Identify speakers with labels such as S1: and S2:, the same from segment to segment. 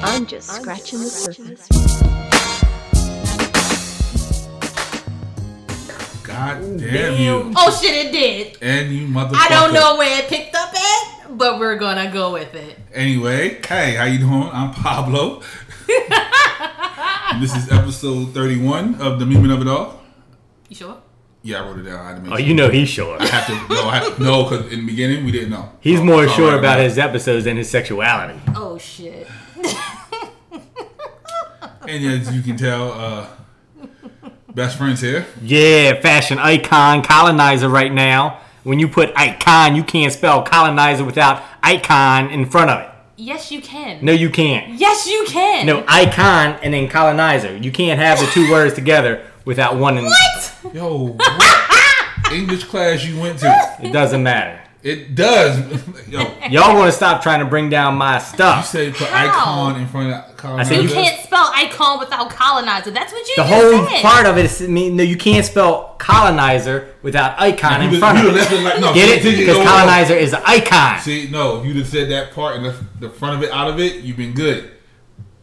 S1: I'm just scratching the surface.
S2: God damn, you.
S3: Oh shit, it did.
S2: And you motherfucker.
S3: I don't know where it picked up at, but we're gonna go with it.
S2: Anyway, hey, how you doing? I'm Pablo. this is episode 31 of The Movement of It All.
S3: You sure?
S2: Yeah, I wrote it down. I had to make
S4: Oh,
S2: sure.
S4: you know he's sure.
S2: I have to, no, I have, no, because in the beginning we didn't know.
S4: He's more
S2: All
S4: sure
S2: Oh, right,
S4: about
S2: man.
S4: his episodes than his sexuality.
S3: Oh shit.
S2: And as you can tell, uh, best friends here.
S4: Yeah, fashion icon, colonizer right now. When you put icon, you can't spell colonizer without icon in front of it.
S3: Yes, you can.
S4: No, you can't.
S3: Yes, you can.
S4: No, icon and then colonizer. You can't have the two words together without one in
S3: What?
S2: Yo, what English class you went to?
S4: It doesn't matter.
S2: It does. Yo, you
S4: Y'all want to stop trying to bring down my stuff.
S2: said put
S3: How?
S2: icon in front of colonizer.
S4: said
S3: You can't spell icon without colonizer. That's what you
S4: The
S3: just
S4: whole
S3: said.
S4: part of it is, I mean, no, you can't spell colonizer without icon
S2: You
S4: in
S2: done-
S4: front
S2: you
S4: of
S2: done
S4: it.
S2: left like, no,
S4: Get it?
S2: continue.
S4: Because
S2: No, no, no.
S4: colonizer is an icon.
S2: See, no, if you'd have said that part and left the front of it out of it, you've been good.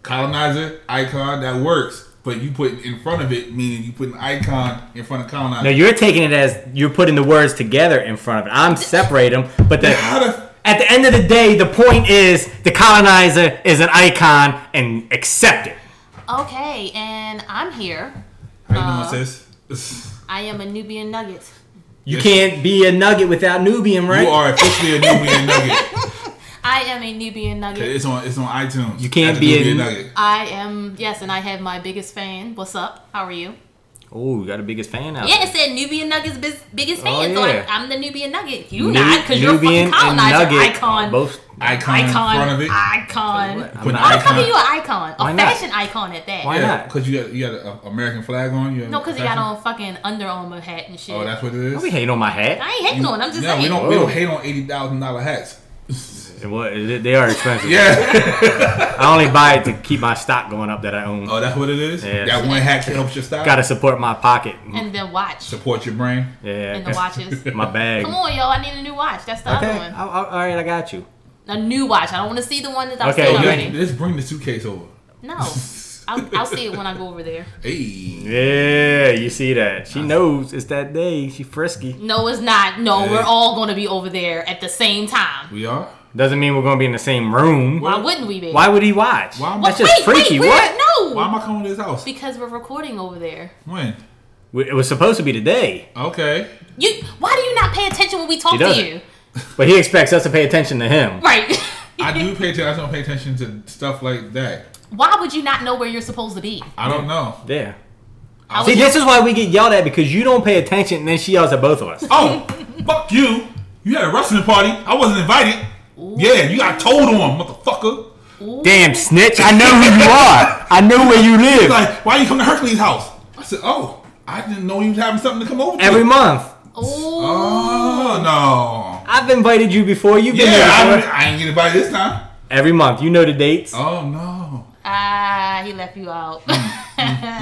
S2: Colonizer, icon, that works. But you put in front of it, meaning you put an icon in front of colonizer.
S4: No, you're taking it as you're putting the words together in front of it. I'm separating them, but the,
S2: How the-
S4: at the end of the day, the point is the colonizer is an icon and accept it.
S3: Okay, and I'm here.
S2: How you doing, sis?
S3: I am a Nubian nugget.
S4: You
S2: Yes.
S4: can't be a nugget without Nubian, right?
S2: You are officially a Nubian Nugget.
S3: I am a Nubian nugget.
S2: It's on it's on iTunes.
S4: You can't
S2: as
S4: be a-
S2: Nubian Nugget.
S3: I am yes, and I have my biggest fan. What's up? How are you?
S4: Oh, you got the biggest fan out
S3: Yeah, it said Nubian Nuggets biz- biggest
S4: Oh,
S3: fan, so I,
S4: yeah.
S3: I'm the Nubian Nugget. You
S4: there.
S3: not, because you're a fucking
S4: Nubian and
S3: colonizer
S4: Nugget
S3: icon.
S4: Both.
S2: Icon, in
S3: icon,
S2: front of it.
S3: icon.
S4: What?
S2: Put
S4: I'm
S2: an
S4: not-
S3: How the fuck
S2: icon.
S3: are you an icon? A
S4: Why not?
S3: fashion icon at that.
S4: Why
S2: Yeah,
S4: not?
S2: because you got you got a, a American flag on. You have
S3: No, because he got
S2: fashion.
S3: on fucking Under Armour hat and shit.
S2: Oh, that's what it is.
S4: Don't be hating on my hat.
S3: I ain't hating on. it, I'm just
S2: no,
S3: saying.
S2: we don't we don't
S4: Whoa.
S2: hate on eighty thousand dollar hats.
S4: Well, they they are expensive.
S2: Yeah.
S4: I only buy it to keep my stock going up that I own.
S2: oh, that's what it is.
S4: Yeah.
S2: That one hat helps your style.
S4: Got to support my pocket.
S3: And then watch.
S2: support your brain.
S4: Yeah.
S3: And the watches.
S4: My bag.
S3: Come on, y'all. I need a new watch. That's the
S4: Okay.
S3: other one.
S4: I- I- all right, I got you.
S3: A new watch. I don't want to see the one that I've
S4: Okay,
S3: seen
S4: you-
S3: already.
S2: Let's, let's bring the suitcase over.
S3: No. I'll, I'll see it when I go over there.
S2: Hey.
S4: Yeah, you see that. She knows it's that day. She frisky.
S3: No, it's not. No,
S2: Yeah.
S3: we're all going to be over there at the same time.
S2: We are.
S4: Doesn't mean we're gonna be in the same room.
S3: Why wouldn't we be?
S4: Why would he watch?
S2: Why am I-
S4: That's just
S3: wait,
S4: freaky.
S3: Wait,
S4: what?
S3: Where? No.
S2: Why am I coming to this house?
S3: Because we're recording over there.
S2: When?
S4: We- It was supposed to be today,
S2: Okay.
S3: You. Why do you not pay attention when we talk
S4: He
S3: to
S4: doesn't.
S3: you?
S4: but he expects us to pay attention to him.
S3: Right.
S2: I do pay attention. I don't pay attention to stuff like that.
S3: Why would you not know where you're supposed to be?
S2: I don't know.
S4: Yeah.
S3: I
S4: See,
S3: was-
S4: this is why we get yelled at because you don't pay attention, and then she yells at both of us.
S2: Oh, fuck you. You had a wrestling party. I wasn't invited. Yeah, you got told on, motherfucker.
S4: Damn snitch! I know who you are. I know where you
S2: He's
S4: live.
S2: like, why you come to Hercules' house? I said, oh, I didn't know he was having something to come over to.
S4: Every month,
S3: Oh.
S2: oh, no.
S4: I've invited you before. You've been
S2: Yeah,
S4: here
S2: I,
S4: before.
S2: I ain't get invited this time.
S4: Every month, you know the dates.
S2: Oh, no.
S3: Ah, he left you out.
S2: Hmm.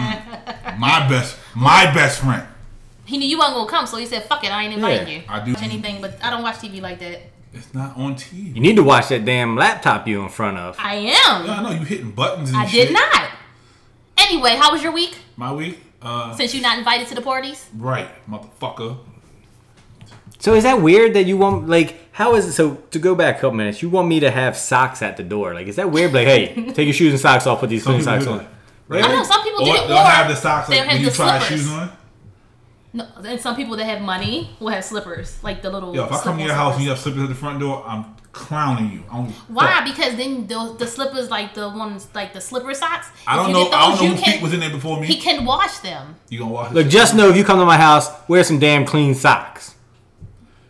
S2: My best, my best friend.
S3: he knew you wasn't gonna come, so he said, "Fuck it, I ain't inviting
S4: Yeah,
S3: you."
S2: I do-
S3: watch anything, but I don't watch TV like that.
S2: It's not on TV.
S4: You need to watch that damn laptop you in front of.
S3: I am.
S2: No, no, you hitting buttons and
S3: I
S2: shit.
S3: did not. Anyway, how was your week?
S2: My week? Uh,
S3: Since you're not invited to the parties,
S2: right, motherfucker.
S4: So is that weird that you want like how is it so to go back a couple minutes, you want me to have socks at the door. Like is that weird? Like, hey, take your shoes and socks off, put these
S2: Some
S4: clean
S2: people
S4: socks
S2: do
S4: on.
S2: that.
S3: I know some people do
S2: Or
S3: it.
S2: they'll
S3: or
S2: have the socks
S3: they'll
S2: like,
S3: have
S2: when you
S3: the
S2: try
S3: slippers.
S2: shoes on.
S3: No, and some people that have money will have slippers, like the little.
S2: Yo, if I come to
S3: slip-on
S2: your house and
S3: slippers.
S2: you have slippers at the front door, I'm clowning you. I don't,
S3: Why? Because then the, the slippers, like the ones, like the slipper socks.
S2: I
S3: if
S2: don't
S3: you
S2: know.
S3: get
S2: I
S3: those,
S2: don't know
S3: you
S2: who
S3: can-
S2: feet was in there before me.
S3: He can wash them.
S2: you gonna watch?
S4: Look, just know if you come to my house, wear some damn clean socks.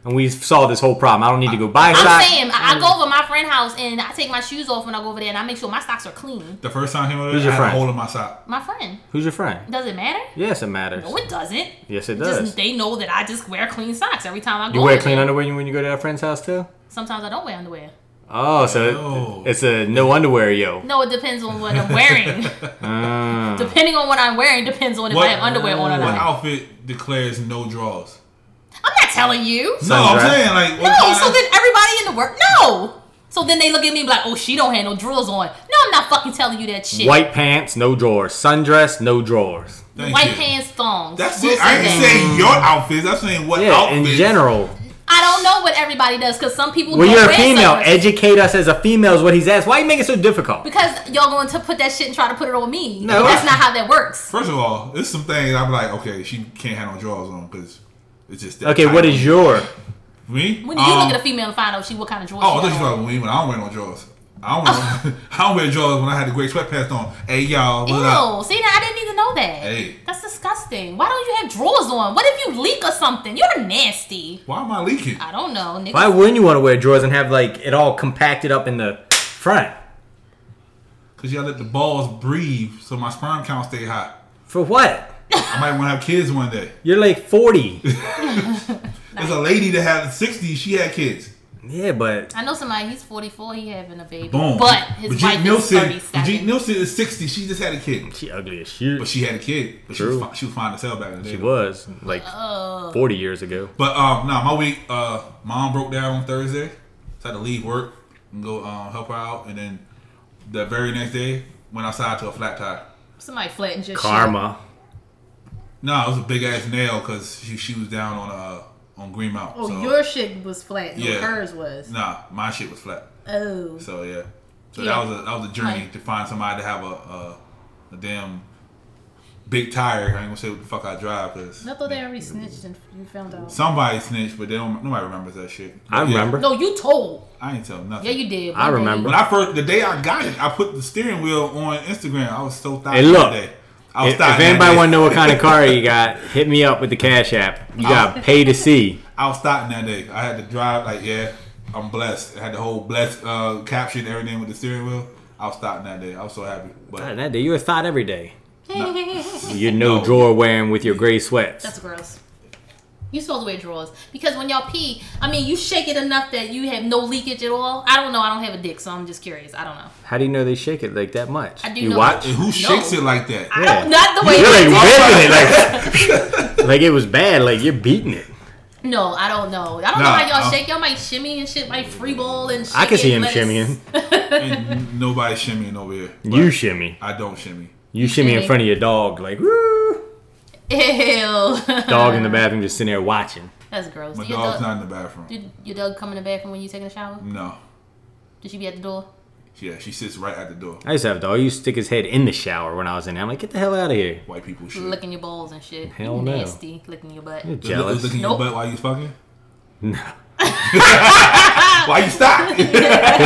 S4: And we solved this whole problem. I Mm. don't need to go buy
S3: I'm
S4: socks.
S3: saying I, I go over my friend's house and I take my shoes off when I go over there and I make sure my socks are clean.
S2: the first time he went,
S4: Who's
S2: I
S4: your
S2: had a
S4: friend?
S2: hole in my sock.
S3: My friend,
S4: Who's your friend?
S3: does it matter?
S4: Yes, it matters.
S3: No, it doesn't.
S4: Yes, it
S3: It just-
S4: does.
S3: they know that I just wear clean socks every time I go.
S4: You wear
S3: over
S4: clean
S3: there.
S4: underwear when you go to that friend's house too?
S3: Sometimes I don't wear underwear.
S4: Oh, so
S2: Oh.
S4: it- it's a no underwear yo.
S3: No, it depends on what I'm wearing.
S4: Mm.
S3: Depending on what I'm wearing, depends on if I have underwear on or
S2: What
S3: not.
S2: outfit declares no draws?
S3: I'm not telling you.
S2: No, I'm
S4: Sundress.
S2: saying like what
S3: No,
S2: kind
S3: so
S2: of-
S3: then everybody in the work. No, So then they look at me like, oh, she don't have no drawers on. No, I'm not fucking telling you that shit.
S4: White pants, no drawers. Sundress, no drawers.
S2: Thank
S3: White
S2: you.
S3: pants, thongs.
S2: That's
S3: We'll
S2: it. I
S3: say
S2: ain't
S3: that.
S2: saying your outfits. I'm saying what
S4: Yeah, in
S2: outfits.
S4: general.
S3: I don't know what everybody does because some people.
S4: Well,
S3: don't
S4: you're a
S3: wear
S4: female.
S3: sunglasses.
S4: Educate us as a female is what he's asked. Why you make it so difficult?
S3: because y'all going to put that shit and try to put it on me.
S4: No.
S3: that's not how that works.
S2: First of all, there's some things I'm like, okay, she can't have no drawers on because it's just. That
S4: Okay,
S2: tight.
S4: what is your?
S2: me?
S3: When you
S2: Um,
S3: look at a female and find out she what kind of drawers.
S2: Oh, I
S3: she
S2: thought you
S3: got
S2: were
S3: on.
S2: talking about me when I don't wear no drawers. I don't wear, I don't wear drawers when I had the gray sweatpants on. Hey y'all, what up?
S3: Ew. See, now I didn't even know that.
S2: Hey.
S3: That's disgusting. Why don't you have drawers on? What if you leak or something? You're nasty.
S2: Why am I leaking?
S3: I don't know. Niggas.
S4: Why wouldn't you want to wear drawers and have like it all compacted up in the front?
S2: Cause y'all let the balls breathe, so my sperm count stay hot.
S4: For what?
S2: I might want to have kids one day.
S4: You're like 40.
S2: There's a lady that had 60, she had kids.
S4: yeah, but
S3: I know somebody. He's 44. He having a baby.
S2: Boom.
S3: But his wife
S2: Nielsen,
S3: is 37.
S2: Brigitte Nielsen is 60. She just had a kid.
S4: she ugly as shit.
S2: But she had a kid. But she was,
S4: True.
S2: fi- she was fine as hell back in the day.
S4: She was like
S3: Oh.
S4: 40 years ago.
S2: But um, nah, my week, uh, mom broke down on Thursday, so I had to leave work and go um, help her out. And then the very next day, went outside to a flat tire.
S3: somebody flattened your shit.
S4: Karma.
S2: No, it was a big ass nail because she, she was down on uh on Green Mountain.
S3: Oh,
S2: so,
S3: your shit was flat. No,
S2: Yeah.
S3: hers was.
S2: nah, my shit was flat.
S3: Oh.
S2: So yeah, so
S3: Yeah.
S2: that was a that was a journey
S3: Right.
S2: to find somebody to have a a, a damn big tire. I ain't gonna say what the fuck I drive because
S3: I thought they already snitched and you found out.
S2: somebody snitched, but they don't nobody remembers that shit.
S4: I
S2: But, yeah,
S4: remember.
S3: No, you told.
S2: I ain't tell nothing.
S3: Yeah, you did.
S4: I
S3: One day
S4: remember.
S2: When I first, the day I got it, I put the steering wheel on Instagram. I was so thought
S4: Hey, look.
S2: that day. I was
S4: If, if
S2: thotting that
S4: anybody
S2: day.
S4: want to know what kind of car you got, hit me up with the Cash App.
S2: Oh.
S4: You got to pay to see.
S2: I was thotting that day. I had to drive like yeah, I'm blessed. I had the whole blessed uh, caption and everything with the steering wheel. I was thotting that day. I was so happy.
S4: God,
S2: But
S4: that day, you were thought every day.
S3: you-
S4: You're no,
S2: No.
S4: drawer wearing with your gray sweats.
S3: That's gross. You supposed to wear drawers because when y'all pee, I mean, you shake it enough that you have no leakage at all. I don't know. I don't have a dick, so I'm just curious. I don't know.
S4: How do you know they shake it like that much?
S3: I do
S4: you
S3: know
S4: watch?
S2: and who shakes it like that?
S3: I
S4: Yeah.
S3: don't, not the way.
S4: You're
S3: they
S4: like
S3: do it.
S4: whipping it like, like it was bad. Like you're beating it.
S3: No, I don't know. I don't know
S2: Nah,
S3: how y'all
S2: uh,
S3: shake. Y'all might shimmy and shit, like free ball and. Shit
S4: I can see him shimmying.
S2: Ain't n- nobody shimmying over here. But
S4: You shimmy.
S2: I don't shimmy.
S4: You shimmy in
S3: shimmy.
S4: front of your dog. Like woo.
S3: Ew.
S4: Dog in the bathroom just sitting there watching.
S3: That's gross.
S2: My
S3: Did your
S2: dog's
S3: dog,
S2: not in the bathroom.
S3: did your dog come in the bathroom when you taking a shower?
S2: No.
S3: Did she be at the door?
S2: Yeah, she sits right at the door.
S4: I used to have a dog. He used to stick his head in the shower when I was in there. I'm like, get the hell out of here.
S2: White people shit.
S3: Licking your balls and shit.
S4: Hell
S3: You
S4: no.
S3: Nasty. Licking your butt.
S4: You're
S2: Just look-
S4: jealous.
S2: Looking at
S3: Nope.
S2: your butt while you fucking.
S4: No.
S2: Why you stop?
S4: Because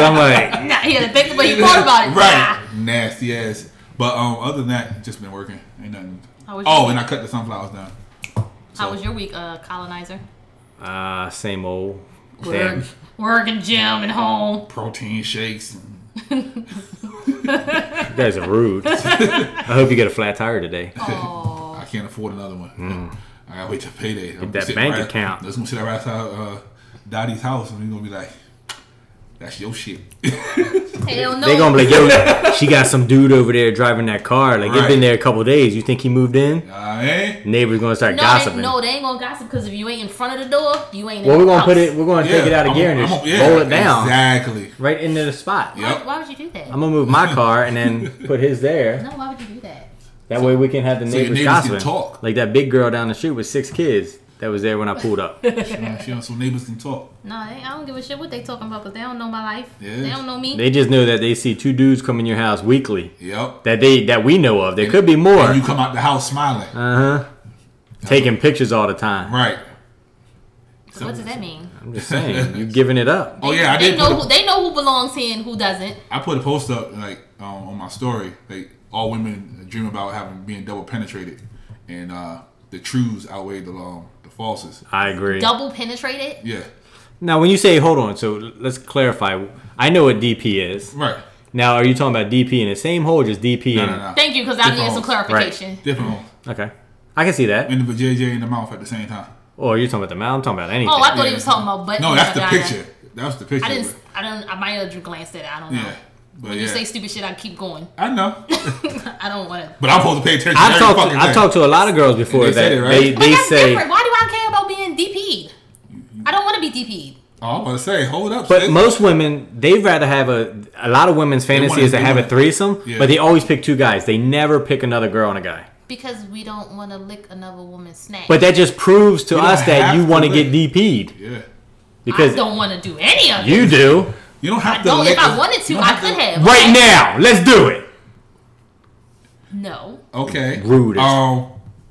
S4: I'm like,
S3: Nah, yeah, think the way you thought about it.
S2: right. Nasty ass. But um, other than that, just been working. Ain't nothing.
S3: How was
S2: Oh,
S3: your-
S2: and I cut the sunflowers down.
S3: Nah. How was your week, uh, colonizer?
S4: ah, same old.
S3: Work,
S4: Damn.
S3: work and gym and home.
S2: Protein shakes. and-
S4: You guys are rude. I hope you get a flat tire today.
S2: I can't afford another one. I gotta wait till payday. Get
S4: Mm. that bank account.
S2: That's gonna sit right outside uh, Dottie's house, and we gonna be like, "That's your shit."
S3: Hell no.
S4: They gonna be like, yo, she got some dude over there driving that car. Like, you've
S2: Right.
S4: been there a couple days. You think he moved in?
S2: I ain't.
S4: Neighbors gonna start
S3: no,
S4: gossiping.
S3: They, no, they ain't gonna gossip because if you ain't in front of the door, you ain't.
S4: Well, we're
S3: in the
S4: gonna
S3: house.
S4: put it. We're gonna take it out of gear and just roll it down
S2: Exactly.
S4: right into the spot.
S3: Why,
S2: Yep.
S3: why would you do that?
S4: I'm gonna move my car and then put his there.
S3: no, why would you do that?
S4: That way we can have the
S2: your
S4: neighbors,
S2: neighbors can
S4: gossiping.
S2: talk.
S4: Like that big girl down the street with six kids that was there when I pulled up.
S2: Yeah, she on some neighbors can talk.
S3: No, they, I don't give a shit what they talking about because they don't know my life.
S2: Yeah.
S3: They don't know me.
S4: they just know that they see two dudes come in your house weekly
S2: Yep.
S4: that they that we know of. There could be more.
S2: And you come out the house smiling.
S4: Uh huh. Taking pictures all the time.
S2: right.
S3: so what does that mean?
S4: I'm just saying, you giving it up.
S2: Oh yeah, I
S3: they
S2: did. Put
S3: know
S2: a-
S3: who they know who belongs here and who doesn't.
S2: I put a post up like um, on my story. Like all women dream about having being double penetrated, and uh, the trues outweigh the um, the falses.
S4: I agree.
S3: Double penetrated.
S2: Yeah.
S4: Now, when you say hold on, so l- let's clarify. I know what DP is.
S2: Right.
S4: Now, are you talking about DP in the same hole, or just DP
S2: No,
S4: in?
S2: no, no.
S3: Thank you because I need some
S2: Different homes.
S3: clarification.
S2: Different ones.
S4: Okay, I can see that.
S2: And the vajayjay in the mouth at the same time.
S4: Or you're talking about the mouth. I'm talking about anything.
S3: Oh, I thought he
S2: Yeah.
S3: was talking about butt.
S2: No,
S3: and
S2: that's the
S3: vagina.
S2: picture. That's the picture.
S3: I didn't. I don't. I might have just glanced at it. I don't
S2: but-
S3: know.
S2: yeah. But
S3: You
S2: yeah.
S3: say stupid shit. I keep going.
S2: I know.
S3: I don't want to.
S2: But I'm supposed to pay attention. to
S4: I've
S2: every
S4: talked.
S2: fucking
S4: To, I've
S2: thing.
S4: talked to a lot of girls before
S2: They
S4: that
S2: said it,
S4: they
S2: right?
S3: But
S4: they
S3: that's
S4: say
S3: different. Why do I care about being DP'd? I don't want to be DP'd.
S2: Oh, I'm gonna say, hold up.
S4: But
S2: sis.
S4: most women, they'd rather have a. A lot of women's fantasy
S2: wanna-
S4: is to
S2: they
S4: have a
S2: wanna-
S4: threesome,
S2: Yeah.
S4: but they always pick two guys. They never pick another girl and a guy.
S3: Because we don't want to lick another woman's snack.
S4: But that just proves to
S2: You don't
S4: us that
S2: have
S4: you
S2: to
S4: want to
S2: lick.
S4: get DP'd
S2: yeah,
S3: I
S4: because
S3: don't want to do any of it.
S4: you do
S2: you don't have to.
S3: I don't. If
S2: lick
S3: I
S2: a-
S3: wanted to,
S2: you don't
S3: I could have.
S4: right
S3: okay?
S4: now. Let's do it.
S3: No.
S2: Okay.
S4: Rude as-
S2: Um.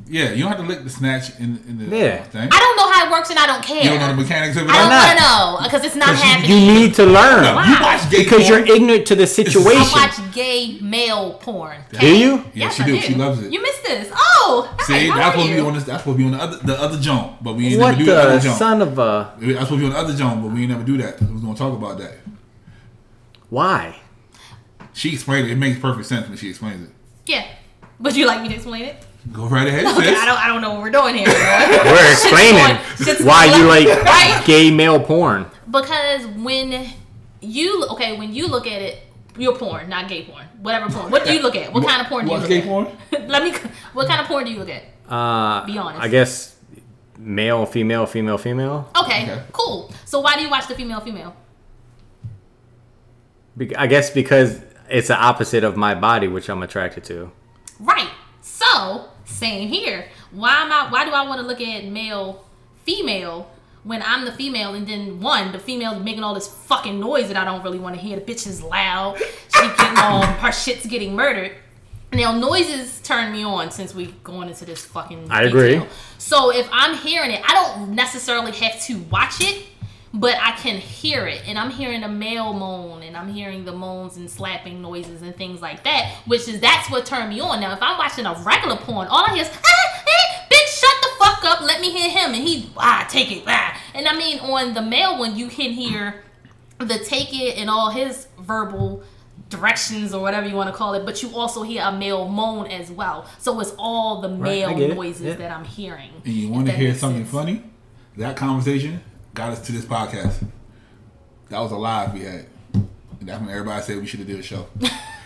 S2: Yeah, you don't have to lick the snatch in in the
S4: Yeah.
S2: thing.
S3: I don't know how it works and I don't care.
S2: You don't know the mechanics of it.
S3: I don't
S4: Why
S3: want to know because it's not happening.
S4: You need to
S2: No,
S4: learn
S2: you watch gay
S4: because you're
S2: porn.
S4: ignorant to the
S3: I
S4: situation.
S3: watch gay male porn.
S4: Do you?
S2: Yeah, she do. She loves it.
S3: You missed this. Oh, hi,
S2: See,
S3: how
S2: that's
S3: are
S2: supposed to be
S3: you?
S2: on this. That's supposed to be on the other the other jump, but we ain't
S4: What
S2: never do the other
S4: the
S2: jump.
S4: son of a?
S2: That's supposed to be on the other jump, but we ain't never do that. We was gonna talk about that.
S4: Why?
S2: She explained it. It makes perfect sense when she explains it.
S3: yeah. Would you like me to explain it?
S2: Go right ahead.
S3: Okay,
S2: sis.
S3: I don't. I don't know what we're doing here. right?
S4: We're explaining
S3: Shit's going-
S4: why you like
S3: Right.
S4: gay male porn.
S3: because when you okay, when you look at it, your porn, not gay porn, whatever porn. What do you look at? What, kind of porn do you
S2: What's gay
S3: look at?
S2: porn?
S3: Let me. What kind of porn do you look at?
S4: Uh,
S3: Be honest.
S4: I guess male, female, female, female.
S3: Okay,
S2: Okay.
S3: cool. So why do you watch the female female?
S4: Be- I guess because it's the opposite of my body, which I'm attracted to.
S3: Right. So same here. Why am I? Why do I want to look at male female? When I'm the female, and then one, the female's making all this fucking noise that I don't really want to hear. The bitch is loud. She getting on. Her shit's getting murdered. Now noises turn me on since we going into this fucking.
S4: I agree.
S3: detail. So if I'm hearing it, I don't necessarily have to watch it, but I can hear it. And I'm hearing the male moan and I'm hearing the moans and slapping noises and things like that, which is that's what turned me on. Now, if I'm watching a regular porn, all I hear is, "Ah, eh, bitch, shut the fuck up, let me hear him. And he, ah, take it, ah. And I mean, on the male one, you can hear the take it and all his verbal directions or whatever you want to call it, but you also hear a male moan as well. So it's all the male
S4: I get it.
S3: noises
S4: Yeah.
S3: that I'm hearing.
S2: And you
S3: if
S2: want to
S3: that
S2: hear
S3: makes
S2: something
S3: sense.
S2: funny? That conversation got us to this podcast. That was a live we had. And that's when everybody said we should have did a show.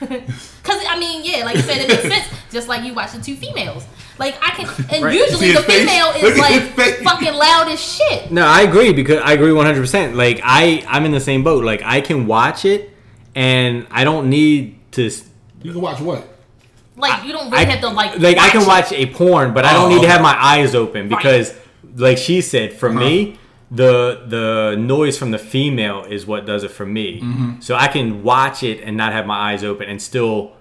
S3: Cause I mean, yeah, like you said, it makes sense. Just like you watching two females, like I can, and
S4: Right.
S3: usually
S2: See
S3: the
S2: his face?
S3: female
S2: Look
S3: is
S2: at
S3: like
S2: his face.
S3: fucking loud as shit.
S4: No, I agree because I agree 100%. Like I I'm in the same boat. Like I can watch it and I don't need to s-
S2: You can watch what?
S3: Like you don't really
S4: I-
S3: have to like.
S4: I can
S3: it.
S4: watch a porn, but I don't
S2: Oh, Uh-huh.
S4: need to
S2: okay.
S4: have my eyes open because, like she said, for me, the the noise from the female is what does it for me.
S2: Mm-hmm.
S4: So I can watch it and not have my eyes open and still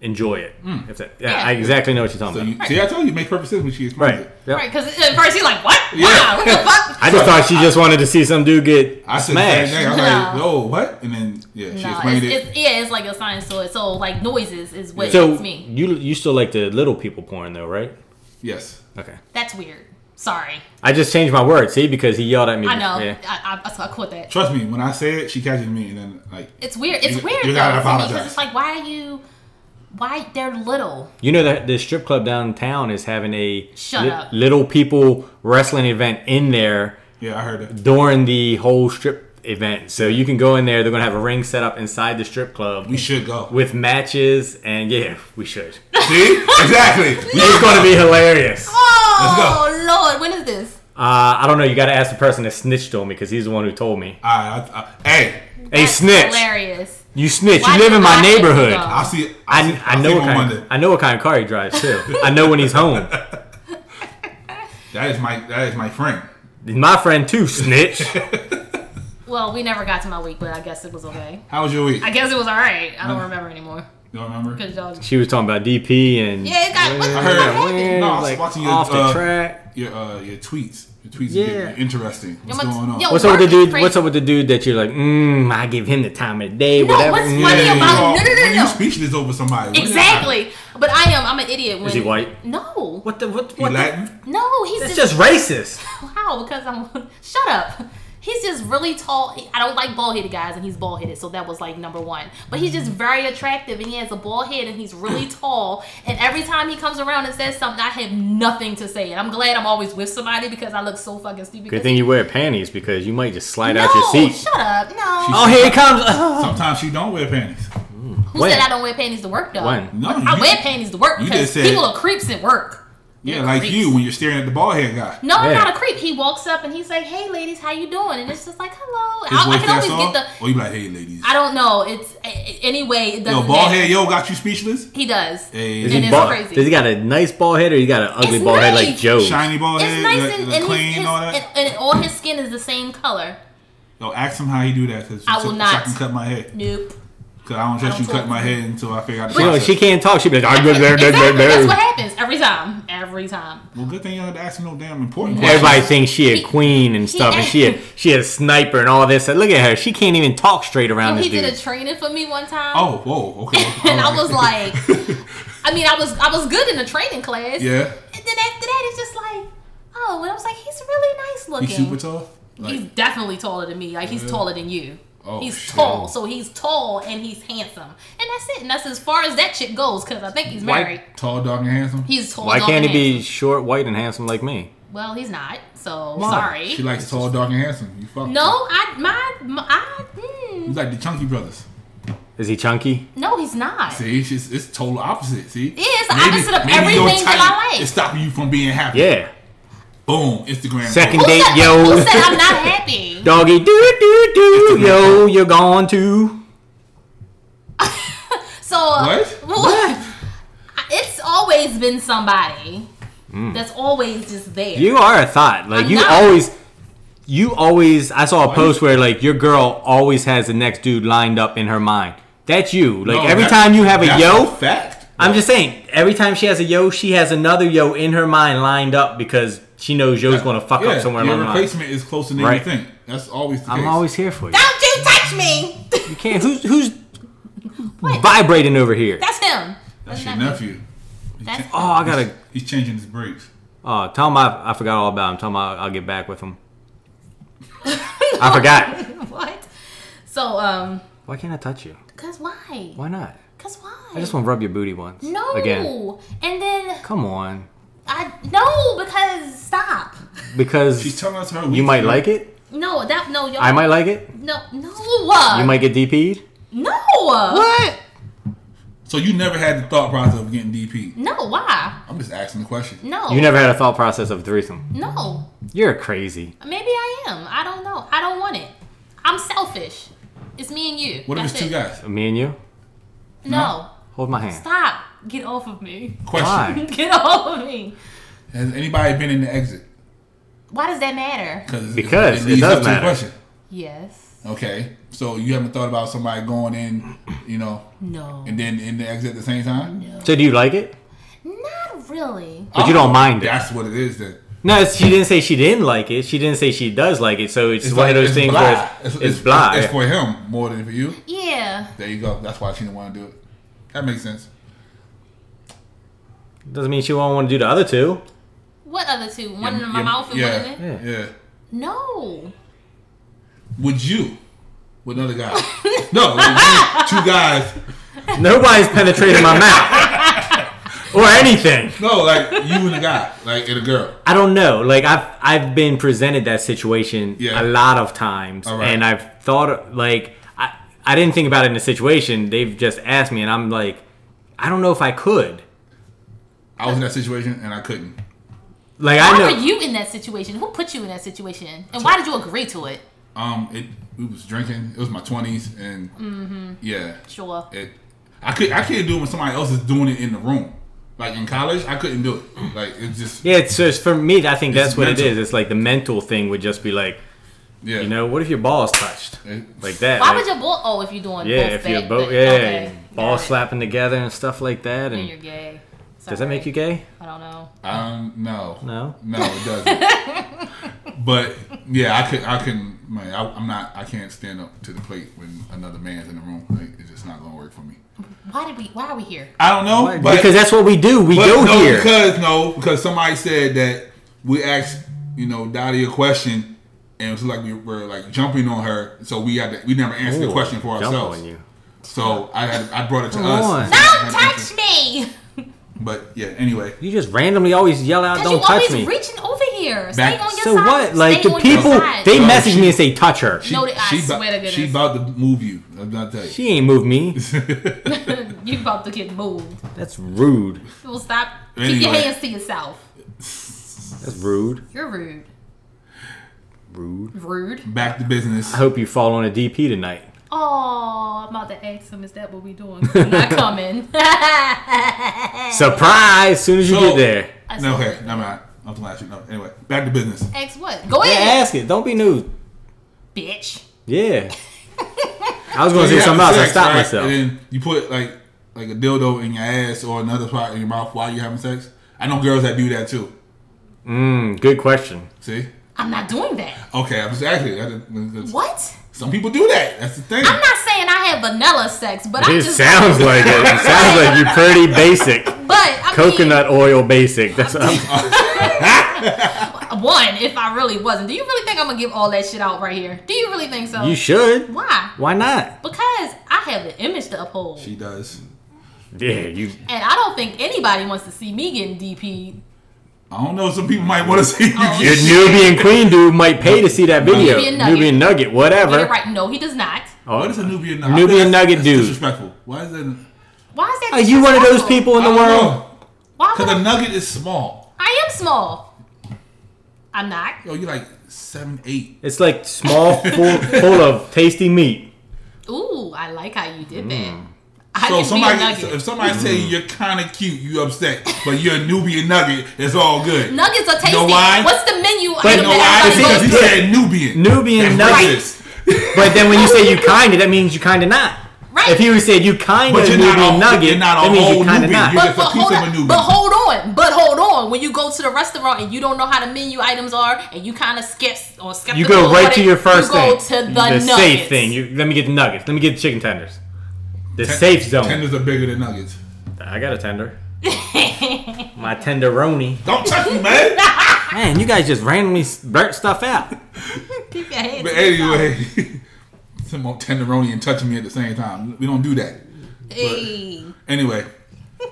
S4: enjoy it. If that, yeah,
S3: Yeah.
S4: I exactly know what you're talking
S2: Mm. So
S4: about.
S2: you, see, I told you, it makes perfect sense when she explains
S4: right.
S2: it.
S4: Yep.
S3: Right, because at first he's like, "What?
S2: Yeah.
S3: Wow, what the fuck?"
S4: I just thought she just wanted to see some dude get
S2: I said the
S4: smashed.
S2: same thing. I was like,
S3: No.
S2: no, what? And then, yeah, she
S3: No,
S2: explained
S3: it's,
S2: it.
S3: it's, yeah, it's like a science to it. So like noises is what
S4: so
S3: gets me.
S4: you you still like the little people porn though, right?
S2: yes.
S4: Okay.
S3: That's weird. Sorry,
S4: I just changed my word, see, because he yelled at me.
S3: I know.
S4: Yeah.
S3: I, I, I, I caught that.
S2: Trust me, when I say it, she catches me. And then, like,
S3: It's weird. It's
S2: You-
S3: weird
S2: you
S3: though
S2: gotta
S3: to me
S2: apologize.
S3: because it's like, why are you? Why they're little?
S4: You know that the strip club downtown is having a
S3: Shut up.
S4: little people wrestling event in there
S2: yeah, I heard it.
S4: during the whole strip event. So you can go in there. They're gonna have a ring set up inside the strip club
S2: We should go.
S4: with matches, and yeah, we should.
S2: See? Exactly.
S4: it's gonna be hilarious. Uh,
S3: Oh Lord, when is this?
S4: I don't know. You gotta ask the person that snitched on me because he's the one who told me.
S2: I, I, I, hey,
S4: Hey,
S3: That's
S4: snitch!
S3: Hilarious.
S4: You snitch.
S3: Why
S4: you live
S3: did
S4: in my
S3: I have to
S4: neighborhood.
S3: go?
S2: I'll see I'll
S4: I,
S2: see,
S4: I
S2: I'll see
S4: know
S2: you
S4: what
S2: on
S4: kind.
S2: Monday.
S4: I know what kind of car he drives too. I know when he's home.
S2: That is my, that is my friend.
S4: My friend too, snitch.
S3: Well, we never got to my week, but I guess it was okay.
S2: How was your week?
S3: I guess it was all right. I
S4: Mm.
S3: don't remember anymore.
S2: you don't remember?
S3: Cause y'all.
S4: She was talking about DP and
S3: Yeah, it got. What the
S2: I
S3: fuck
S2: heard it.
S3: happened?
S4: Weird,
S2: No, I was
S4: like,
S2: watching your,
S4: off the
S2: uh,
S4: track.
S2: your uh, your tweets. Your tweets
S4: Yeah.
S2: are getting interesting. What's
S3: Yeah, but-
S2: going on?
S3: yo,
S4: What's up with the
S3: Mark is
S4: dude? What's
S3: crazy.
S4: up with the dude that you're like, mm, I give him the time of the day,
S3: No,
S4: whatever.
S3: what's
S4: mm."
S3: funny
S2: Yeah,
S3: about-
S2: you
S3: no, no, no,
S2: when
S3: no.
S2: You speechless over somebody. what-
S3: Exactly. But I am. I'm an idiot.
S4: Mm-hmm.
S3: When,
S4: Is he white?
S3: No.
S4: What the what?
S2: You
S4: what the,
S2: Latin?
S3: No, he's
S4: that's
S3: just,
S4: just racist.
S3: how because I'm. Shut up. He's just really tall. He- I don't like bald headed guys, and he's bald headed, so that was like number one. But he's just very attractive, and he has a bald head, and he's really tall. And every time he comes around and says something, I have nothing to say. And I'm glad I'm always with somebody because I look so fucking stupid.
S4: Good thing you wear panties because you might just slide
S3: no,
S4: out your seat.
S3: shut up. No.
S4: Oh, here he comes. Oh.
S2: Sometimes she don't wear panties.
S3: Who
S4: When?
S3: said I don't wear panties to work though?
S4: When?
S2: No,
S3: I
S2: you-
S3: wear panties to work
S2: you
S3: because
S2: just said-
S3: people are creeps at work.
S2: Yeah,
S3: They're
S2: like
S3: creeps.
S2: you when you're staring at the bald head guy.
S3: No, I'm
S4: Yeah.
S3: not a creep. He walks up and he's like, "Hey, ladies, how you doing?" And it's just like, "Hello."
S2: His
S3: I, I
S2: voice
S3: can
S2: that's
S3: always
S2: all.
S3: get the.
S2: Or Oh, you be like, hey, ladies.
S3: I don't know. It's a- a- anyway. It
S2: Yo,
S3: doesn't
S2: bald
S3: matter.
S2: head, yo, got you speechless.
S3: He does.
S2: Hey,
S4: Is
S3: And
S4: he
S3: it's
S4: bald?
S3: crazy.
S4: Does he got a nice bald head or he got an ugly
S3: It's
S4: bald head like
S3: nice.
S4: Joe?
S2: shiny bald
S3: It's
S2: head,
S3: nice
S2: the-
S3: and,
S2: the
S3: and,
S2: clean
S3: he's,
S2: and all that.
S3: his, and, and all his skin is the same color.
S2: yo, ask him how he do that because
S3: I will not.
S2: I can cut my head.
S3: Nope.
S2: Because I don't trust
S3: don't
S2: you
S3: talk
S2: cut
S3: to
S2: my
S3: him.
S2: head until I figure out the
S4: You know,
S2: process.
S4: she can't talk. She be like,
S3: Exactly. That's what happens every time. Every time.
S2: Well, good thing you don't have to ask him no damn important questions.
S4: Everybody thinks she a queen and stuff, and she a, she a sniper and all this. And look at her; she can't even talk straight around
S3: Well,
S4: this
S3: he did
S4: dude.
S3: a training for me one time.
S2: Oh, whoa, okay.
S3: And I
S2: alright.
S3: was like, I mean, I was I was good in the training class.
S2: yeah,
S3: And then after that, it's just like, oh, and I was like, he's really nice looking.
S2: he's super tall.
S3: He's
S2: Like,
S3: definitely taller than me. Like he's taller than you.
S2: Oh,
S3: he's
S2: shit.
S3: tall, so he's tall and he's handsome, and that's it. And that's as far as that chick goes, because I think he's
S4: Why-
S3: married.
S2: tall, dark, and handsome.
S3: He's tall.
S4: Why
S3: dark,
S4: can't he
S3: and
S4: be
S3: handsome.
S4: short, white, and handsome like me?
S3: Well, he's not. So
S4: Why?
S3: sorry.
S2: She likes tall, dark, and handsome. You fuck.
S3: no, I my, my I
S2: He's
S3: mm,
S2: like the Chunky Brothers.
S4: Is he chunky?
S3: no, he's not.
S2: See, it's, just, it's total opposite. See, it
S3: is the opposite of everything that I like.
S2: It's stopping you from being happy.
S4: Yeah.
S2: Boom. Instagram.
S4: Second
S3: Who
S4: date,
S3: said,
S4: yo,
S3: who said I'm not happy?
S4: doggy, do do do, yo, you're gone too.
S3: So uh,
S2: What?
S3: well, It's always been somebody
S2: Mm.
S3: that's always just there.
S4: You are a thought. Like
S3: I'm
S4: you
S3: not.
S4: always, you always. I saw a
S2: Why
S4: post where like your girl always has the next dude lined up in her mind. That's you. Like
S2: No,
S4: every
S2: that-
S4: time you have a
S2: that's
S4: yo,
S2: fact.
S4: I'm just saying, every time she has a yo, she has another yo in her mind lined up because she knows yo's going to fuck
S2: Yeah,
S4: up somewhere
S2: Your
S4: along the line.
S2: replacement is closer than
S4: Right.
S2: you think. That's always the
S4: I'm
S2: case.
S4: always here for you.
S3: Don't you touch me.
S4: You can't. Who's who's vibrating over here?
S3: that's him.
S2: That's your nephew.
S3: That's
S4: Oh, I gotta.
S2: He's changing his brakes.
S4: Oh, tell him I, I forgot all about him. Tell him I'll, I'll get back with him. I forgot.
S3: what? So um,
S4: Why can't I touch you?
S3: cause why?
S4: Why not?
S3: Cause why?
S4: I just want to rub your booty once.
S3: no.
S4: Again.
S3: And then
S4: Come on.
S3: I no because stop.
S2: She's
S4: Because
S2: telling us her.
S4: you might like it.
S3: No, that no y'all.
S4: I might like it.
S3: no no. uh,
S4: You might get DP'd.
S3: no.
S4: What?
S2: So you never had the thought process of getting DP.
S3: No. Why?
S2: I'm just asking the question.
S3: No.
S4: You never had a thought process of threesome.
S3: No.
S4: You're crazy.
S3: Maybe I am. I don't know. I don't want it. I'm selfish. It's me and you.
S2: What if it's
S3: That's
S2: two
S3: it.
S2: guys?
S4: Me and you.
S3: No.
S4: Hold my hand.
S3: Stop. Get off of me.
S2: Question.
S4: Why?
S3: Get off of me.
S2: Has anybody been in the exit?
S3: Why does that matter?
S2: Cause
S4: Because it does matter.
S3: Yes.
S2: Okay, so you haven't thought about somebody going in, you know,
S3: No.
S2: and then in the exit at the same time.
S4: So do you like it?
S3: Not really.
S4: But you don't mind it.
S2: That's what it is. Then
S4: No, it's- she didn't say she didn't like it. She didn't say she does like it. So it's,
S2: It's
S4: one
S2: like-
S4: of those
S2: it's
S4: things
S2: blah.
S4: where it's, it's, blah.
S2: It's
S4: yeah.
S2: for him more than for you.
S3: Yeah.
S2: There you go. That's why she didn't want to do it. That makes sense.
S4: Doesn't mean she won't want to do the other two.
S3: What other two? One
S2: Yeah,
S3: in my
S2: yeah,
S3: mouth and
S2: yeah,
S3: one in it?
S2: yeah.
S3: No.
S2: Would you? With another guy? no, would you- two guys.
S4: Nobody's penetrating my mouth or anything.
S2: No, like you and a guy, like and a girl.
S4: I don't know. Like I've I've been presented that situation
S2: Yeah.
S4: a lot of times,
S2: All right.
S4: and I've thought like I I didn't think about it in the situation. They've just asked me, and I'm like, I don't know if I could.
S2: I was in that situation and I couldn't.
S4: Like I
S3: Why
S4: know.
S3: were you in that situation? Who put you in that situation? And why did you agree to it?
S2: Um, it we was drinking. It was my twenties and yeah,
S3: Mm-hmm. Sure.
S2: it. I could I can't do it when somebody else is doing it in the room. Like in college, I couldn't do it. Like it's just
S4: Yeah, it's just for me. I think
S2: It's
S4: that's what
S2: mental.
S4: it is. It's like the mental thing would just be like,
S2: yeah.
S4: you know, what if your balls touched
S2: Eh.
S4: like that?
S3: Why
S4: like-
S3: would your ball? Oh, if you're doing
S4: Yeah,
S3: both
S4: if you're
S3: back-
S4: both,
S3: back-
S4: yeah,
S3: okay.
S4: ball
S3: Got it.
S4: slapping together and stuff like that.
S3: Then you're
S4: And
S3: gay.
S4: does that make you
S3: Sorry.
S4: gay?
S3: I don't know.
S2: Um, no,
S4: No?
S2: no, it doesn't. but yeah, I could I can. Man, I, I'm not. I can't stand up to the plate when another man's in the room. Like, it's just not gonna work for me.
S3: Why did we? Why are we here?
S2: I don't know, but
S4: because that's what we do. We
S2: But
S4: go
S2: no,
S4: here.
S2: because no, because somebody said that we asked, you know, Dottie a question, and it was like we were like jumping on her, so we had to, we never answered the
S4: Ooh,
S2: question for
S4: jump
S2: ourselves.
S4: on you.
S2: So I had I brought it to
S4: Come
S2: us.
S4: on.
S2: I had
S3: Don't
S2: to
S3: touch
S2: answer.
S3: me.
S2: But yeah, anyway,
S4: You just randomly always yell out,
S3: Cause you
S4: "Don't touch
S3: always
S4: me."
S3: reaching over here. Stay
S2: Back-
S3: on your
S4: so
S3: side.
S4: what? Like
S3: Stay
S4: the
S3: on your
S4: people,
S3: side.
S4: they
S2: No,
S4: message
S2: she-
S4: me and say, "Touch her."
S2: she,
S4: She,
S3: No, I
S2: she
S3: swear
S2: about-
S3: to goodness.
S2: she about to move you. I'm not telling you.
S4: ain't moved me.
S3: you about to get moved.
S4: That's rude.
S3: Well, stop. Keep your
S2: Anyway.
S3: hands to yourself.
S4: That's rude.
S3: You're rude.
S4: Rude.
S3: Rude.
S2: Back to business.
S4: I hope you fall on a DP tonight.
S3: Oh, I'm about to ask him, is that what we doing? You're not coming. Eh.
S4: Surprise! Soon as you
S2: So-
S4: get there,
S2: No, okay, no, I'm not. I'm just laughing. No, anyway, back to business.
S3: Ask what? Go
S4: yeah,
S3: ahead,
S4: ask it. Don't be new.
S3: bitch.
S4: Yeah. I was gonna say
S2: You
S4: something else.
S2: have
S4: I
S2: sex,
S4: stopped
S2: right?
S4: myself.
S2: And then you put like like a dildo in your ass or another spot in your mouth while you're having sex. I know girls that do that too.
S4: Mm, good question.
S2: See?
S3: I'm not doing that.
S2: Okay, I'm just asking. I just-
S3: What?
S2: Some people do that. That's the thing.
S3: I'm not saying I have vanilla sex, but I
S4: It
S3: just
S4: sounds like it. It sounds like you pretty basic.
S3: But I
S4: Coconut oil basic. That's what I'm,
S3: mean, one. If I really wasn't, do you really think I'm gonna give all that shit out right here? Do you really think so?
S4: you should.
S3: Why?
S4: Why not?
S3: Because I have an image to uphold,
S2: She does.
S4: Yeah, you.
S3: and I don't think anybody wants to see me getting DP.
S2: I don't know. Some people might want to see you
S3: Oh,
S4: Your
S2: get
S3: shit.
S4: Nubian queen dude might pay to see that video.
S3: Nubian
S4: Nubian
S3: nugget.
S4: nugget,
S3: Get it
S4: whatever.
S3: right? No, he does not.
S4: Oh,
S2: What is a Nubian nugget?
S4: Nubian
S2: That's-
S4: nugget
S2: that's
S4: dude.
S2: Disrespectful. Why is that?
S3: Why is that?
S4: Are you one of those
S3: disrespectful?
S4: people in the world?
S3: Why would
S2: Because a
S3: I,
S2: nugget is small.
S3: I am small. I'm not.
S2: Yo, you're like seven, eight.
S4: It's like small, full, full of tasty meat.
S3: Ooh, I like how you did
S4: Mm.
S3: that. I
S2: So
S3: can
S2: somebody,
S3: be a nugget.
S2: so if somebody tell
S4: Mm-hmm.
S2: you you're kind of cute, you upset, but you're a Nubian nugget. It's all good.
S3: Nuggets are tasty.
S2: know why?
S3: What's the menu
S4: But
S2: You
S3: item
S2: know
S3: that
S4: Is it-
S2: why?
S3: everybody
S2: Because
S3: goes
S2: he
S4: Look.
S2: said Nubian.
S4: Nubian
S2: That's
S4: nugget.
S2: racist.
S4: But then when you say you kinda, that means you kinda not.
S3: Right.
S4: If he said you kinda
S2: But you're
S4: Nubian
S2: not a-
S4: nugget,
S2: you're not a
S4: that means you
S2: whole
S4: kinda
S2: Nubian.
S4: not.
S2: You're-
S3: But,
S2: It's a
S3: but,
S2: piece
S3: hold
S2: of
S3: on,
S2: manure.
S3: but hold on, but hold on. When you go to the restaurant and you don't know how the menu items are, and you kind of skip or skip,
S4: you go right to your first
S3: you go
S4: thing.
S3: to the,
S4: the
S3: nuggets.
S4: safe thing. You, let me get the nuggets. Let me get the chicken tenders. The
S2: Ten-
S4: safe zone.
S2: Tenders are bigger than nuggets.
S4: I got a tender. My tenderoni.
S2: Don't touch me, man.
S4: Man, you guys just randomly s- blurt stuff out.
S3: Keep your hands
S2: but
S3: to yourself.
S2: anyway, some more tenderoni and touching me at the same time. We don't do that.
S3: Hey,
S2: Anyway,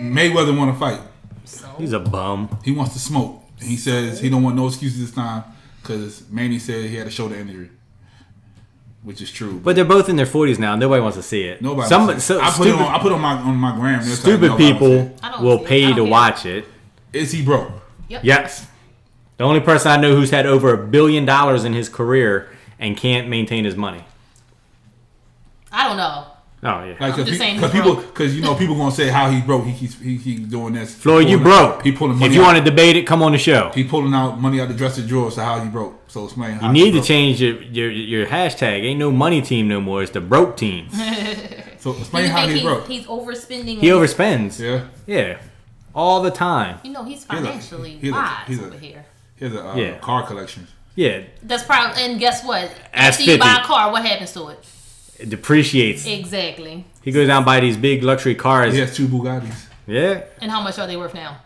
S2: Mayweather want to fight.
S4: He's a bum.
S2: He wants to smoke. And he says he don't want no excuses this time because Manny said he had a shoulder injury, which is true.
S4: But they're both in their 40s now. Nobody wants to see it.
S2: nobody.
S4: Some,
S2: so,
S4: so,
S2: I put
S4: stupid,
S2: it on. I put it on my on my gram. That's how
S4: stupid
S2: nobody was
S4: people
S2: it.
S3: I don't
S4: will
S3: see it. I
S4: pay
S3: don't
S4: to
S3: care.
S4: watch it.
S2: Is he broke?
S3: yep.
S4: Yes. The only person I know who's had over a billion dollars in his career and can't maintain his money.
S3: I don't know.
S4: Oh, yeah.
S2: Like, cause,
S3: just
S2: he-
S3: saying
S2: 'cause
S3: he's
S2: people,
S3: broke.
S2: because you know, people gonna say how he broke. He keeps he keeps doing this.
S4: Floyd, you
S2: Pulling-
S4: broke.
S2: He pulling money.
S4: if you
S2: out.
S4: want to debate it, come on the show.
S2: He pulling out money out the dresser drawer, so how he broke. So explain. How
S4: You need to
S2: broke.
S4: change your, your your hashtag. Ain't no money team no more. It's the broke team.
S2: So
S3: Do
S2: explain
S3: you
S2: how
S3: think
S2: he
S3: he's,
S2: broke.
S3: he's overspending?
S4: He overspends.
S2: yeah.
S4: Yeah. All the time.
S3: You know he's
S2: a-
S3: financially
S2: he's a-
S3: wise
S2: he's a-
S3: over here.
S2: He has a uh,
S4: Yeah.
S2: car collection.
S4: Yeah.
S3: That's probably. And guess what?
S4: Ask
S3: After you buy
S4: 50.
S3: a car, what happens to it?
S4: It depreciates.
S3: Exactly.
S4: He goes out and buy these big luxury cars.
S2: He
S4: Yeah.
S2: has two Bugattis.
S3: And how much are they worth now?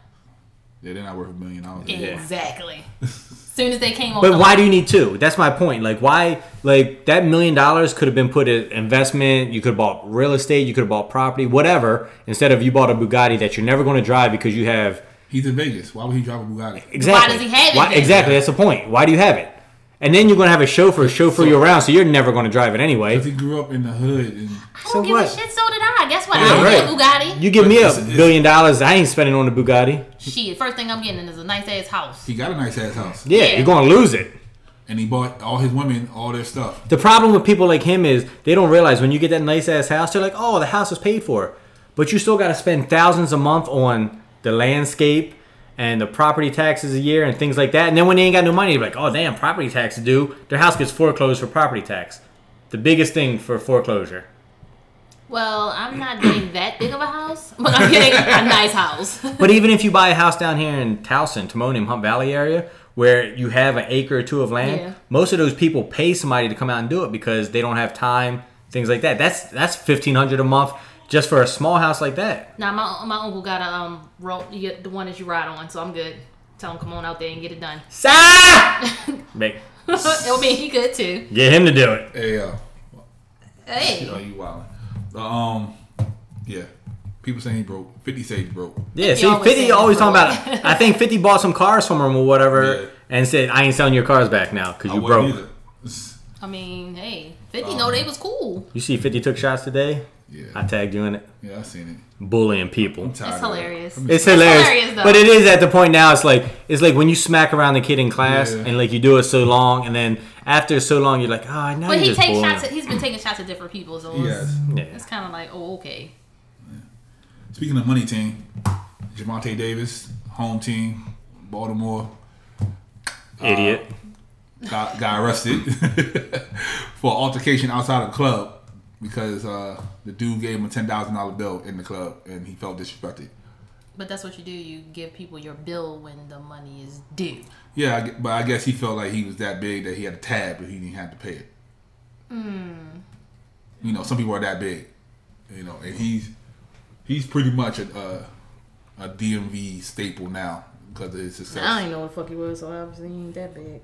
S2: Yeah, they're not worth a million dollars.
S3: Exactly. Soon as they came on,
S4: But why do you need two? That's my point. Like why like that million dollars could have been put in investment, you could have bought real estate, you could have bought property, whatever, instead of you bought a Bugatti that you're never going to drive because you have
S2: He's in Vegas. Why would he drive a Bugatti?
S4: Exactly.
S3: does he have it
S4: Why-
S3: then?
S4: exactly, that's the point. Why do you have it? And then you're going to have a chauffeur chauffeur you around, so you're never going to drive it
S2: Because
S4: anyway.
S2: he grew up in the hood. And
S3: I don't
S4: So
S3: give a
S4: what?
S3: shit. So did I. Guess what?
S4: Yeah,
S3: I don't
S4: right.
S3: get a Bugatti.
S4: You give me a
S2: It's- it's-
S4: billion dollars, I ain't spending on the Bugatti.
S3: Shit. First thing I'm getting is a nice ass house.
S2: he got a nice ass house.
S4: Yeah,
S3: Yeah.
S4: you're going to lose it.
S2: And he bought all his women all their stuff.
S4: The problem with people like him is they don't realize when you get that nice ass house, they're like, oh, the house is paid for. But you still got to spend thousands a month on the landscape and the property taxes a year and things like that. And then when they ain't got no money, they're like, oh, damn, property tax due. Their house gets foreclosed for property tax. The biggest thing for foreclosure.
S3: Well, I'm not getting that big of a house, but I'm getting a nice house.
S4: But even if you buy a house down here in Towson, Timonium, Hump Valley area, where you have an acre or two of land,
S3: Yeah.
S4: most of those people pay somebody to come out and do it because they don't have time, things like that. That's that's fifteen hundred a month just for a small house like that.
S3: now my my uncle got a um ro- you get the one that you ride on, so I'm good. Tell him come on out there and get it done.
S4: Sa! Make-
S3: It'll be he good too.
S4: Get him to do it.
S2: Hey, uh,
S3: Hey,
S2: yo, you wildin'. Um, yeah. People saying he broke. 50 say he broke.
S4: Yeah,
S3: 50
S4: see,
S3: always
S4: Fifty
S3: saying
S4: always
S3: he's
S4: talking about. I think Fifty bought some cars from him or whatever,
S2: Yeah.
S4: and said, "I ain't selling your cars back now because
S2: I
S4: you
S2: wasn't
S4: broke."
S2: either.
S3: I mean, hey, fifty. no, they was cool.
S4: You see, Fifty took shots today.
S2: Yeah.
S4: I tagged you in it.
S2: yeah, I seen it.
S4: Bullying people.
S2: I'm tired
S3: It's
S2: of it.
S3: hilarious.
S2: I'm
S4: It's
S3: It's
S4: hilarious,
S3: hilarious, though.
S4: but it is at the point now. It's like it's like when you smack around the kid in class
S2: Yeah.
S4: and like you do it so long, and then after so long, you're like, oh, now
S3: But
S4: you're
S3: he
S4: just
S3: takes
S4: bullying.
S3: shots. At, he's been taking shots at different people, so it's,
S2: Yes.
S4: yeah.
S3: it's kind of like, oh, okay.
S2: Speaking of money team, Javante Davis, home team, Baltimore,
S4: idiot.
S2: got, got arrested for altercation outside of the club because uh, the dude gave him a ten thousand dollar bill in the club and he felt disrespected.
S3: But that's what you do. You give people your bill when the money is due.
S2: Yeah, I gu- but I guess he felt like he was that big that he had a tab, but he didn't have to pay it.
S3: Hmm.
S2: You know, some people are that big. You know, and he's he's pretty much a a, a DMV staple now because of his success.
S3: I don't even know what the fuck he was, so obviously he ain't that big.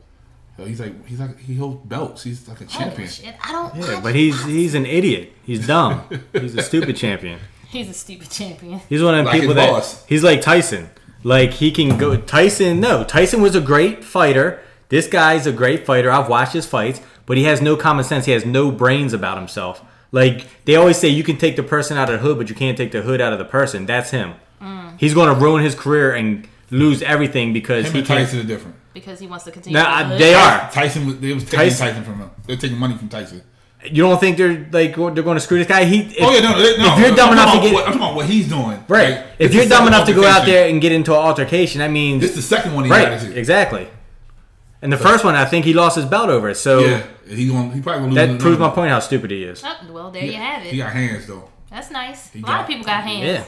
S2: So he's like he's like he holds belts. He's like a
S3: Oh,
S2: champion.
S3: shit. I don't.
S4: yeah,
S3: I-
S4: but he's he's an idiot. He's dumb. he's a stupid champion.
S3: he's a stupid champion.
S4: He's one of them
S2: Like
S4: people
S2: his
S4: that
S2: boss.
S4: he's like Tyson. Like he can go Tyson. No, Tyson was a great fighter. This guy's a great fighter. I've watched his fights, but he has no common sense. He has no brains about himself. Like they always say, you can take the person out of the hood, but you can't take the hood out of the person. That's him. He's going to ruin his career and lose everything because
S2: Him
S4: he
S2: and
S4: can't.
S2: Tyson are different.
S3: Because he wants to continue.
S4: No,
S3: to
S4: I,
S3: hood.
S4: they are.
S2: Tyson was they was taking
S4: Tyson-
S2: Tyson, from him. They're taking money from Tyson.
S4: You don't think they're like go- they're going to screw this guy? He.
S2: Oh yeah, no, they- no.
S4: If you're
S2: I'm
S4: dumb enough to
S2: talking about
S4: get-
S2: what, I'm talking about what he's doing.
S4: Right.
S2: Like,
S4: if
S2: it's
S4: you're
S2: the
S4: dumb
S2: second
S4: enough to go out
S2: altercation.
S4: there and get into an altercation, that means
S2: this is the second one he got
S4: right.
S2: into.
S4: Exactly. And the first one, I think he lost his belt over. it, So
S2: Yeah, Mm-hmm. he going he probably gonna lose.
S4: that
S2: another
S4: proves my
S2: one.
S4: point how stupid he is.
S3: Oh, well, there you have it.
S2: He got hands though.
S3: That's nice. A
S2: He
S3: lot
S2: got-
S3: of people got hands.
S4: Yeah.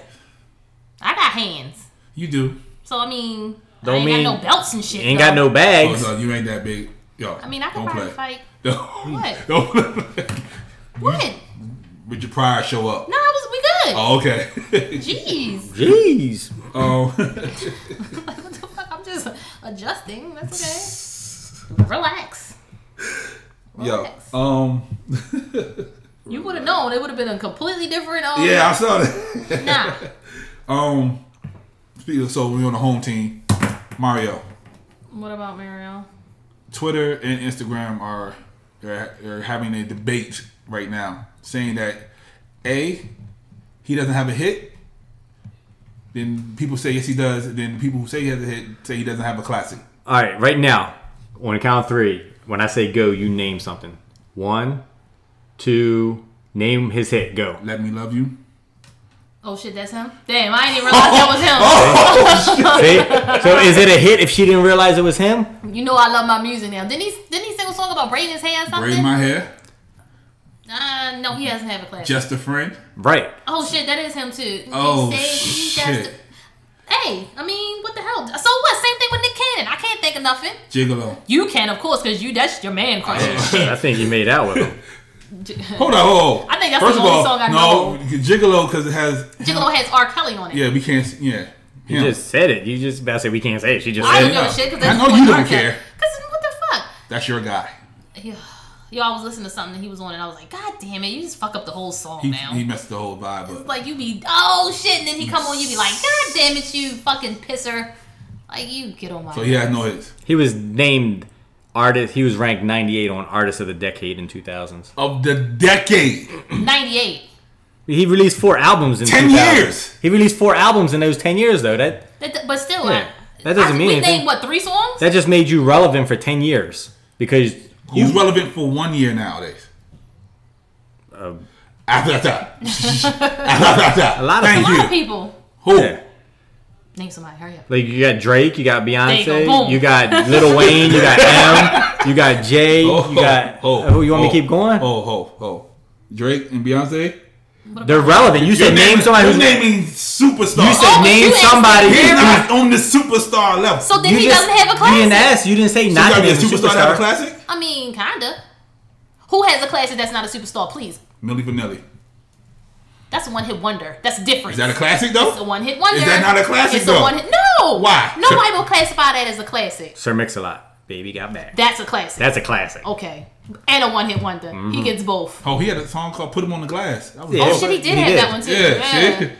S3: I got hands.
S2: You do.
S3: So I mean,
S4: Don't
S3: I ain't
S4: mean-
S3: got no belts and shit.
S4: Ain't
S3: though.
S4: got no
S2: Oh,
S4: bags.
S2: no, you ain't that big. Yo,
S3: I mean, I could
S2: don't play.
S3: probably fight.
S2: Don't,
S3: What?
S2: don't play.
S3: What?
S2: Would your pride show up?
S3: No, I was we good.
S2: Oh, okay.
S3: Jeez.
S4: Jeez.
S2: oh,
S3: what the fuck? I'm just adjusting. That's okay. Relax.
S2: yo, um,
S3: You would have known. It would have been a completely different. Um,
S2: yeah, I saw that.
S3: Nah.
S2: Um, speaking of, so we on the home team, Mario.
S3: What about Mario?
S2: Twitter and Instagram are they're, they're having a debate right now, saying that a he doesn't have a hit. Then people say yes he does. Then people who say he has a hit say he doesn't have a classic.
S4: All right, right now, on the count of three, when I say go, you name something. One, two, name his hit. Go.
S2: Let me love you.
S3: Oh shit, that's him. Damn, I didn't even realize that
S4: See? So is it a hit if she didn't realize it was him?
S3: was him. You know I love my music now. Didn't he? Didn't he sing a song about braiding his hair or
S2: Braid
S3: something?
S2: my hair.
S3: uh, no, he doesn't have a class.
S2: Just a friend.
S4: Right.
S3: Oh shit, that is him too.
S2: Oh,
S3: He said he
S2: shit.
S3: just- Hey, I mean, what the hell? So what? Same thing with Nick Cannon. I can't think of nothing.
S2: Gigolo.
S3: You can, of course, because you that's your man crush. and
S4: I think you made out with him.
S3: shit.
S2: Hold on, hold on.
S3: I think that's the only song I
S2: no, Gigolo because it has.
S3: Gigolo has R. Kelly on it.
S2: Yeah, we can't. s- Yeah.
S4: You
S2: Him.
S4: just said it. You just about to say we can't say it. She just
S3: I
S4: said
S3: don't
S4: it.
S3: give
S2: Yeah.
S3: a shit because
S2: I
S3: that's
S2: know
S3: what
S2: you
S3: R.
S2: don't
S3: Kelly-
S2: care.
S3: Cause what the fuck?
S2: That's your guy.
S3: Yeah. Yo, I was listening to something that he was on, and I was like, God damn it, you just fuck up the whole song
S2: He,
S3: now.
S2: he messed the whole vibe up.
S3: like you be oh shit, and then he come on, you be like, God damn it, you fucking pisser. Like you get on my.
S2: So he has no hits.
S4: He was named artist. He was ranked 98 on Artist of the Decade in 2000s.
S2: Of the decade.
S3: Ninety eight.
S4: He released four albums in
S2: 10
S4: 2000.
S2: years.
S4: He released four albums in those 10 years, though. That
S3: That, but still,
S4: Yeah.
S3: I,
S4: That doesn't
S3: I-
S4: mean
S3: we
S4: anything.
S3: named what three songs?
S4: that just made you relevant for 10 years because
S2: Who's relevant for one year nowadays?
S4: Um,
S2: After that, after that,
S4: a lot of
S3: a
S4: people.
S3: lot
S2: you.
S3: of people.
S2: who?
S4: Yeah.
S3: Name somebody. Hurry up.
S4: Like you got Drake, you got
S3: There you go,
S4: Beyonce,
S3: boom.
S4: you got Lil Wayne, you got M, you got Jay, you got
S2: oh,
S4: who? You want me to
S2: oh,
S4: keep going?
S2: Oh, oh, oh! Drake and Beyonce.
S3: What
S4: They're
S3: about-
S4: relevant. You said name somebody
S2: You're
S4: who's
S2: naming superstar.
S4: You said
S3: but
S4: name
S3: Oh, you asked
S4: somebody.
S3: me.
S2: He's
S4: You
S2: not on the superstar level.
S3: So then
S4: you
S3: he
S4: just-
S3: doesn't have a
S4: You didn't
S3: classic.
S4: ask. You didn't say
S2: you
S4: not
S2: gotta
S4: to
S2: be a
S4: name a
S2: superstar, to have a
S4: superstar.
S2: classic.
S3: I mean, kinda. Who has a classic that's not a superstar? Please.
S2: Millie Vanilli.
S3: That's a one hit wonder. That's different.
S2: Is that a classic
S3: It's
S2: though?
S3: a one hit wonder.
S2: Is that not a classic,
S3: It's
S2: though?
S3: a one hit. No.
S2: Why?
S3: Nobody will classify that as a classic.
S4: Sir Mix-a-Lot, baby got back.
S3: That's a classic.
S4: That's a classic.
S3: okay. And a one hit wonder. He gets both.
S2: Oh, he had a song called "Put Him on the Glass." That was
S4: Yeah.
S3: Oh
S2: dope.
S3: shit, he did
S4: He
S3: have
S4: did.
S3: that one too.
S2: Yeah,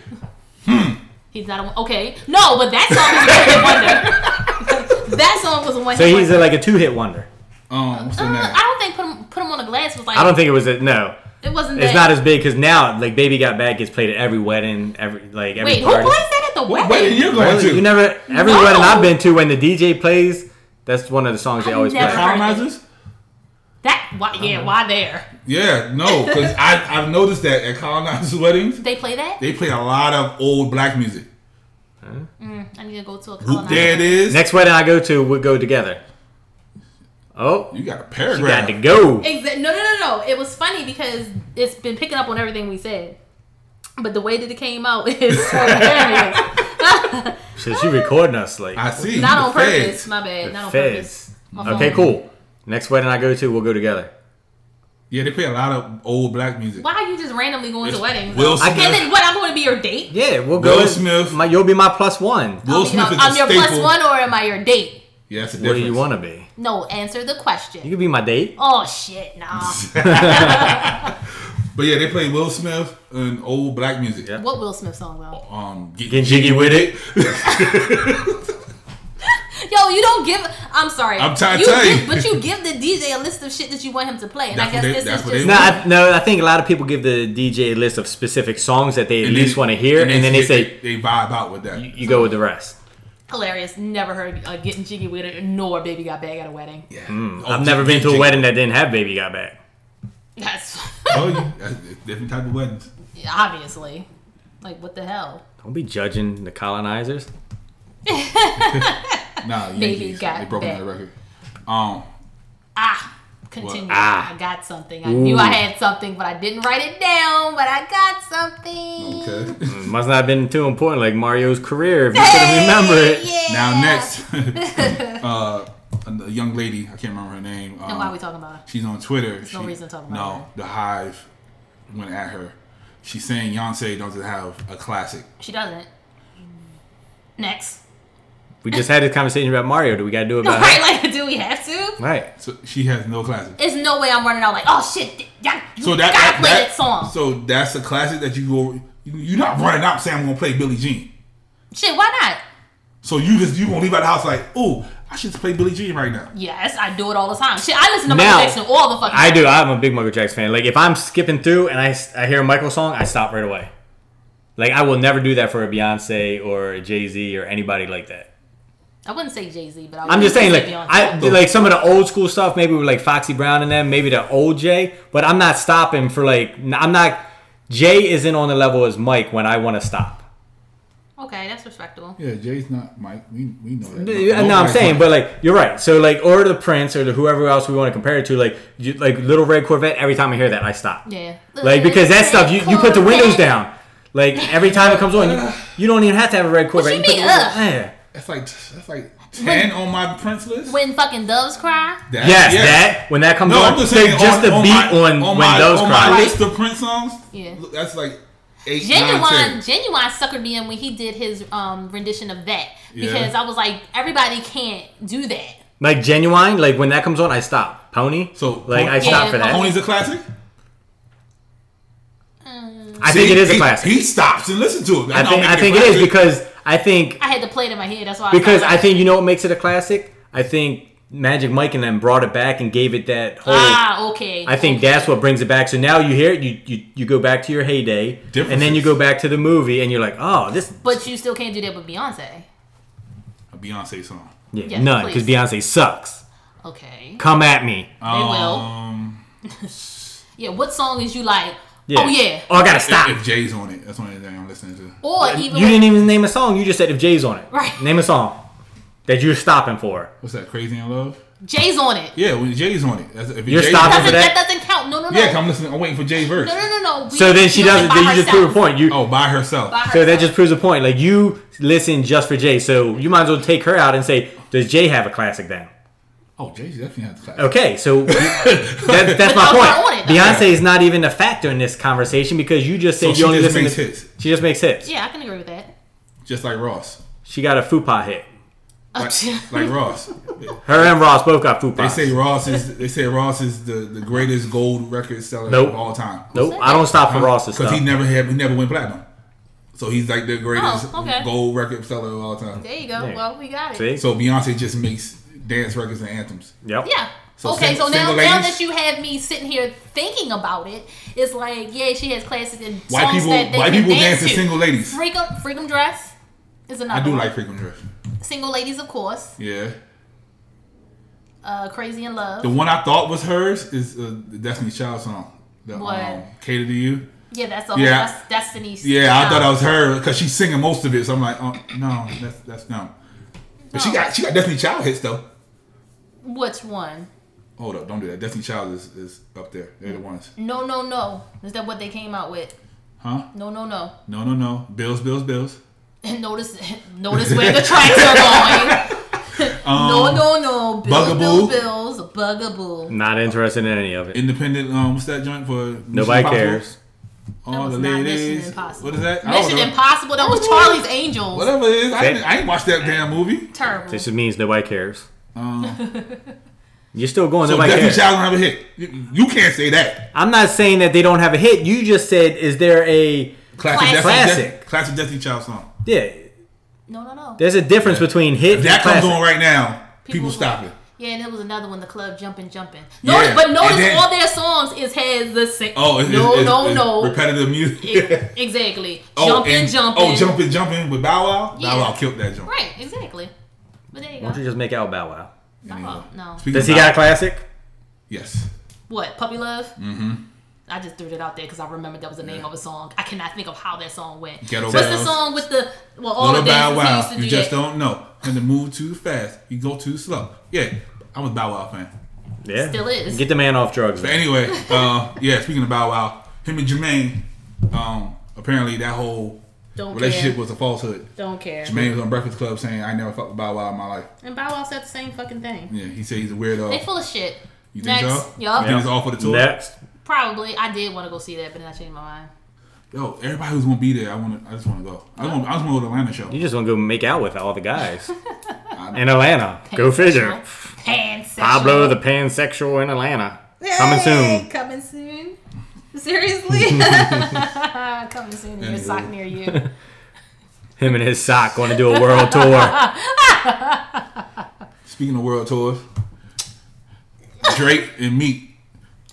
S3: Yeah.
S2: shit.
S3: He's not a one. Okay. No, but that song was a one hit wonder. that song was a one
S4: So
S3: hit
S4: he's
S3: wonder.
S4: a, like a two-hit wonder.
S2: Um, what's her
S3: Uh,
S2: name?
S3: I don't think put him put him on the glass was like
S4: I don't think it was a no.
S3: It wasn't.
S4: It's
S3: that-
S4: not as big because now, like, "Baby Got Back" gets played at every wedding, every like every
S3: Wait, who
S4: party.
S3: plays that at the
S2: What
S3: wedding?
S2: wedding you going
S4: Really?
S2: to?
S4: You never every
S3: No.
S4: wedding I've been to when the DJ plays, that's one of the songs they
S3: I
S4: always
S3: never-
S4: play.
S2: Colonizers?
S3: That why, yeah, why there?
S2: Yeah, no, because I've noticed that at colonizers' weddings,
S3: They play that?
S2: they play a lot of old black music.
S3: I need to go to a
S2: Root
S3: colonizer.
S2: there it is.
S4: Next wedding I go to, we'll go together. Oh,
S2: you got a
S4: you got
S2: paragraph.
S4: to go.
S3: Exa- no, no, no, no. It was funny because it's been picking up on everything we said, but the way that it came out is hilarious.
S4: Shit, you recording us like
S2: I see.
S3: not
S2: the
S3: on
S2: feds.
S3: purpose. My bad. Not on
S4: feds.
S3: purpose. My
S4: Okay,
S3: phone.
S4: cool. Next wedding I go to, we'll go together.
S2: Yeah, they play a lot of old black music.
S3: Why are you just randomly going
S2: It's
S3: to weddings?
S2: Will
S3: And
S2: Smith.
S3: then what? I'm going to be your date?
S4: Yeah, we'll
S2: Will
S4: go.
S2: Smith.
S4: my- you'll be my plus one.
S2: Will
S3: I'll be-
S2: Smith is
S3: I'm
S2: a
S3: your
S2: staple.
S3: plus one, or am I your date?
S2: Yeah, that's a difference.
S4: What do you want to be?
S3: No, answer the question.
S4: You could be my date.
S3: oh shit, nah.
S2: But yeah, they play Will Smith and old black music.
S4: Yeah.
S3: what Will Smith song though?
S2: Um, get,
S4: Get jiggy with it.
S3: Yo, you don't give. I'm sorry.
S2: I'm trying to
S3: you
S2: tell you.
S3: give, but you give the DJ a list of shit that you want him to play, and I
S2: That's
S3: guess
S2: what they-
S3: this
S2: that's
S3: is
S2: what
S3: just.
S4: No, I, no. I think a lot of people give the DJ a list of specific songs that they at
S2: And
S4: least
S2: they-
S4: want to hear, and then they say
S2: they vibe out with that.
S4: you go with the rest.
S3: Hilarious. Never heard uh, getting jiggy with it, nor baby got bag at a wedding.
S2: Yeah.
S4: hmm,
S2: Oh,
S4: I've never been to a wedding that didn't have "Baby Got Back."
S3: That's
S2: Oh, you- that's a different type of weddings.
S3: obviously like what the hell.
S4: Don't be judging the colonizers.
S2: Nah, Yankees.
S3: got
S2: they broke
S3: back.
S2: another record. Um,
S3: Ah, continue.
S4: ah.
S3: I got something. I knew I had something, but I didn't write it down. But I got something.
S2: okay.
S4: Must not have been too important, like Mario's career. If you could have remembered it.
S3: Yeah.
S2: now next, uh, a young lady. I can't remember her name. Um,
S3: And why are we talking about it?
S2: She's on Twitter. There's
S3: no reason to talk about
S2: No, the Hive went at her. She's saying Beyonce doesn't have a classic.
S3: She doesn't. Next.
S4: We just had this conversation about Mario. Do we got to do about
S3: right,
S4: it?
S3: like, do we have to?
S4: Right.
S2: So she has no classic.
S3: There's no way I'm running out like, oh shit, th- y'all, you
S2: So that,
S3: gotta
S2: that,
S3: play
S2: that-
S3: that, song.
S2: So that's a classic that you go. you- You're not running out saying I'm gonna play Billie Jean.
S3: shit, why not?
S2: So you just you gonna leave out the house like, oh, I should play Billie Jean right now.
S3: Yes, I do it all the time. Shit, I listen to
S4: Now,
S3: Michael Jackson all the fucking
S4: I
S3: time.
S4: do. I'm a big Michael Jackson fan. Like if I'm skipping through and I, s- I hear a Michael song, I stop right away. Like I will never do that for a Beyonce or a Jay Z or anybody like that.
S3: I wouldn't say Jay Z, but I
S4: I'm just saying,
S3: would
S4: like
S3: say Beyonce.
S4: I like some of the old school stuff, maybe with like Foxy Brown and them, maybe the old Jay. But I'm not stopping for like n- I'm not. Jay isn't on the level as Mike when I want to stop.
S3: okay, that's respectable.
S2: Yeah, Jay's not Mike. We we know that.
S4: No, I'm saying, but like you're right. So like, or the Prince or the whoever else we want to compare it to, like you, like Little Red Corvette. Every time I hear that, I stop.
S3: Yeah,
S4: Like because that stuff, you, you put the windows down. Like every time it comes on, you, you don't even have to have a red Corvette.
S3: you
S4: put
S3: mean, uh?
S4: the windows-
S3: ugh?
S4: Yeah.
S2: that's like that's like ten on my Prince list.
S3: When fucking doves cry,
S2: That-
S4: Yes,
S2: yeah.
S4: that when that comes
S2: No,
S4: on,
S2: I'm just
S4: like,
S2: saying
S4: just
S2: on,
S4: the
S2: on
S4: beat
S2: my,
S4: on,
S2: on
S4: when
S2: my,
S4: those
S2: on
S4: cry.
S2: my list of Prince songs.
S3: Yeah.
S2: look, that's like eight, nine,
S3: genuine
S2: ten.
S3: genuine suckered me in when he did his um rendition of that because
S2: Yeah.
S3: I was like, everybody can't do that.
S4: Like genuine, like when that comes on, I stop. Pony,
S2: So
S4: like I
S2: Pony-
S4: stop for
S3: Yeah,
S4: that.
S2: Pony's a classic.
S4: I think it is a
S2: he,
S4: classic.
S2: He stops and listens to it.
S4: I think I think it is because I think
S3: I had to play it in my head. That's why.
S4: Because
S3: stopped.
S4: I think you know what makes it a classic. I think Magic Mike and them brought it back and gave it that whole.
S3: ah okay.
S4: I think that's what brings it back. So now you hear it, you you, you go back to your heyday, and then you
S2: Differences.
S4: go back to the movie, and you're like, oh, this
S3: But you still can't do that with Beyonce.
S2: a Beyonce song.
S4: yeah,
S3: Yeah,
S4: none because
S3: please.
S4: Beyonce sucks.
S3: Okay.
S4: Come at me.
S2: Uh,
S3: They will.
S2: Um,
S3: Yeah, what song is you like?
S4: Yeah.
S3: Oh yeah.
S4: Oh, I gotta
S2: if,
S4: stop.
S2: if Jay's on it, that's the only thing I'm listening to.
S3: Or even
S4: you
S3: like-
S4: didn't even name a song. You just said if Jay's on it.
S3: Right.
S4: Name a song that you're stopping for.
S2: What's that? Crazy in Love.
S3: Jay's on it.
S2: Yeah, when Jay's on it. That's, if
S4: You're
S2: Jay's
S4: stopping
S2: on
S4: for
S3: Doesn't,
S2: it-
S4: that-
S3: that, doesn't count. No, no, no.
S2: Yeah, 'cause I'm listening. I'm waiting for Jay's verse.
S3: no, no, no, no. We-
S4: So then she
S3: she was
S4: doesn't.
S3: by
S4: Then you just prove a
S3: herself.
S4: point. You
S2: Oh, by herself.
S3: By
S4: So that
S3: herself.
S4: just proves a point. Like you listen just for Jay. So you might as well take her out and say, does Jay have a classic then?
S2: oh, Jay's definitely had the class.
S4: Okay, so that, that's my
S3: But y'all
S4: point.
S3: not on it,
S4: Beyonce is not even a factor in this conversation because you just
S2: So
S4: said
S2: she
S4: you only
S2: just
S4: listen
S2: makes
S4: to.
S2: hits,
S4: She just makes hits.
S3: Yeah, I can agree with that.
S2: just like Ross.
S4: She got a fupa hit.
S3: Oh,
S2: Like, like Ross.
S4: Her and Ross both got fupa.
S2: They say Ross is. They say Ross is the, the greatest gold record seller
S4: Nope.
S2: of all time.
S4: nope. I don't stop for Ross's
S2: because
S4: stuff.
S2: he never had. He never went platinum. So he's like the greatest
S3: Oh, okay.
S2: gold record seller of all time.
S3: there you go.
S4: There.
S3: Well, we got it.
S4: See?
S2: So Beyonce just makes dance records and anthems.
S4: yep.
S3: Yeah.
S2: So
S3: okay,
S2: sing-
S3: so now,
S2: single
S3: now
S2: ladies?
S3: that you have me sitting here thinking about it, it's like yeah, she has classes in
S2: White
S3: songs
S2: people-
S3: that they
S2: white
S3: can
S2: people
S3: dance
S2: dance to single ladies.
S3: Freakum, freakum dress is another.
S2: I do
S3: one.
S2: like freaking dress.
S3: single ladies, of course.
S2: Yeah.
S3: Uh, crazy in love.
S2: The one I thought was hers is uh, the Destiny Child song. The,
S3: What?
S2: Um, Cater to You.
S3: yeah, that's a whole
S2: Yeah.
S3: that's Destiny's.
S2: Yeah, I thought
S3: child.
S2: that was her because she's singing most of it. So I'm like, oh, no, that's that's no. But she
S3: No.
S2: got she got Destiny Child hits though.
S3: Which one?
S2: Hold up, don't do that. Destiny Child is, is up there. They're the
S3: Mm.
S2: ones.
S3: No, no, no. Is that what they came out with?
S2: Huh?
S3: No, no, no.
S2: No, no, no. Bills, bills, bills.
S3: notice, notice where the tracks are going. no, no, no. Bills,
S2: Um, Bugaboo.
S3: bills, bills, bugaboo.
S4: Not interested in any of it.
S2: Independent. Um, what's that joint for? Mission
S4: Nobody
S2: Impossible?
S4: cares.
S2: All
S3: was
S2: the
S3: not
S2: ladies.
S3: Mission Impossible.
S2: What is that? I don't
S3: Mission
S2: know.
S3: Impossible. That was Charlie's Angels.
S2: Whatever it is, I,
S4: That-
S2: didn't- I ain't watched that damn movie.
S3: Terrible.
S4: This just means nobody cares.
S2: Um,
S4: You're still going.
S2: so
S4: nobody
S2: Destiny
S4: cares.
S2: Child don't have a hit. You, you can't say that.
S4: I'm not saying that they don't have a hit. You just said, is there a
S2: Classic,
S3: Classic.
S2: Destiny,
S4: Classic.
S2: classic Destiny Child song.
S4: yeah?
S3: No, no, no.
S4: There's a difference between hit
S2: If
S4: and
S2: that
S4: classic.
S2: comes on right now, people,
S3: was
S2: stop
S3: like-
S2: it.
S3: Yeah, and there was another one, the club jumping, jumping. Notice,
S2: Yeah,
S3: but notice
S2: and then-
S3: all their songs is has the same.
S2: Oh, it's,
S3: no,
S2: it's- it's-
S3: no,
S2: it's
S3: no.
S2: Repetitive music.
S3: Ex- exactly.
S2: Oh,
S3: jumping,
S2: and-
S3: jumping.
S2: Oh, jumping, jumping with Bow Wow.
S3: Yeah.
S2: Bow Wow killed that jump.
S3: Right, exactly. But there you
S4: Why don't you
S3: go.
S4: just make out Bow Wow?
S3: Bow Wow, Oh, no.
S2: Speaking
S4: Does he
S2: of
S4: got a
S2: Bow-
S4: classic?
S2: Yes.
S3: What? Puppy Love? Mm-hmm. I just threw it out there because I remembered that was the name of a song. I cannot think of how that song went.
S2: Ghetto
S3: What's the
S2: Bells.
S3: song with the well all
S2: Little
S3: the
S2: Bow
S3: dances he
S2: Wow.
S3: used to
S2: You
S3: do?
S2: just
S3: that-
S2: don't know when to move too fast. You go too slow. Yeah, I was Bow Wow fan.
S4: Yeah,
S3: Still is.
S4: Get the man off drugs.
S2: But
S4: man.
S2: anyway, uh, yeah. Speaking of Bow Wow, him and Jermaine. Um, apparently that whole
S3: Don't
S2: relationship
S3: care.
S2: was a falsehood.
S3: Don't care.
S2: Jermaine was on Breakfast Club saying, "I never fucked with Bow Wow in my life."
S3: And Bow Wow said the same fucking thing.
S2: Yeah, he said he's a
S3: They
S2: weirdo.
S3: full of shit.
S2: You think
S3: Next.
S2: so?
S3: Yup.
S2: You think it's all for the tour?
S4: Next,
S3: Probably. I did want to go see that, but then I changed my mind.
S2: Yo, everybody who's gonna be there, I want to. I just want to go. I want. I just want to go to the Atlanta show.
S4: you just want to go make out with all the guys in Atlanta. Go figure.
S3: Pansexual.
S4: Pablo the pansexual in Atlanta. Coming
S3: Hey,
S4: soon.
S3: Coming soon. Seriously? coming soon in your
S2: Anyway.
S3: sock near you.
S4: Him and his sock going to do a world tour.
S2: Speaking of world tours, Drake and Meek,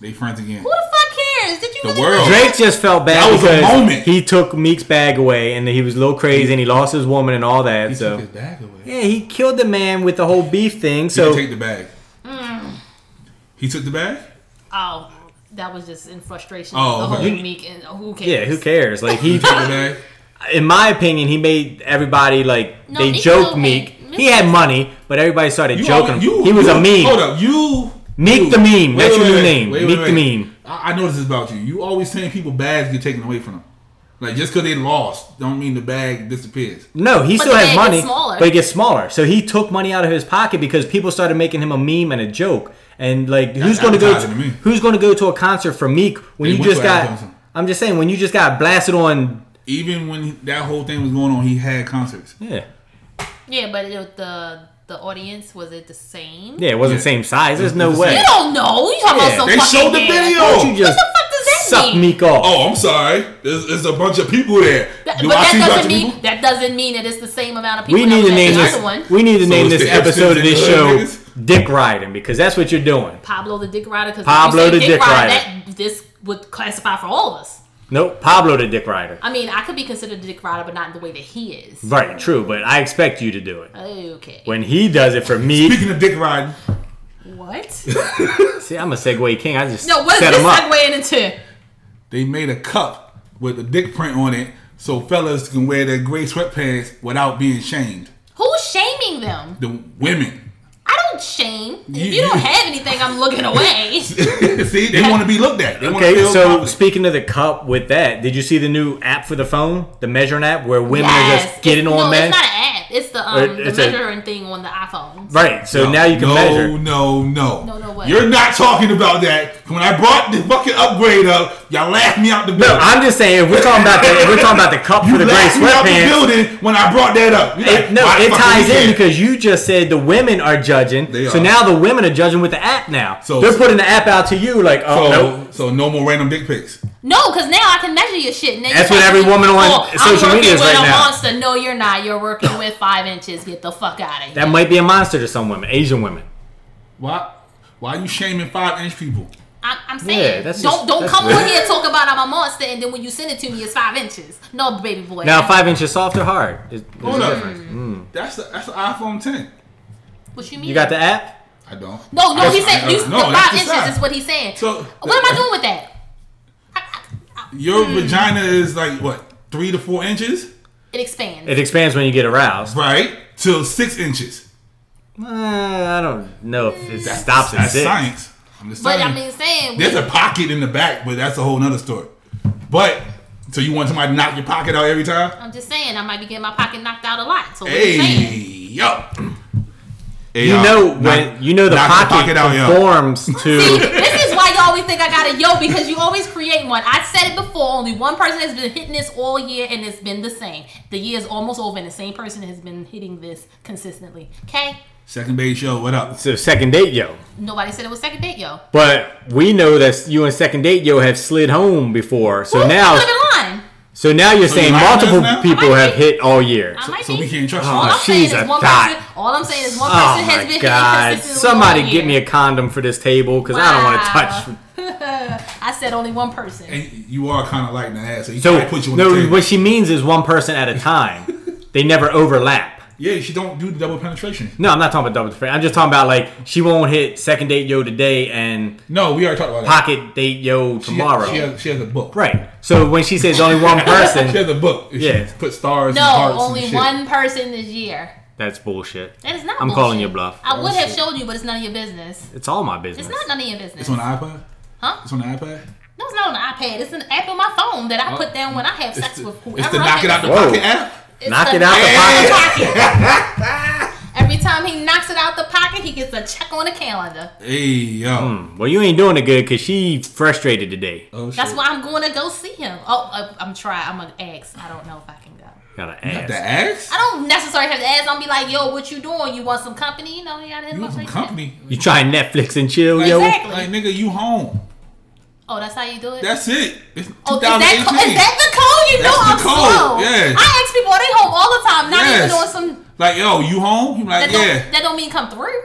S2: they friends again.
S3: Who the fuck cares? Did you
S2: The
S3: really
S2: world.
S4: Drake just felt bad
S2: That was a
S4: because
S2: moment.
S4: he took Meek's bag away and he was a little crazy and he lost his woman and all that.
S2: He
S4: so
S2: took his bag away.
S4: yeah, he killed the man with the whole beef thing.
S2: He
S4: So
S2: take the bag.
S3: Mm.
S2: He took the bag.
S3: Oh, that was just in frustration.
S2: Oh,
S3: Oh, the
S2: okay.
S3: whole meek and who cares?
S4: yeah, who cares? Like he,
S2: Took the bag.
S4: in my opinion, he made everybody like
S3: No,
S4: they
S3: Meek
S4: joked
S3: Mill
S4: Meek.
S3: had-
S4: He had money, but everybody started
S2: You
S4: joking.
S2: always-
S4: him.
S2: you-
S4: he was
S2: you-
S4: a meme.
S2: Hold up, you.
S4: Meek
S2: you-
S4: the meme. That's your new name. Meek the meme.
S2: I, I know this is about you. You always saying people bags get taken away from them. Like just because they lost, don't mean the bag disappears.
S4: No, he
S3: But
S4: still
S3: the
S4: has
S3: bag
S4: money,
S3: gets smaller.
S4: but it gets smaller. So he took money out of his pocket because people started making him a meme and a joke. And like, who's going to go? To,
S2: advertising to me.
S4: who's going to go to a concert for Meek when
S2: They
S4: you
S2: went
S4: just
S2: to
S4: got?
S2: advertising.
S4: I'm just saying when you just got blasted on.
S2: Even when that whole thing was going on, he had concerts.
S4: Yeah,
S3: Yeah, but it, the the audience was it the same?
S4: yeah, it wasn't
S2: Yeah.
S4: the same size. There's no
S2: It's the
S4: way.
S3: You don't know. You talking
S4: Yeah.
S3: about some
S2: They
S3: fucking
S2: showed the
S3: hair.
S2: video.
S4: Why don't you
S3: What
S4: just
S3: the fuck does that
S4: suck
S3: mean?
S4: Meek off?
S2: Oh, I'm sorry. There's, there's a bunch of people there.
S3: That-
S2: Do
S3: but
S2: I
S3: that
S2: see a bunch
S3: doesn't
S2: of
S3: mean
S2: people?
S3: that doesn't mean that it's the same amount of people.
S4: we
S3: that
S4: need
S3: was
S4: to
S3: at
S4: name
S3: the
S4: this.
S3: other one.
S4: We need to
S2: So
S4: name
S2: it's
S4: this
S2: the hipsters
S4: episode of
S2: and
S4: this
S2: the
S4: show
S2: hood niggas?
S4: "Dick Riding" because that's what you're doing.
S3: Pablo the Dick Rider. Because
S4: Pablo
S3: if you
S4: the
S3: say
S4: Dick
S3: Rider,
S4: Rider.
S3: that this would classify for all of us.
S4: Nope, Pablo the Dick Rider.
S3: I mean, I could be considered a Dick Rider, but not in the way that he is.
S4: Right, true, but I expect you to do it.
S3: Okay.
S4: When he does it for Meek,
S2: Speaking of dick riding,
S3: What?
S4: See, I'm a segue king. I just
S3: No, what is
S4: set
S3: this
S4: him up.
S3: segueing into?
S2: they made a cup with a dick print on it so fellas can wear their gray sweatpants without being shamed.
S3: Who's shaming them?
S2: The women.
S3: I don't shame. If
S2: You-
S3: you don't
S2: you-
S3: have anything, I'm looking away.
S2: See, they want to be looked at. They wanna
S4: Okay,
S2: feel
S4: so
S2: confident.
S4: speaking of the cup, with that, did you see the new app for the phone, the measuring app, where women
S3: Yes.
S4: are just getting
S3: It's-
S4: on
S3: no,
S4: men?
S3: It's not an app. It's the um,
S4: Or it's
S3: the
S4: a-
S3: measuring thing on the iPhone.
S4: right, so
S2: No,
S4: now you can
S2: no,
S4: measure.
S2: No, no,
S3: No, no, what?
S2: You're not talking about that. When I brought the fucking upgrade up, y'all laughed me out the building.
S4: No, I'm just saying if we're talking about the if we're talking about the cup for
S2: you
S4: the gray
S2: laughed me out the
S4: sweatpants.
S2: building when I brought that up. You're
S4: It,
S2: like,
S4: no,
S2: why the
S4: it
S2: fuck are
S4: ties
S2: we
S4: in
S2: here?
S4: because you just said the women are judging.
S2: They
S4: so
S2: are.
S4: now the women are judging with the app now.
S2: So-
S4: They're putting the app out to you like, oh,
S2: So,
S4: no.
S2: so no more random dick pics.
S3: No, because now I can measure your shit. And then
S4: That's
S3: you
S4: what
S3: tell
S4: every
S3: me,
S4: woman on
S3: I'm
S4: social media
S3: working
S4: is
S3: with
S4: right
S3: a
S4: now.
S3: Monster. No, you're not. You're working with five inches. Get the fuck out of here.
S4: That might be a monster to some women, Asian women.
S2: What? Why are you shaming five inch people?
S3: I'm, I'm saying,
S4: Yeah, that's
S3: don't
S4: just-
S3: don't
S4: that's
S3: come on
S4: weird.
S3: here and talk about I'm a monster, and then when you send it to me, it's five inches. No, baby boy.
S4: Now, five inches soft or hard? Is, is
S2: Hold
S4: the
S2: up. Mm.
S4: difference.
S2: That's the, that's the iPhone 10.
S3: what you mean?
S4: You got the app?
S2: I don't.
S3: No, no,
S2: That's-
S3: he said
S2: I-
S3: you,
S2: no, that's
S3: the five
S2: the
S3: inches
S2: size.
S3: is what he's saying.
S2: So-
S3: what am I doing with that?
S2: Your
S3: Mm.
S2: vagina is like what three to four inches,
S3: It expands.
S4: It expands when you get aroused.
S2: right? Till six inches.
S4: Uh, I don't know if it stops at
S2: That's
S4: six.
S2: science. I'm just
S3: but
S2: saying.
S3: I mean, saying
S2: There's a pocket in the back, but that's a whole nother story. But so you want somebody to knock your pocket out every time?
S3: I'm just saying I might be getting my pocket knocked out a lot. So what
S2: Hey,
S3: you saying?
S2: yo. Hey,
S4: You
S2: y'all.
S4: know
S2: Knock-
S4: when you know the
S2: knock
S4: pocket,
S2: yo.
S4: conforms
S3: See,
S4: to.
S3: this is why you always think I got a yo because you always create one. I said it before. Only one person has been hitting this all year, and it's been the same. The year's almost over, and the same person has been hitting this consistently. Okay.
S2: Second base show, what up?
S4: So second date, yo.
S3: Nobody said it was second date, yo.
S4: But we know that you and second date, yo, have slid home before. So
S3: I
S4: now,
S3: could have been lying.
S4: so now
S2: Oh,
S4: you're saying
S2: lying to us
S4: multiple
S2: now?
S4: people
S3: I
S4: have
S3: might be.
S4: hit all year.
S3: I
S4: So-
S3: might
S2: So
S3: be.
S2: we can't trust
S3: All
S4: Oh,
S2: you.
S3: I'm saying
S4: she's
S3: is
S4: a
S3: one
S4: thot.
S3: person. All I'm saying is one person
S4: Oh
S3: has
S4: my
S3: been
S4: god!
S3: inconsistent.
S4: Somebody
S3: all
S4: get me
S3: year.
S4: a condom for this table because I don't want
S3: I said only one person.
S2: And you are kind of light in the ass, so you
S4: to
S2: can't
S4: touch.
S2: put you
S4: So
S2: on
S4: no,
S2: the table.
S4: what she means is one person at a time. they never overlap.
S2: yeah, she don't do the double penetration.
S4: No, I'm not talking about double defense. I'm just talking about like she won't hit second date yo today and
S2: No, we already talked about that.
S4: pocket date yo
S2: She-
S4: tomorrow.
S2: She has, she has a book.
S4: right. So when she says only one
S2: She
S4: person,
S2: has a book. She
S4: Yeah.
S2: Put stars. and
S3: no,
S2: hearts and
S3: only
S2: shit.
S3: one person this year.
S4: that's bullshit.
S3: That is not.
S4: I'm
S3: bullshit.
S4: calling your bluff.
S3: I would have showed you, but it's none of your business.
S4: It's all my business.
S3: It's not none of your business.
S2: It's on the iPod.
S3: huh?
S2: It's on the iPad.
S3: No, it's not on the iPad. It's an app on my phone that I put down when I have
S2: Oh. It's
S3: sex
S2: the,
S3: with whoever.
S2: it's the
S3: I
S2: knock it out
S3: have
S2: the
S4: Whoa.
S2: pocket app.
S3: It's
S4: Knock it out the
S3: pocket. Every time he knocks it out the pocket, he gets a check on the calendar.
S2: Hey yo.
S4: Well, you ain't doing it good because she frustrated today.
S2: Oh, shit.
S3: That's why I'm going to go see him. Oh, I, I'm trying. I'm gonna ask. I don't know if I can go.
S4: Got an
S2: Not
S4: ass.
S2: the ass.
S3: I don't necessarily have to ask. I'll be like, yo, what you doing? You want some company? You know, you gotta
S2: You
S3: hit him
S2: want
S3: up
S2: some
S3: like that.
S2: company?
S4: You trying Netflix and chill, yo?
S3: Exactly.
S2: Like nigga, you home.
S3: Oh, that's how you do it.
S2: That's it. It's
S3: Oh,
S2: 2018.
S3: is that, co- is that the code? You know
S2: That's the
S3: I'm
S2: code,
S3: slow.
S2: yes.
S3: I ask people, are they home all the time? Not even
S2: Yes.
S3: doing some.
S2: like yo, you home? You
S3: That
S2: like
S3: don't,
S2: yeah.
S3: that don't mean come through.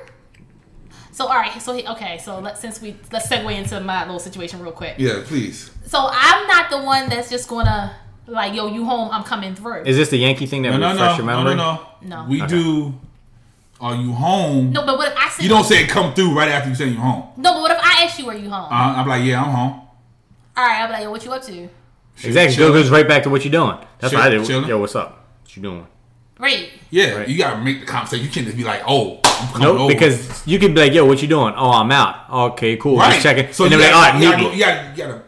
S3: So all right, so he, okay, so let, since we let's segue into my little situation real quick.
S2: Yeah, please.
S3: So I'm not the one that's just gonna like, yo, you home? I'm coming through.
S4: Is this the Yankee thing that
S2: No,
S4: we
S2: no,
S4: refresh
S2: no,
S4: your
S2: no, no,
S4: memory?
S2: no.
S3: No.
S2: We do. Are you home?
S3: no, but what if I say
S2: You don't say come through right after you say you're home.
S3: no, but what if I ask you, are you home?
S2: Uh, I'm like, yeah, I'm home.
S3: all right, I'm like, yo, what you up to?
S4: Exactly.
S2: Chill.
S4: Go goes right back to what you doing. That's
S2: Chill-
S4: what I did.
S2: chilling.
S4: Yo, what's up? What you doing?
S3: Great.
S2: Yeah,
S4: Right.
S2: you gotta make the conversation. You can't just be like, oh, I'm coming
S4: Nope,
S2: over.
S4: because you could be like, "Yo, what you doing?" Oh, I'm out. Okay, cool.
S2: right.
S4: Just checking.
S2: So
S4: and
S2: you
S4: they're like, "All
S2: gotta,
S4: right,
S2: you
S4: meet
S2: gotta,
S4: me."
S2: you gotta, you gotta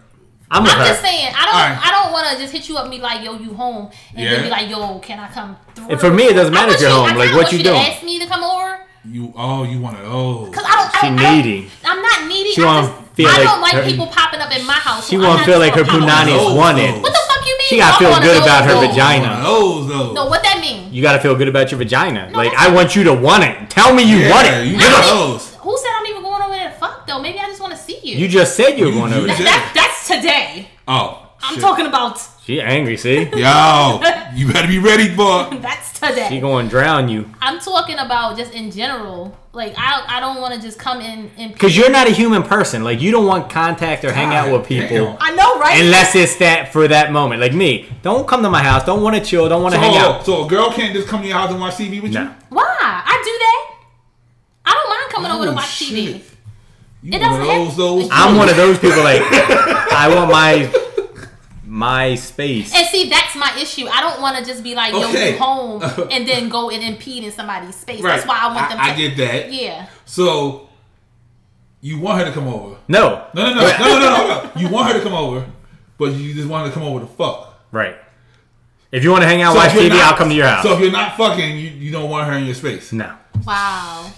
S4: I'm with
S3: I'm
S4: her.
S3: just saying, I don't,
S2: Alright.
S3: I don't want to just hit you up, and be like, yo, you home, and
S2: Yeah.
S3: then be like, yo, can I come through?
S4: And for me, it doesn't
S3: I
S4: matter if
S3: want
S4: you're
S3: you- I
S4: home.
S3: kinda
S4: Like,
S3: want
S4: what you
S3: you
S4: doing?
S3: To ask me to come over.
S2: You oh, you want to oh.
S3: Cause I don't. I
S4: She
S3: don't, I don't-
S4: needy.
S3: I'm not needy.
S4: She
S3: I
S4: wanna
S3: just.
S4: feel
S3: I don't
S4: like
S3: like
S4: her-
S3: people popping up in my house.
S4: She
S3: so I'm
S4: won't
S3: not
S4: feel
S3: just
S4: like her
S3: gonna pop up.
S4: punani
S2: No,
S4: is wanted.
S2: no.
S3: What the fuck you mean?
S4: She gotta
S3: I
S4: feel
S3: wanna
S4: good
S3: go
S4: about her
S3: though.
S4: vagina.
S2: One of Those though.
S3: No, what that mean?
S4: You gotta feel good about your vagina. like,
S3: that's-
S4: I want you to want it. Tell me you
S2: yeah,
S4: want it.
S2: You
S4: You,
S2: one
S3: I
S2: of
S3: mean,
S2: those.
S3: Who said I'm even going over there to fuck though? Maybe I just want to see you.
S4: just said you were going
S2: you
S4: over
S2: just-
S4: there.
S3: that, that's today.
S2: Oh,
S3: I'm
S2: shit.
S3: talking about.
S4: She angry, see?
S2: Yo, you better be ready, boy.
S3: That's
S4: She
S3: today.
S4: gonna drown you.
S3: I'm talking about just in general. Like I, I don't want to just come in and.
S4: Because you're not a human person. Like, you don't want contact or hang out with people.
S2: Damn.
S3: I know, right?
S4: Unless it's that for that moment. Like me. Don't come to my house. Don't want to chill. Don't want to
S2: So,
S4: hang out.
S2: so a girl can't just come to your house and watch TV with you.
S4: No.
S3: Why? I do that. I don't mind coming over to
S2: Oh,
S3: watch TV.
S2: shit. You
S3: It
S2: one of
S3: doesn't
S2: those,
S3: have-
S2: those.
S4: I'm one of those people like I want my my space.
S3: And see, that's my issue. I don't want to just be like, yo,
S2: Okay.
S3: you home, and then go and impede in somebody's space. That's why I want them.
S2: I,
S3: to,
S2: get that.
S3: Yeah.
S2: So you want her to come over?
S4: No.
S2: No, no, no, no, no, no, no, no. You want her to come over, but you just want her to come over to fuck.
S4: Right. If you want to hang out,
S2: So
S4: watch
S2: if you're
S4: TV,
S2: not-
S4: I'll come to your house.
S2: So if you're not fucking, you, you don't want her in your space.
S4: no.
S3: Wow.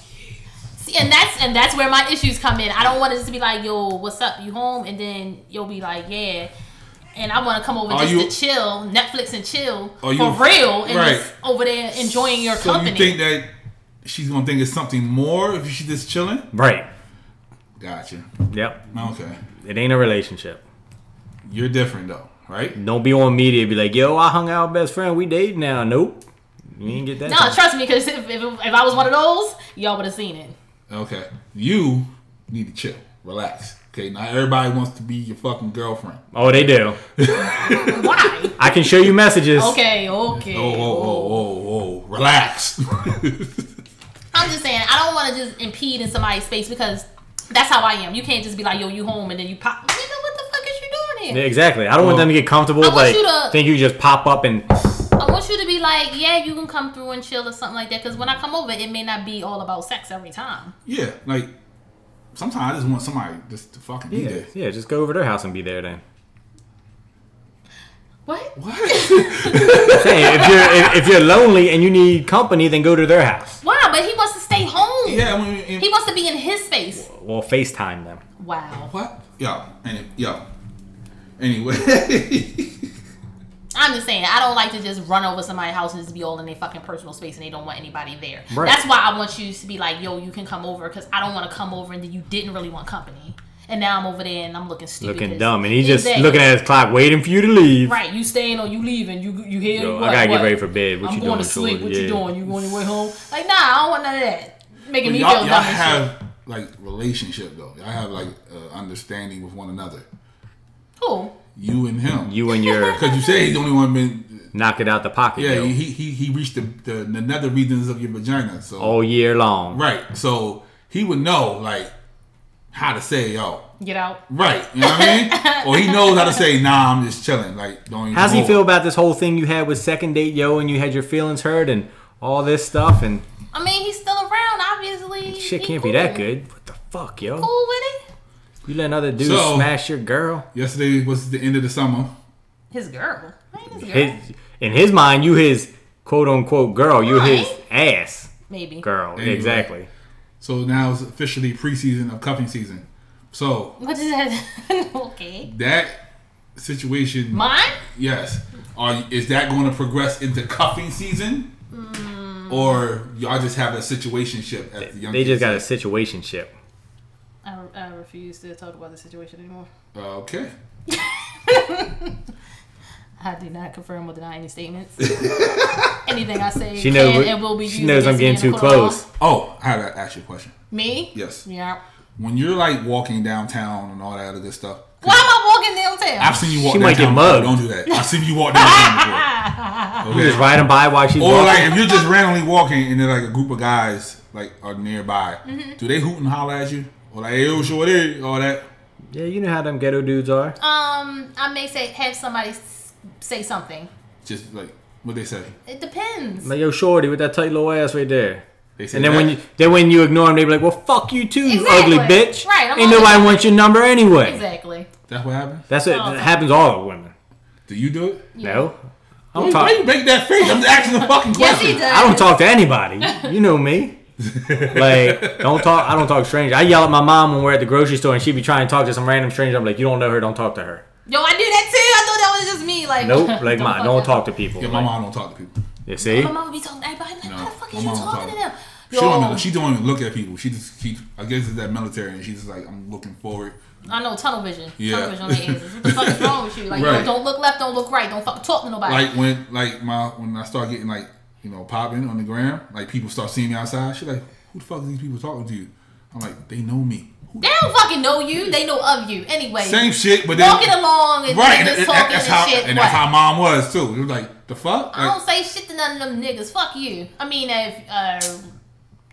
S3: See, and that's and that's where my issues come in. I don't want to just be like, yo, what's up? You home? And then you'll be like, yeah. And I want to come over
S2: Are
S3: just
S2: you-
S3: to chill, Netflix and chill
S2: Are
S3: for
S2: you-
S3: real, and
S2: right.
S3: just over there enjoying your
S2: So
S3: company.
S2: you think that she's gonna think it's something more if she's just chilling?
S4: Right.
S2: Gotcha.
S4: Yep.
S2: Okay.
S4: It ain't a relationship.
S2: You're different though, right?
S4: Don't be on media be like, yo, I hung out with best friend. We date now. Nope. You ain't get that.
S3: no, trust me, because if, if, if I was one of those, y'all would have seen it.
S2: Okay. You You need to chill, relax. Okay, not everybody wants to be your fucking girlfriend.
S4: Oh, they do.
S3: Why?
S4: I can show you messages.
S3: Okay, okay.
S2: Oh, oh, oh, oh, oh, relax.
S3: I'm just saying, I don't want to just impede in somebody's space because that's how I am. You can't just be like, yo, you home, and then you pop. Nigga, what the fuck is you doing
S4: Yeah,
S3: here?
S4: exactly. I don't want
S2: Well-
S4: them to get comfortable.
S3: I want
S4: Like,
S3: you to-
S4: think you just pop up and
S3: I want you to be like, yeah, you can come through and chill or something like that. Because when I come over, it may not be all about sex every time.
S2: yeah, like sometimes I just want somebody just to fucking be
S4: yeah,
S2: there.
S4: yeah, just go over to their house and be there then.
S3: What?
S2: What?
S4: Hey, if you're if, if you're lonely and you need company, then go to their house.
S3: Why? But he wants to stay home.
S2: yeah, I mean, and-
S3: He wants to be in his space.
S4: Well, Facetime them.
S3: Wow.
S2: what? Yo, any, yo. Anyway,
S3: I'm just saying, I don't like to just run over somebody's house and just be all in their fucking personal space and they don't want anybody there.
S4: Right.
S3: That's why I want you to be like, yo, you can come over because I don't want to come over and then you didn't really want company. And now I'm over there and I'm looking stupid.
S4: Looking
S3: 'cause-
S4: dumb, and he's just
S3: Exactly.
S4: looking at his clock, waiting for you to leave.
S3: Right, you staying or you leaving? You you here?
S4: Yo,
S3: you
S4: I
S3: what,
S4: gotta
S3: what?
S4: get ready for bed. What
S3: I'm
S4: you
S3: going
S4: doing,
S3: to sleep.
S4: Shorty?
S3: What
S4: Yeah.
S3: you doing? You on your way home? Like, nah, I don't want none of that. Making
S2: y'all,
S3: me
S2: y'all
S3: feel dumb. and shit.
S2: have like relationship though. Y'all have like uh, understanding with one another.
S3: Who?
S2: You and him.
S4: You and your
S2: Because you say he's the only one been.
S4: knock it out the pocket
S2: Yeah,
S4: yo,
S2: he, he he reached the, the the nether regions of your vagina. So
S4: all year long.
S2: right, so he would know like how to say yo.
S3: Get out.
S2: Right, you know what I mean? or he knows how to say nah. I'm just chilling. Like don't. Even
S4: How's he
S2: come
S4: feel
S2: over.
S4: about this whole thing you had with second date, yo, and you had your feelings hurt and all this stuff, and
S3: I mean, he's still around. Obviously,
S4: shit
S3: He
S4: can't
S3: cool.
S4: be that good. What the fuck, yo?
S3: Cool with it?
S4: You let another dude
S2: So-
S4: smash your girl?
S2: Yesterday was the end of the summer.
S3: His girl. I ain't his girl.
S4: His, in his mind, you his quote unquote girl. You his ass
S3: Maybe.
S4: girl.
S2: Anyway.
S4: Exactly.
S2: So now it's officially preseason of cuffing season. So
S3: What is that? okay.
S2: that situation,
S3: Mine?
S2: yes, are is that going to progress into cuffing season, or y'all just have a situationship at the young?
S4: Mm. They just
S2: kids?
S4: got a situation ship.
S3: I, I refuse to talk about the situation anymore.
S2: Uh, okay.
S3: I do not confirm or deny any statements. Anything I say,
S4: She
S3: she
S4: knows.
S3: can and will be used
S4: she knows I'm
S3: against me
S4: getting too
S3: in a court of law.
S4: close.
S2: Oh, I had to ask you a question.
S3: Me?
S2: Yes,
S3: Yeah.
S2: when you're like walking downtown and all that other good stuff.
S3: Why am I walking downtown?
S2: I've seen you walk
S4: She might
S2: downtown.
S4: get
S2: before,
S4: mugged.
S2: Don't do that. I've seen you walk downtown before.
S4: Just riding by while she's
S2: Or
S4: walking.
S2: like if you're just randomly walking and then like a group of guys like are nearby,
S3: Mm-hmm.
S2: do they hoot and holler at you? Or like, yo, sure there, all that.
S4: yeah, you know how them ghetto dudes are.
S3: Um, I may say have somebody s- say something.
S2: Just like what they say.
S3: It depends.
S4: Like yo, shorty, with that tight little ass right there.
S2: They say
S4: And then
S2: that.
S4: when you then when you ignore them, they be like, "Well, fuck you too, you
S3: Exactly.
S4: ugly bitch."
S3: Right, I'm
S4: Ain't
S3: ugly.
S4: nobody wants your number anyway.
S3: exactly.
S2: that's what happens.
S4: That's it.
S3: Oh.
S4: That happens to all the women.
S2: Do you do it?
S4: No, I'm
S2: Why you
S4: talking.
S2: make that face? I'm just asking the fucking
S3: Yes, he
S2: question.
S3: does.
S4: I don't talk to anybody. You know me. Like don't talk. I don't talk strange. I yell at my mom when we're at the grocery store, and she be trying to talk to some random stranger. I'm like, "You don't know her. Don't talk to her."
S3: Yo, I did that too. I thought that was just me. Like,
S4: Nope. Like my,
S3: fuck
S4: don't
S3: up.
S4: talk to people.
S2: yeah, my mom don't talk to people.
S4: You see?
S3: My mom would be talking to everybody. Like,
S2: No,
S3: why the fuck
S2: my
S3: is you
S2: mom don't
S3: talking to
S2: talk.
S3: them?
S2: She don't,
S3: Yo,
S2: even, she don't even look at people. She just keeps. I guess it's that military, and she's just like, I'm looking forward.
S3: I know tunnel vision.
S2: Yeah.
S3: Tunnel vision on the answers. What the fuck is wrong with you? Like,
S2: Right.
S3: yo, don't look left, don't look right, don't fuck talk to nobody.
S2: Like when, like my when I start getting like you know popping on the gram, like people start seeing me outside. She's like, who the fuck are these people talking to you? I'm like, they know me. Who
S3: they don't fucking know you. They know of you. Anyway,
S2: Same shit, but then
S3: walking along and
S2: right,
S3: they
S2: and,
S3: just
S2: and-
S3: talking
S2: that's
S3: and,
S2: how
S3: shit.
S2: and
S3: what?
S2: that's how mom was too. It was like the fuck.
S3: I
S2: Like,
S3: don't say shit to none of them niggas. Fuck you. I mean, if uh,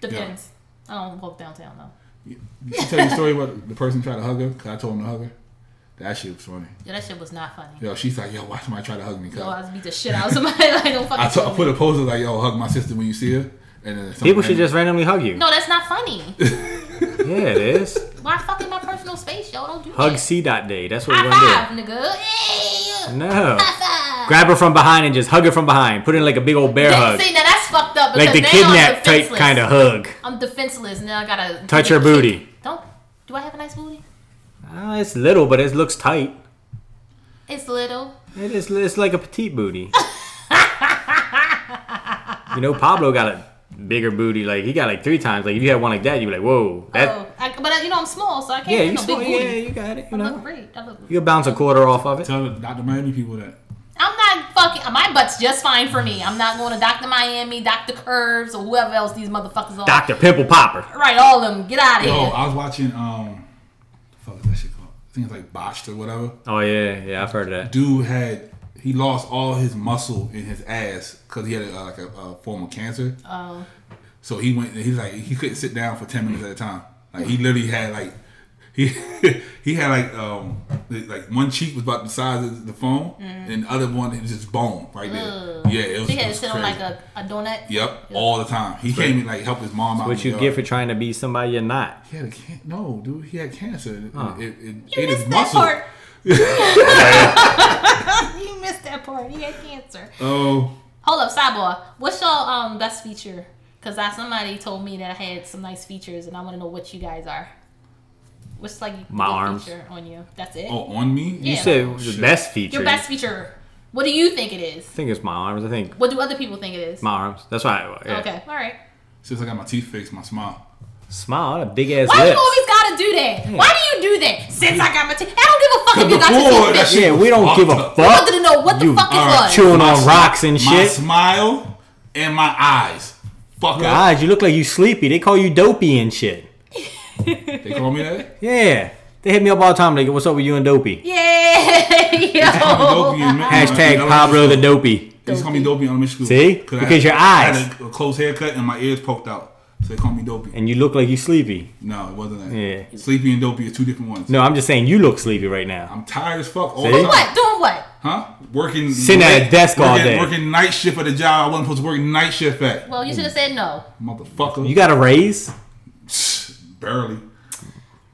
S3: depends. I don't walk downtown though.
S2: did she tell you the story about the person tried to hug her? Cause I told him to hug her. That shit was funny.
S3: Yo, that shit was not funny.
S2: Yo, she's like, yo, why somebody try to hug me? Cause
S3: Yo, I just beat the shit out of somebody. like, don't fucking.
S2: I, t- I
S3: kill me.
S2: put a poster like, yo, hug my sister when you see her. And then
S4: People should just randomly hug you.
S3: No, that's not funny.
S4: Yeah, it is.
S3: Why fuck in my personal space, yo? Don't do
S4: Hug
S3: that.
S4: C dot day. That's what we're
S3: High
S4: gonna
S3: five, nigga. Hey,
S4: do. No.
S3: high five.
S4: Grab her from behind and just hug her from behind. Put in like a big old bear
S3: That-
S4: hug.
S3: See, now that's fucked up.
S4: Like
S3: because
S4: the
S3: now I'm
S4: kidnap type
S3: defenseless.
S4: kind of hug.
S3: I'm defenseless. Now I gotta
S4: Touch her booty.
S3: Don't. Do I have a nice booty?
S4: Ah, it's little, but it looks tight.
S3: It's little.
S4: It is, it's like a petite booty. you know, Pablo got a bigger booty. Like, he got like three times. Like, if you had one like that, you'd be like, whoa. That,
S3: oh, I, but I, you know I'm small, so I can't
S4: yeah,
S3: have
S4: you
S3: no
S4: small,
S3: big
S4: yeah,
S3: booty.
S4: you got it. You
S3: I look
S4: know,
S3: great. I look.
S4: you'll bounce a quarter off of it.
S2: tell the Dr. Miami people that.
S3: I'm not fucking. My butt's just fine for me. I'm not going to Doctor Miami, Doctor Curves, or whoever else these motherfuckers are.
S4: Doctor Pimple Popper.
S3: Right, all of them. Get out of
S2: Yo,
S3: here.
S2: I was watching um, fuck is that shit called? I think it's like botched or whatever.
S4: Oh yeah, yeah, I've heard of that.
S2: Dude had he lost all his muscle in his ass because he had a, uh, like a, a form of cancer.
S3: Oh.
S2: So he went. He's like he couldn't sit down for ten minutes at a time. Like he literally had like he he had like um like one cheek was about the size of the phone,
S3: Mm-hmm.
S2: and the other one is just bone right there. Yeah, it was.
S3: They
S2: it
S3: had to
S2: was
S3: sit
S2: crazy.
S3: on like a, a donut.
S2: Yep, all the time. He came and like help his mom out.
S4: What
S2: in
S4: you
S2: the
S4: get
S2: yard.
S4: for trying to be somebody you're not?
S2: He had a can- no, dude. He had cancer. It,
S4: Huh.
S2: it, it
S3: You
S2: ate his
S3: missed that
S2: muscle.
S3: part. you missed that part. He had cancer.
S2: Oh,
S3: Hold up, sidebar. What's your um best feature? Cause I somebody told me that I had some nice features, and I want to know what you guys are. What's like your
S4: My
S3: good
S4: arms.
S3: feature on you? That's it.
S2: oh, on me.
S3: Yeah.
S4: You said the
S2: Shit.
S4: best feature.
S3: Your best feature. What do you think it is?
S4: I think it's my arms. I think
S3: What do other people think it is?
S4: my arms. That's why. I, yeah.
S3: Okay, all right.
S2: Since I got my teeth fixed, my smile.
S4: Smile. That big ass
S3: Why
S4: lips.
S3: you always gotta do that? Why do you do that? Since I got my teeth, I don't give a fuck if you got
S2: Before,
S3: your
S2: that
S3: teeth fixed.
S2: shit
S4: yeah, we
S2: Fucked
S4: don't give a
S2: up.
S3: I
S4: fuck.
S3: wanted to know what the
S4: You
S3: fuck it
S2: are
S3: was.
S4: chewing
S2: My
S4: on
S2: smi-
S4: rocks and
S2: My
S4: shit.
S2: smile and my eyes. Fuck
S4: Your
S2: up.
S4: eyes, you look like you sleepy. They call you dopey and shit.
S2: They call me that.
S4: Yeah. They hit me up all the time. They go, what's up with you and dopey?
S2: Dopey and
S3: Yeah, yo.
S2: ma-
S4: Hashtag
S2: elementary
S4: Pablo the
S2: school.
S4: dopey.
S2: They used to call me dopey in elementary school.
S4: See?
S2: I
S4: Because your
S2: I
S4: eyes.
S2: had a, a close haircut and my ears poked out, so they call me dopey.
S4: And you look like you sleepy.
S2: no, it wasn't that.
S4: Yeah.
S2: Sleepy and dopey are two different ones.
S4: No, I'm just saying you look sleepy right now.
S2: I'm tired as fuck. All
S4: See?
S2: the time.
S3: What? Doing what?
S2: Huh? Working
S4: Sitting at a
S2: late-
S4: desk all
S2: working-
S4: day.
S2: Working night shift at a job I wasn't supposed to work night shift at.
S3: Well, you should have said no.
S2: Motherfucker.
S4: You got a raise?
S2: barely.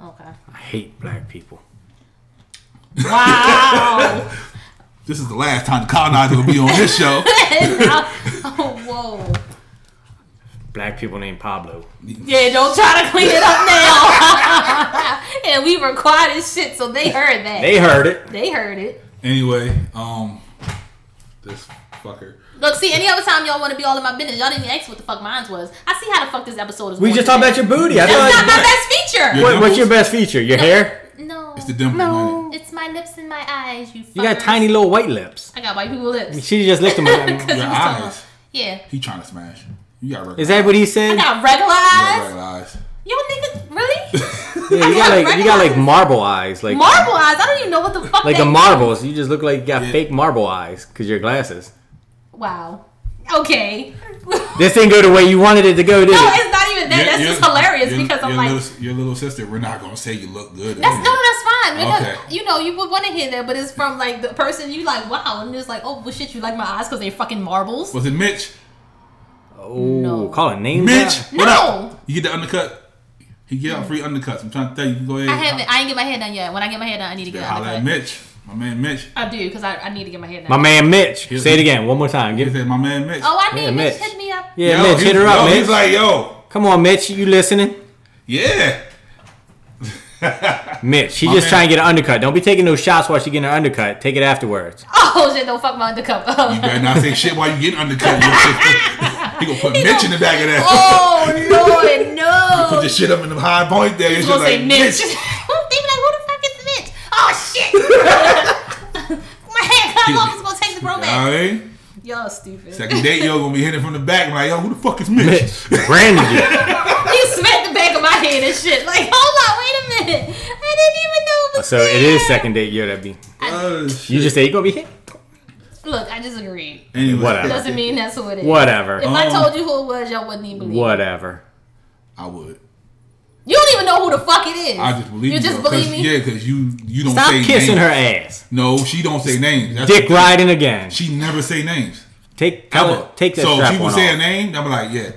S3: Okay.
S4: I hate black people.
S3: Wow.
S2: This is the last time the colonizer will be on this show.
S3: oh, whoa.
S4: Black people named Pablo.
S3: Yeah, don't try to clean it up now. and we were quiet as shit, so they heard that. They,
S4: They heard it.
S3: heard it.
S2: Anyway, um, this fucker.
S3: Look, see, any other time y'all want to be all in my business, y'all didn't ask what the fuck mine was. I see how the fuck this episode is.
S4: We
S3: going
S4: just talking
S3: today.
S4: about your booty. I
S3: That's not
S4: thought.
S3: my best feature.
S2: Yeah.
S4: What, what's your best feature? Your hair?
S3: No.
S2: It's the dimple. No.
S3: It's my lips and my eyes. You.
S4: You got
S3: fuckers.
S4: tiny little white lips.
S3: I got white people lips.
S4: She just licked them.
S2: Your
S3: That's what I'm
S2: eyes.
S3: Yeah.
S2: He trying to smash. You got regular.
S4: Is that what he said?
S3: I got regular
S2: You got
S3: eyes.
S2: regular eyes.
S3: Y'all niggas really?
S4: Yeah, you
S3: I got
S4: got like you got like
S3: regular-
S4: marble eyes, like
S3: Marble eyes. I don't even know what the fuck.
S4: like
S3: that
S4: the
S3: is.
S4: marbles. You just look like you got
S2: Yeah.
S4: fake marble eyes because your glasses.
S3: Wow. Okay. no,
S4: This didn't go the way you wanted it to go, did it?
S3: it's not even that.
S2: Your-
S3: That's
S2: your-
S3: just hilarious
S2: your-
S3: because I'm
S2: your
S3: like,
S2: little, your little sister. We're not gonna say you look good.
S3: that's no, that's fine because
S2: Okay.
S3: you know you would want to hear that, but it's from like the person you like. Wow, and it's like, oh, well, shit, you like my eyes because they're fucking marbles.
S2: Was it Mitch?
S4: Oh,
S3: No.
S4: call a name.
S2: Mitch,
S4: out?
S2: what
S3: No.
S2: up? You get the undercut. He get out free undercuts. I'm trying to tell you. You Go ahead.
S3: I haven't. I ain't get my hair done yet. When I get my hair done, I need to get
S2: Yeah,
S3: out
S2: holla at
S3: of
S2: Mitch, my man Mitch.
S3: I do because I, I need to get my hair done.
S4: My man Mitch.
S2: Here's
S4: Say it
S2: the-
S4: again one more time.
S2: He
S4: Give,
S2: said, my man Mitch.
S3: oh, I need
S4: Yeah,
S3: Mitch.
S4: Mitch.
S3: Hit me up.
S4: yeah,
S2: Yo,
S4: Mitch,
S2: he-
S4: hit her
S2: yo,
S4: up, Mitch.
S2: He's like, yo,
S4: Come on, Mitch. You listening?
S2: yeah.
S4: Mitch, she
S2: My
S4: just
S2: man.
S4: trying to get an undercut. Don't be taking no shots while she getting her undercut. Take it afterwards.
S3: Oh shit! Don't fuck my undercover.
S2: You better not say shit while you getting undercut. he gonna put Mitch in the back of that.
S3: oh lord,
S2: Put
S3: no!
S2: your shit up in the high point there.
S3: He's
S2: It's
S3: gonna
S2: just
S3: say
S2: like, Mitch.
S3: Mitch. they be like, who the fuck is Mitch? Oh shit! my hair cut off. It's gonna take the bro
S2: You know what
S3: back.
S2: I mean?
S3: Y'all stupid.
S2: Second date, yo, gonna be hitting from the back. Like, yo, who the fuck is Mitch?
S4: Mitch, branded you.
S3: He smacked the back of my head and shit. Like, hold on, wait a minute. I didn't even know it was
S4: So it is
S3: there.
S4: second date year that be.
S2: Oh, shit.
S4: You just say you gonna be hit.
S3: Look, I disagree.
S2: Anyway,
S4: Whatever.
S3: Doesn't mean that's who it is. If
S4: Whatever.
S3: I
S2: Um,
S3: told you who it was, y'all wouldn't even believe. What?
S4: Whatever.
S2: I would.
S3: You don't even know who the fuck it is.
S2: I just believe you.
S3: you. just
S2: though, 'cause-
S3: believe me.
S2: Yeah, because you you don't say
S4: Stop kissing
S2: names.
S4: her ass.
S2: No, she don't say names. That's
S4: Dick
S2: the thing.
S4: riding again.
S2: She never say names
S4: Take
S2: ever.
S4: take that
S2: so
S4: strap
S2: she
S4: one
S2: would say
S4: off.
S2: a name. I'm like, yeah,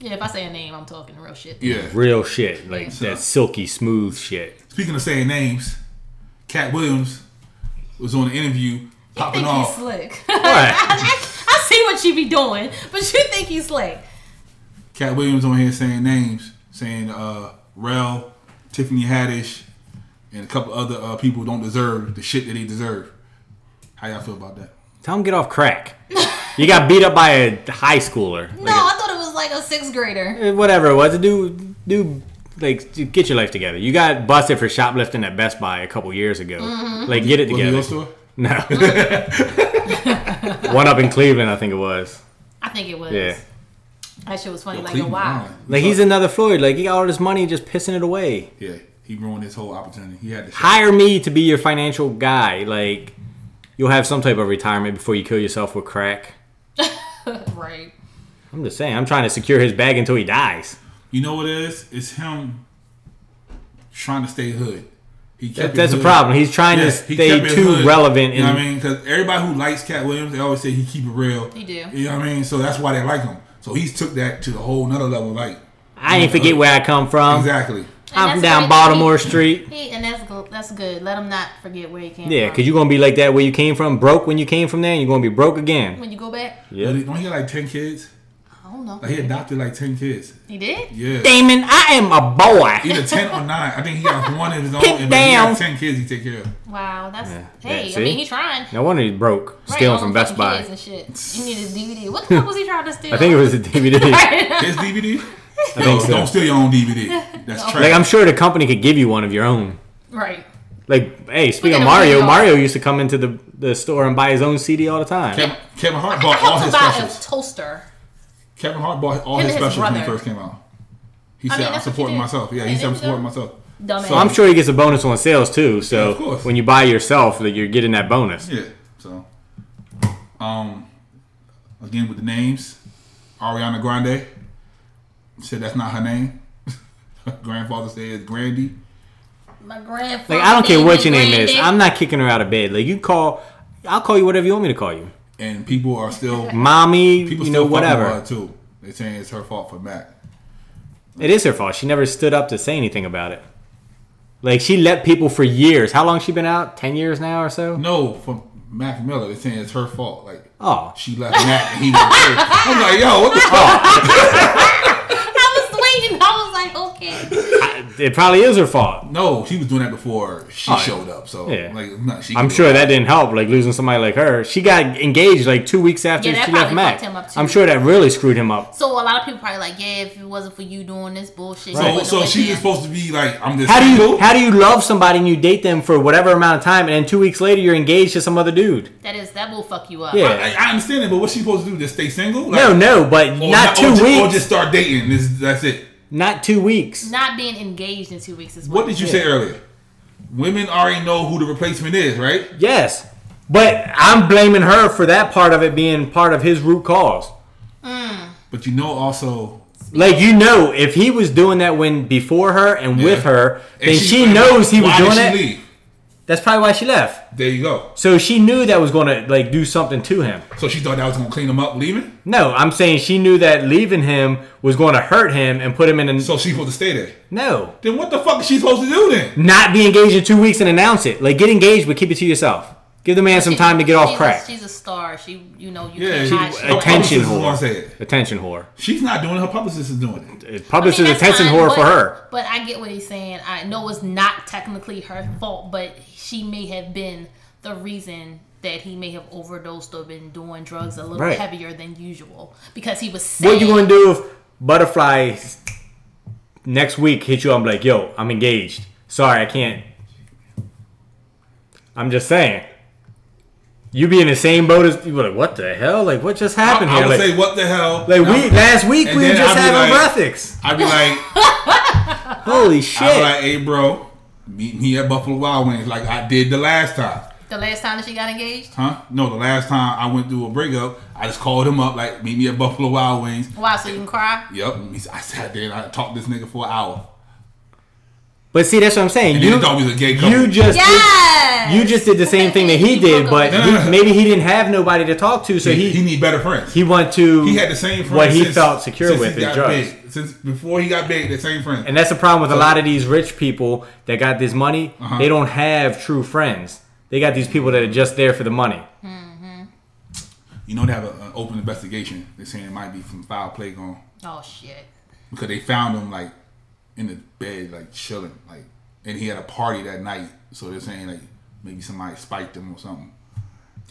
S3: Yeah, if I say a name, I'm talking real shit.
S2: yeah.
S4: real shit, like that silky smooth shit.
S2: Speaking of saying names, Cat Williams was on the interview
S3: You
S2: popping
S3: think he's
S2: off.
S3: slick.
S4: What?
S3: I, I see what you be doing, but you think he's slick.
S2: Cat Williams on here saying names, saying uh, Rel, Tiffany Haddish, and a couple other uh, people don't deserve the shit that they deserve. How y'all feel about that?
S4: Tell him get off crack. You got beat up by a high schooler.
S3: No, I thought it was like a sixth grader.
S4: Like, whatever it was, dude, dude, like dude, get your life together. You got busted for shoplifting at Best Buy a couple years ago. Like get it
S2: Was it
S4: together.
S2: your store?
S4: No, One up in Cleveland, I think it was.
S3: I think it was.
S4: Yeah.
S3: That shit was funny. like, yo,
S2: Cleveland,
S3: wow.
S2: nah.
S4: Like he's another Floyd. Like he got all this money just pissing it away.
S2: Yeah, he ruined his whole opportunity. He had to shut
S4: Hire me to be your financial guy. Like you'll have some type of retirement before you kill yourself with crack.
S3: Right.
S4: I'm just saying. I'm trying to secure his bag until he dies.
S2: You know what it is? It's him trying to stay hood. He kept
S4: That-
S2: it
S4: that's the
S2: hood.
S4: problem. He's trying to
S2: Yeah, he
S4: stay
S2: kept it
S4: too
S2: hood.
S4: relevant.
S2: You know
S4: And
S2: what I mean? Because everybody who likes Cat Williams, they always say he keep it real.
S3: He do.
S2: You know what I mean? So that's why they like him. So he's took that to the whole nother level. Like
S4: I ain't forget where I come from.
S2: exactly.
S3: And
S4: I'm from
S3: that's
S4: down
S3: great.
S4: Baltimore Street.
S3: He, and that's go- that's good. Let him not forget where he came
S4: Yeah,
S3: from.
S4: because you're going to be like that where you came from, broke when you came from there, and you're going to be broke again.
S3: when you go back,
S2: But
S4: Yeah.
S2: he- Don't he have like ten kids?
S3: I don't know.
S2: Like Oh, he adopted like ten kids.
S3: He did.
S2: Yeah.
S4: Damon, I am a boy.
S2: Either ten or nine. I think he got one of his own.
S4: Pick
S2: And then he
S4: down.
S2: got ten kids he take care of.
S3: Wow, that's
S4: Yeah,
S3: hey. I
S4: see?
S3: mean, he trying.
S4: No wonder he's broke,
S3: Right,
S4: stealing
S3: all
S4: from
S3: them
S4: Best
S3: fucking
S4: Buy.
S3: kids And shit. You need his DVD. What the fuck was he trying to steal?
S4: I think it was a DVD.
S2: His DVD.
S4: I think so.
S2: Don't steal your own DVD. That's trash.
S4: Like I'm sure the company could give you one of your own.
S3: right.
S4: Like, hey, speaking of
S3: at
S4: Mario,
S3: Mario.
S4: Mario used to come into the, the store and buy his own CD all the time.
S2: Kevin, Kevin Hart
S3: I
S2: bought all
S3: helped him
S2: his
S3: buy
S2: specials.
S3: a toaster.
S2: Kevin Hart bought all
S3: Him
S2: his
S3: and his
S2: specials when he
S3: brother.
S2: first came out. He
S3: I
S2: said,
S3: mean,
S2: "I'm
S3: that's what you
S2: supporting
S3: do.
S2: myself." Yeah,
S3: Yeah,
S2: he said,
S3: there
S2: "I'm
S3: you
S2: supporting
S3: go.
S2: myself."
S3: Dumbass.
S2: So-
S4: I'm sure he gets a bonus on sales too. So
S2: of course.
S4: when you buy yourself, like you're getting that bonus.
S2: Yeah. So, um, again with the names, Ariana Grande said that's not her name. Grandfather says Grandy.
S3: My grandfather.
S4: Like I don't care
S3: named
S4: what
S3: me
S4: your name is.
S3: Granddad.
S4: I'm not kicking her out of bed. Like you call, I'll call you whatever you want me to call you,
S2: and people are still
S4: mommy,
S2: people
S4: you know
S2: still fucking with her
S4: whatever.
S2: too. They're saying it's her fault for Mac.
S4: It is her fault. She never stood up to say anything about it. Like she let people for years. How long she been out? Ten years now or so.
S2: No, for Mac Miller, they're saying it's her fault. Like
S4: Oh,
S2: she left Mac and he was her. I'm like, yo, what the fuck?
S3: I was waiting. I was like, okay.
S4: it probably is her fault.
S2: No, she was doing that before she
S4: Oh, yeah.
S2: showed up. So
S4: Yeah.
S2: like, no, she
S4: I'm
S2: could-
S4: sure that didn't help, like losing somebody like her. She got engaged like two weeks after
S3: Yeah, that
S4: she left
S3: probably
S4: Mac.
S3: fucked him up, too.
S4: I'm sure that really screwed him up.
S3: So a lot of people probably like, yeah, if it wasn't for you doing this bullshit, you
S2: So,
S3: wouldn't
S2: so
S3: have
S2: she was
S3: went there.
S2: supposed to be like, I'm just
S4: How do you
S2: single.
S4: how do you love somebody and you date them for whatever amount of time and then two weeks later you're engaged to some other dude?
S3: That is that will fuck you up.
S4: Yeah.
S2: I, I understand it, but what's she supposed to do? Just stay single? Like,
S4: No, no, but
S2: or
S4: not two
S2: or ju-
S4: weeks.
S2: or just start dating. This, that's it.
S4: not two weeks.
S3: Not being engaged in two weeks is
S2: What did you say earlier? Women already know who the replacement is, right?
S4: Yes. But I'm blaming her for that part of it being part of his root cause.
S2: But you know, also
S4: Like you know, if he was doing that when before her and with
S2: Yeah.
S4: her,
S2: and
S4: then she, knows he was
S2: why
S4: doing
S2: did
S4: it.
S2: she Leave?
S4: That's probably why she left.
S2: There you go.
S4: So she knew that was going to like do something to him.
S2: So she thought that was gonna clean him up, leaving.
S4: No, I'm saying she knew that leaving him was going to hurt him and put him in a
S2: So she supposed to stay there.
S4: no.
S2: Then what the fuck is she supposed to do then?
S4: Not be engaged in two weeks and announce it. Like get engaged, but keep it to yourself. Give the man some time to get off
S3: she's
S4: crack.
S3: A, she's a star. She, you know, you
S2: Yeah,
S3: can't
S2: she-
S3: hide.
S2: I
S3: shit.
S2: Her
S4: Attention
S2: publicist is gonna say
S4: whore.
S2: it.
S4: Attention whore.
S2: She's not doing it. Her publicist is doing it.
S4: Publicist
S3: I mean,
S4: is
S3: that's
S4: attention
S3: fine,
S4: whore
S3: but-
S4: for her.
S3: But I get what he's saying. I know it's not technically her fault, but she may have been the reason that he may have overdosed or been doing drugs a little
S4: Right.
S3: heavier than usual because he was saying,
S4: What you gonna do if butterfly next week hit you? I'm like, yo, I'm engaged. Sorry, I can't. I'm just saying. You be in the same boat as you. Like, what the hell? Like, what just
S2: I,
S4: happened
S2: I
S4: here?
S2: would
S4: Like,
S2: say, what the hell?
S4: like,
S2: And
S4: we
S2: I'm-
S4: last week
S2: and
S4: we were
S2: then
S4: just
S2: I'd be
S4: having
S2: like-
S4: breathics.
S2: I'd be like,
S4: Holy shit!
S2: I'd be like, hey, bro, meet me at Buffalo Wild Wings like I did the last time.
S3: the last time that she got engaged?
S2: Huh? No, the last time I went through a breakup, I just called him up, like, meet me at Buffalo Wild Wings.
S3: Wow, so you can cry?
S2: Yep. And he, I sat there and I talked to this nigga for an hour.
S4: but see, that's what I'm saying.
S2: And
S4: You,
S2: then he thought we was a gay couple.
S4: you just
S3: Yes!
S4: did, you just did the same thing that he
S3: You
S4: did,
S3: fuck
S4: but
S3: up.
S2: No, no,
S4: he-
S2: no.
S4: maybe he didn't have nobody to talk to, so
S2: he,
S4: he
S2: he need better friends.
S4: he went to
S2: He had the same friends.
S4: what he
S2: since-
S4: felt secure
S2: since
S4: with his
S2: he got
S4: drugs.
S2: big. Since before he got big, the same friends.
S4: And that's the problem with a lot of these rich people that got this money.
S2: Uh-huh.
S4: They don't have true friends. They got these people that are just there for the money.
S2: you know, they have a- an open investigation. They're saying it might be from foul play going
S3: Oh, shit.
S2: because they found him like in the bed, like chilling, like, and he had a party that night. So they're saying like maybe somebody spiked him or something.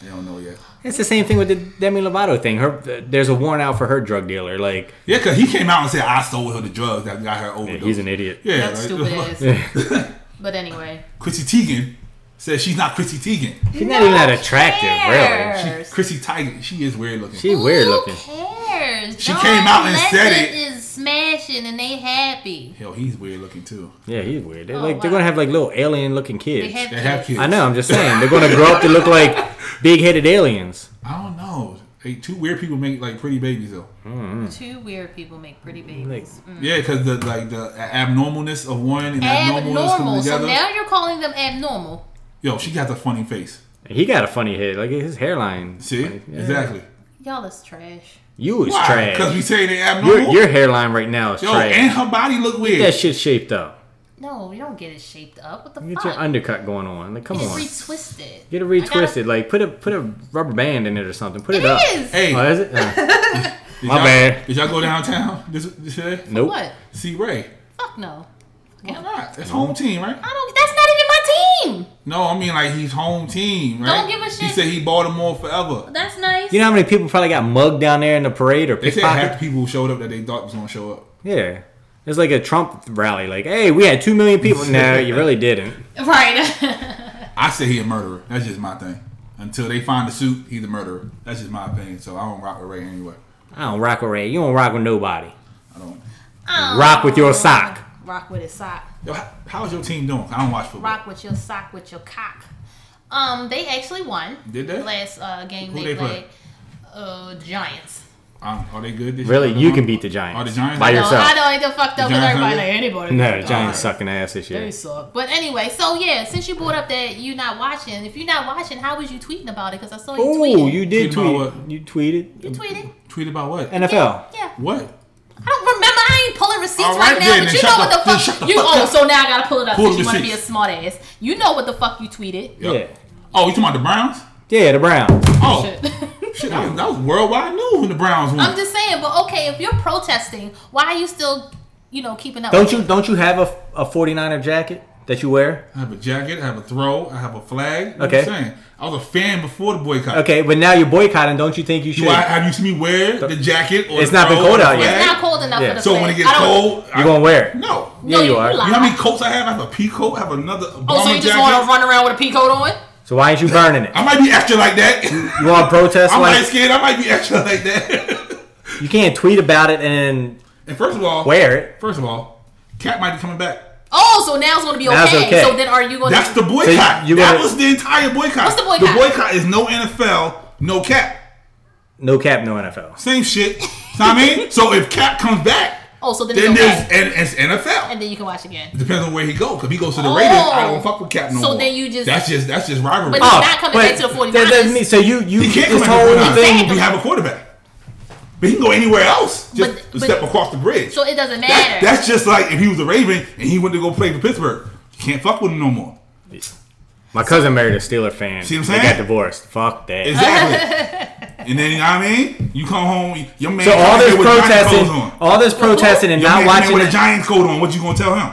S2: They don't know yet.
S4: It's the same thing with the Demi Lovato thing. Her, there's a warrant out for her drug dealer. Like
S2: Yeah, because he came out and said, I sold her the drugs that got her overdose.
S4: he's an idiot.
S2: Yeah,
S3: That's
S2: like,
S3: stupid ass. but anyway,
S2: Chrissy Teigen says she's not Chrissy Teigen.
S4: She's not even that attractive, really.
S2: She, Chrissy Teigen, she is weird looking.
S4: She weird
S3: Who
S4: looking.
S3: cares?
S2: She came out and said
S3: Lexus
S2: it.
S3: Is smashing and they happy.
S2: Hell, he's weird looking too.
S4: Yeah, he's weird. They're
S3: Oh,
S4: like they're
S3: wow.
S4: gonna have like little alien looking
S3: They
S4: kids.
S3: have,
S2: They have
S3: kids.
S2: kids.
S4: I know. I'm just saying they're gonna grow up to look like big headed aliens.
S2: I don't know. Hey, two weird people make like pretty babies though.
S3: Two weird people make pretty babies.
S4: Hmm. Like,
S2: Yeah, because the like the abnormalness of one and abnormalness coming
S3: abnormal. So
S2: together.
S3: now you're calling them abnormal.
S2: Yo, she got a funny face.
S4: He got a funny head. Like his hairline.
S2: See, exactly.
S3: Y'all is trash.
S4: You is
S2: Why? Because we
S4: trash.
S2: say they
S4: Your,
S2: abnormal.
S4: your hairline right now is
S2: Yo,
S4: trash.
S2: and her body look weird.
S4: that shit shaped up.
S3: No, you don't get it shaped up. What the
S4: Get
S3: fuck?
S4: your undercut going on. Like, come
S3: It's
S4: on.
S3: retwisted.
S4: Get it
S3: I gotta-
S4: retwisted. Like, put a put a rubber band in it or something. Put it, up.
S3: It is.
S2: hey,
S4: Oh, is it? Uh,
S2: did
S4: my
S2: y'all-
S4: bad.
S2: Did y'all go downtown this, this today?
S4: nope.
S3: What?
S2: See Ray.
S3: Fuck no. Fuck
S2: Why
S3: him.
S2: not? It's home team, right?
S3: I don't. That's not even my team.
S2: No, I mean like he's home team, right?
S3: Don't give a
S2: He
S3: shit.
S2: said he Baltimore forever.
S3: That's nice.
S4: You know how many people probably got mugged down there in the parade or
S2: They said half
S4: pickpocket?
S2: the people showed up that they thought was gonna show up.
S4: Yeah. It's like a Trump rally. Like, hey, we had two million people. no, you really didn't.
S3: Right.
S2: I say he a murderer. That's just my thing. Until they find the suit, he's a murderer. That's just my opinion. So I don't rock with Ray anyway.
S4: I don't rock with Ray. You don't rock with nobody.
S2: I don't.
S4: Rock with your sock.
S3: Oh, Rock with his sock.
S2: Yo, how, how's your team doing? I don't watch football.
S3: Rock with your sock with your cock. Um, they actually won.
S2: Did they?
S3: Last uh, game
S2: Who
S3: they,
S2: they play?
S3: played. Uh, Giants.
S2: Um, are they good? This
S4: Really,
S2: year?
S4: you can beat the Giants.
S2: Are the Giants?
S4: By
S2: No,
S3: No,
S4: yourself.
S3: I know ain't the fucked
S2: The
S3: up because
S2: Giants
S3: everybody
S2: are
S3: like
S2: good?
S3: anybody.
S4: No, the
S3: Giants.
S4: Giants sucking ass this
S3: They
S4: year.
S3: suck. But anyway, so yeah, since you brought up that you're not watching, if you're not watching, how was you tweeting about it? Because I saw you
S4: Oh,
S3: tweeting.
S4: you did
S2: Tweeted
S4: tweet.
S2: about what?
S4: You tweeted.
S3: You tweeted.
S2: Tweet about what?
S4: NFL.
S3: Yeah.
S2: what?
S3: I don't remember. I ain't pulling receipts
S2: All
S3: right,
S2: right
S3: now,
S2: then,
S3: but
S2: then
S3: you
S2: shut
S3: know what
S2: the-
S3: the
S2: then
S3: fuck.
S2: shut the
S3: you,
S2: fuck
S3: oh,
S2: up.
S3: so now I gotta pull it up
S2: Pull
S3: because
S2: the
S3: you want to be a
S2: receipts.
S3: smart ass. You know what the fuck you tweeted.
S2: Yo.
S4: Yeah.
S2: Oh, you talking about the Browns?
S4: Yeah, the Browns.
S2: Oh, shit.
S3: Shit.
S2: that, was, that was worldwide news when the Browns won.
S3: I'm just saying, but okay, if you're protesting, why are you still, you know, keeping up?
S4: Don't
S3: with
S4: you
S3: it?
S4: don't you have a, a 49er jacket that you wear?
S2: I have a jacket. I have a throw. I have a flag.
S4: Okay.
S2: You Know what I'm saying I was a fan before the boycott.
S4: Okay, but now you're boycotting. Don't you think you should?
S2: Do I have you seen me wear the jacket? Or
S4: It's
S2: the
S4: not been
S2: throw or
S4: cold
S2: the
S4: out yet.
S2: flag?
S3: It's not cold enough
S4: Yeah.
S3: for the
S2: So when it
S3: flag.
S2: gets
S3: I don't-
S2: cold,
S4: you're
S2: I-
S4: gonna wear it.
S2: No. You
S3: No,
S4: Yeah, you
S3: you,
S4: are. You
S2: know
S3: lie.
S2: how many coats I have? I have a pea coat. I have another a
S3: Uh-huh. Oh, so
S2: bomber
S3: you just want to
S2: jacket.
S3: run around with a peacoat on?
S4: So why aren't you burning it?
S2: I might be extra like that.
S4: You want to protest?
S2: I'm light
S4: Like
S2: skinned. I might be extra like that.
S4: you can't tweet about it and
S2: and first of all,
S4: wear it.
S2: First of all, Cat might be coming back.
S3: Oh, so now it's going to be okay.
S4: That's okay.
S3: So then are you going
S2: That's the
S3: to?
S2: boycott.
S4: you
S2: that
S4: gotta-
S2: was the entire boycott.
S3: What's the boycott?
S2: The boycott is no NFL, no Cap.
S4: No cap, no NFL.
S2: Same shit. You know what I mean? So if Cap comes back,
S3: Oh, so then,
S2: then
S3: it's
S2: there's
S3: okay.
S2: and it's NFL.
S3: And then you can watch again.
S2: Depends on where he go. If he goes to the
S3: Oh.
S2: Raiders, I don't fuck with Cap no
S3: So
S2: more.
S3: then you just-
S2: that's just that's just rivalry.
S3: But He's not coming back to the 49ers.
S4: Oh, That doesn't mean so you you
S2: He can't
S4: this
S2: come
S4: whole
S2: in the
S4: thing.
S2: We have a quarterback. But he can go anywhere else. Just
S3: But-
S2: to
S3: but-
S2: step across the bridge.
S3: So it doesn't matter.
S2: That- that's just like if he was a Raven and he went to go play for Pittsburgh. You can't fuck with him no more.
S4: My cousin married a Steeler fan.
S2: See what I'm
S4: They got
S2: saying?
S4: divorced. Fuck that.
S2: Exactly. and then you know what I mean? You come home, your man
S4: so
S2: come
S4: all
S2: in
S4: this
S2: with Giants
S4: protesting,
S2: clothes on.
S4: all this protesting, and
S2: Your
S4: not
S2: man come in
S4: watching
S2: with a
S4: it.
S2: Giants coat on. What you gonna tell him?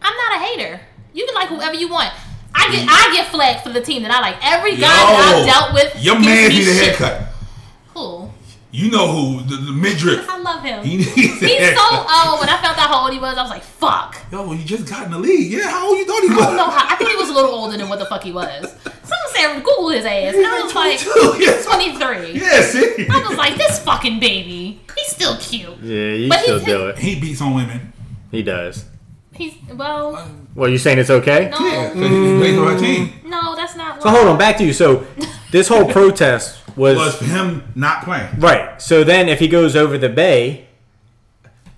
S3: I'm not a hater. You can like whoever you want. I get
S2: Mm-hmm.
S3: I get flagged for the team that I like. Every guy that I've dealt with
S2: your
S3: gives
S2: man
S3: me
S2: need a
S3: shit.
S2: haircut.
S3: Cool.
S2: You know who the, the midriff.
S3: I love him.
S2: He needs a
S3: He's so
S2: haircut.
S3: old. When I found out how old he was, I was like, fuck.
S2: Yo, you just got in the league. Yeah, how old you thought he was?
S3: I don't know how. I thought he was a little older than what the fuck he was. Someone said Google his ass. And I was like,
S2: yes.
S3: 23.
S2: Yeah, see?
S3: I was like, this fucking baby. He's still cute.
S4: Yeah, you
S3: But
S4: still
S3: he's-
S4: do it.
S2: He beats on women.
S4: He does.
S3: He's well,
S4: Well, you saying it's okay?
S3: no,
S2: Uh, Yeah, 'cause
S3: Mm.
S2: he plays on her team.
S3: no, that's not.
S4: So hold on, back to you. So this whole protest
S2: Was for him not playing.
S4: Right. So then, if he goes over the bay,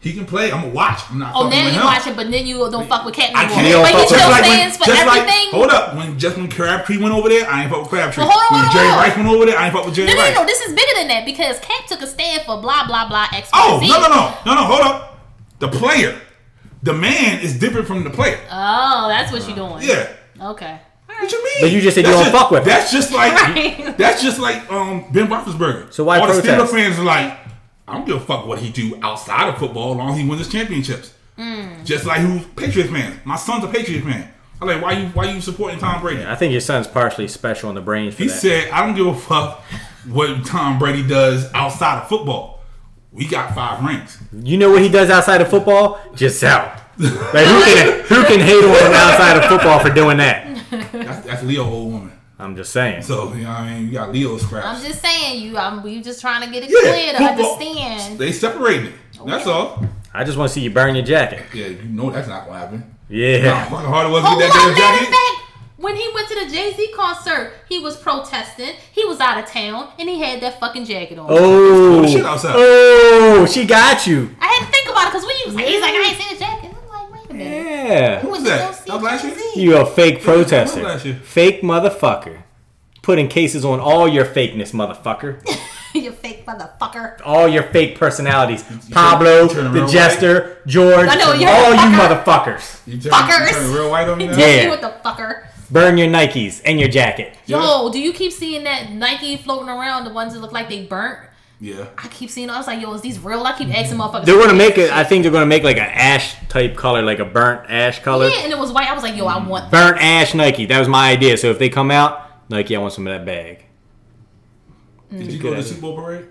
S2: He can play. I'm gonna watch. I'm not.
S3: Oh,
S2: fucking
S3: now
S2: with
S3: you
S2: him.
S3: watch it, but then you don't fuck with Cat
S2: I
S3: anymore.
S2: can't.
S4: They don't
S3: But he
S4: fuck
S3: still
S4: with-
S2: like when-
S3: stands for
S2: just like-
S3: everything.
S2: hold up. When just when Crabtree went over there, I ain't fuck with Crabtree.
S3: Well, hold on,
S2: when
S3: hold on,
S2: Jerry
S3: hold on.
S2: Rice went over there, I ain't fuck with Jerry
S3: No, no,
S2: Rice.
S3: no, no. This is bigger than that because Cat took a stand for blah blah blah X. Y,
S2: Oh
S3: Z.
S2: no no no no no hold up. The player, the man is different from the player.
S3: Oh, that's what you're doing.
S2: yeah.
S3: Okay.
S2: What you mean?
S4: But you just said you
S2: That's
S4: don't fuck with him.
S2: That's just like
S3: Right.
S2: that's just like um Ben Roethlisberger.
S4: So why
S2: all the Steelers
S4: protest?
S2: fans are like, I don't give a fuck what he do outside of football, as long as he wins his championships.
S3: Hmm.
S2: Just like who's Patriots fans. My son's a Patriots fan. I'm like, why you why you supporting Tom Brady?
S4: I think your son's partially special in the brain for
S2: He
S4: that.
S2: said, I don't give a fuck what Tom Brady does outside of football. We got five rings.
S4: you know what he does outside of football? Just out. Like who can who can hate on him outside of football for doing that?
S2: That's, that's Leo old woman.
S4: I'm just saying.
S2: So you know, what I mean, you got Leo scraps.
S3: I'm just saying you. I'm we just trying to get it
S2: Yeah,
S3: clear to
S2: football.
S3: understand.
S2: They separating it. That's all.
S4: I just want to see you burn your jacket.
S2: Yeah, you know that's not gonna happen. How
S4: Yeah.
S2: fucking hard it was to
S3: Oh,
S2: get
S3: well,
S2: that
S3: matter of
S2: damn jacket.
S3: fact, when he went to the Jay Z concert, he was protesting. He was out of town, and he had that fucking jacket on.
S4: Oh.
S2: It's cold as shit outside.
S4: Oh, she got you.
S3: I had to think about it because when he was like, he's like, I ain't seen a jacket. I'm like, wait a minute.
S4: Yeah.
S2: Who was
S3: Did you
S2: that?
S3: see
S2: That was last year.
S3: Jay-Z?
S4: You a fake
S2: Yeah, I'm glad
S4: protester.
S2: you-
S4: Fake motherfucker. Putting cases on all your fakeness, motherfucker.
S3: you fake motherfucker.
S4: All your fake personalities.
S2: you
S4: Pablo,
S2: turn- turn
S4: the
S2: around
S4: jester, George,
S3: I know, you're a
S4: all you
S3: fucker.
S4: motherfuckers.
S2: You turn,
S3: Fuckers.
S2: You turn real white on me. now?
S4: Yeah.
S3: Yeah. You with the fucker.
S4: Burn your Nikes and your jacket.
S3: Yo, do you keep seeing that Nike floating around? The ones that look like they burnt.
S2: Yeah.
S3: I keep seeing. I was like, yo, is these real? I keep asking motherfuckers.
S4: They're gonna make it. I think they're gonna make like an ash type color, like a burnt ash color.
S3: Yeah, and it was white. I was like, yo, I want.
S4: Burnt ash Nike. That was my idea. So if they come out, Nike, I want some of that bag.
S2: Did you
S4: Good
S2: go to the
S4: idea.
S2: Super Bowl parade?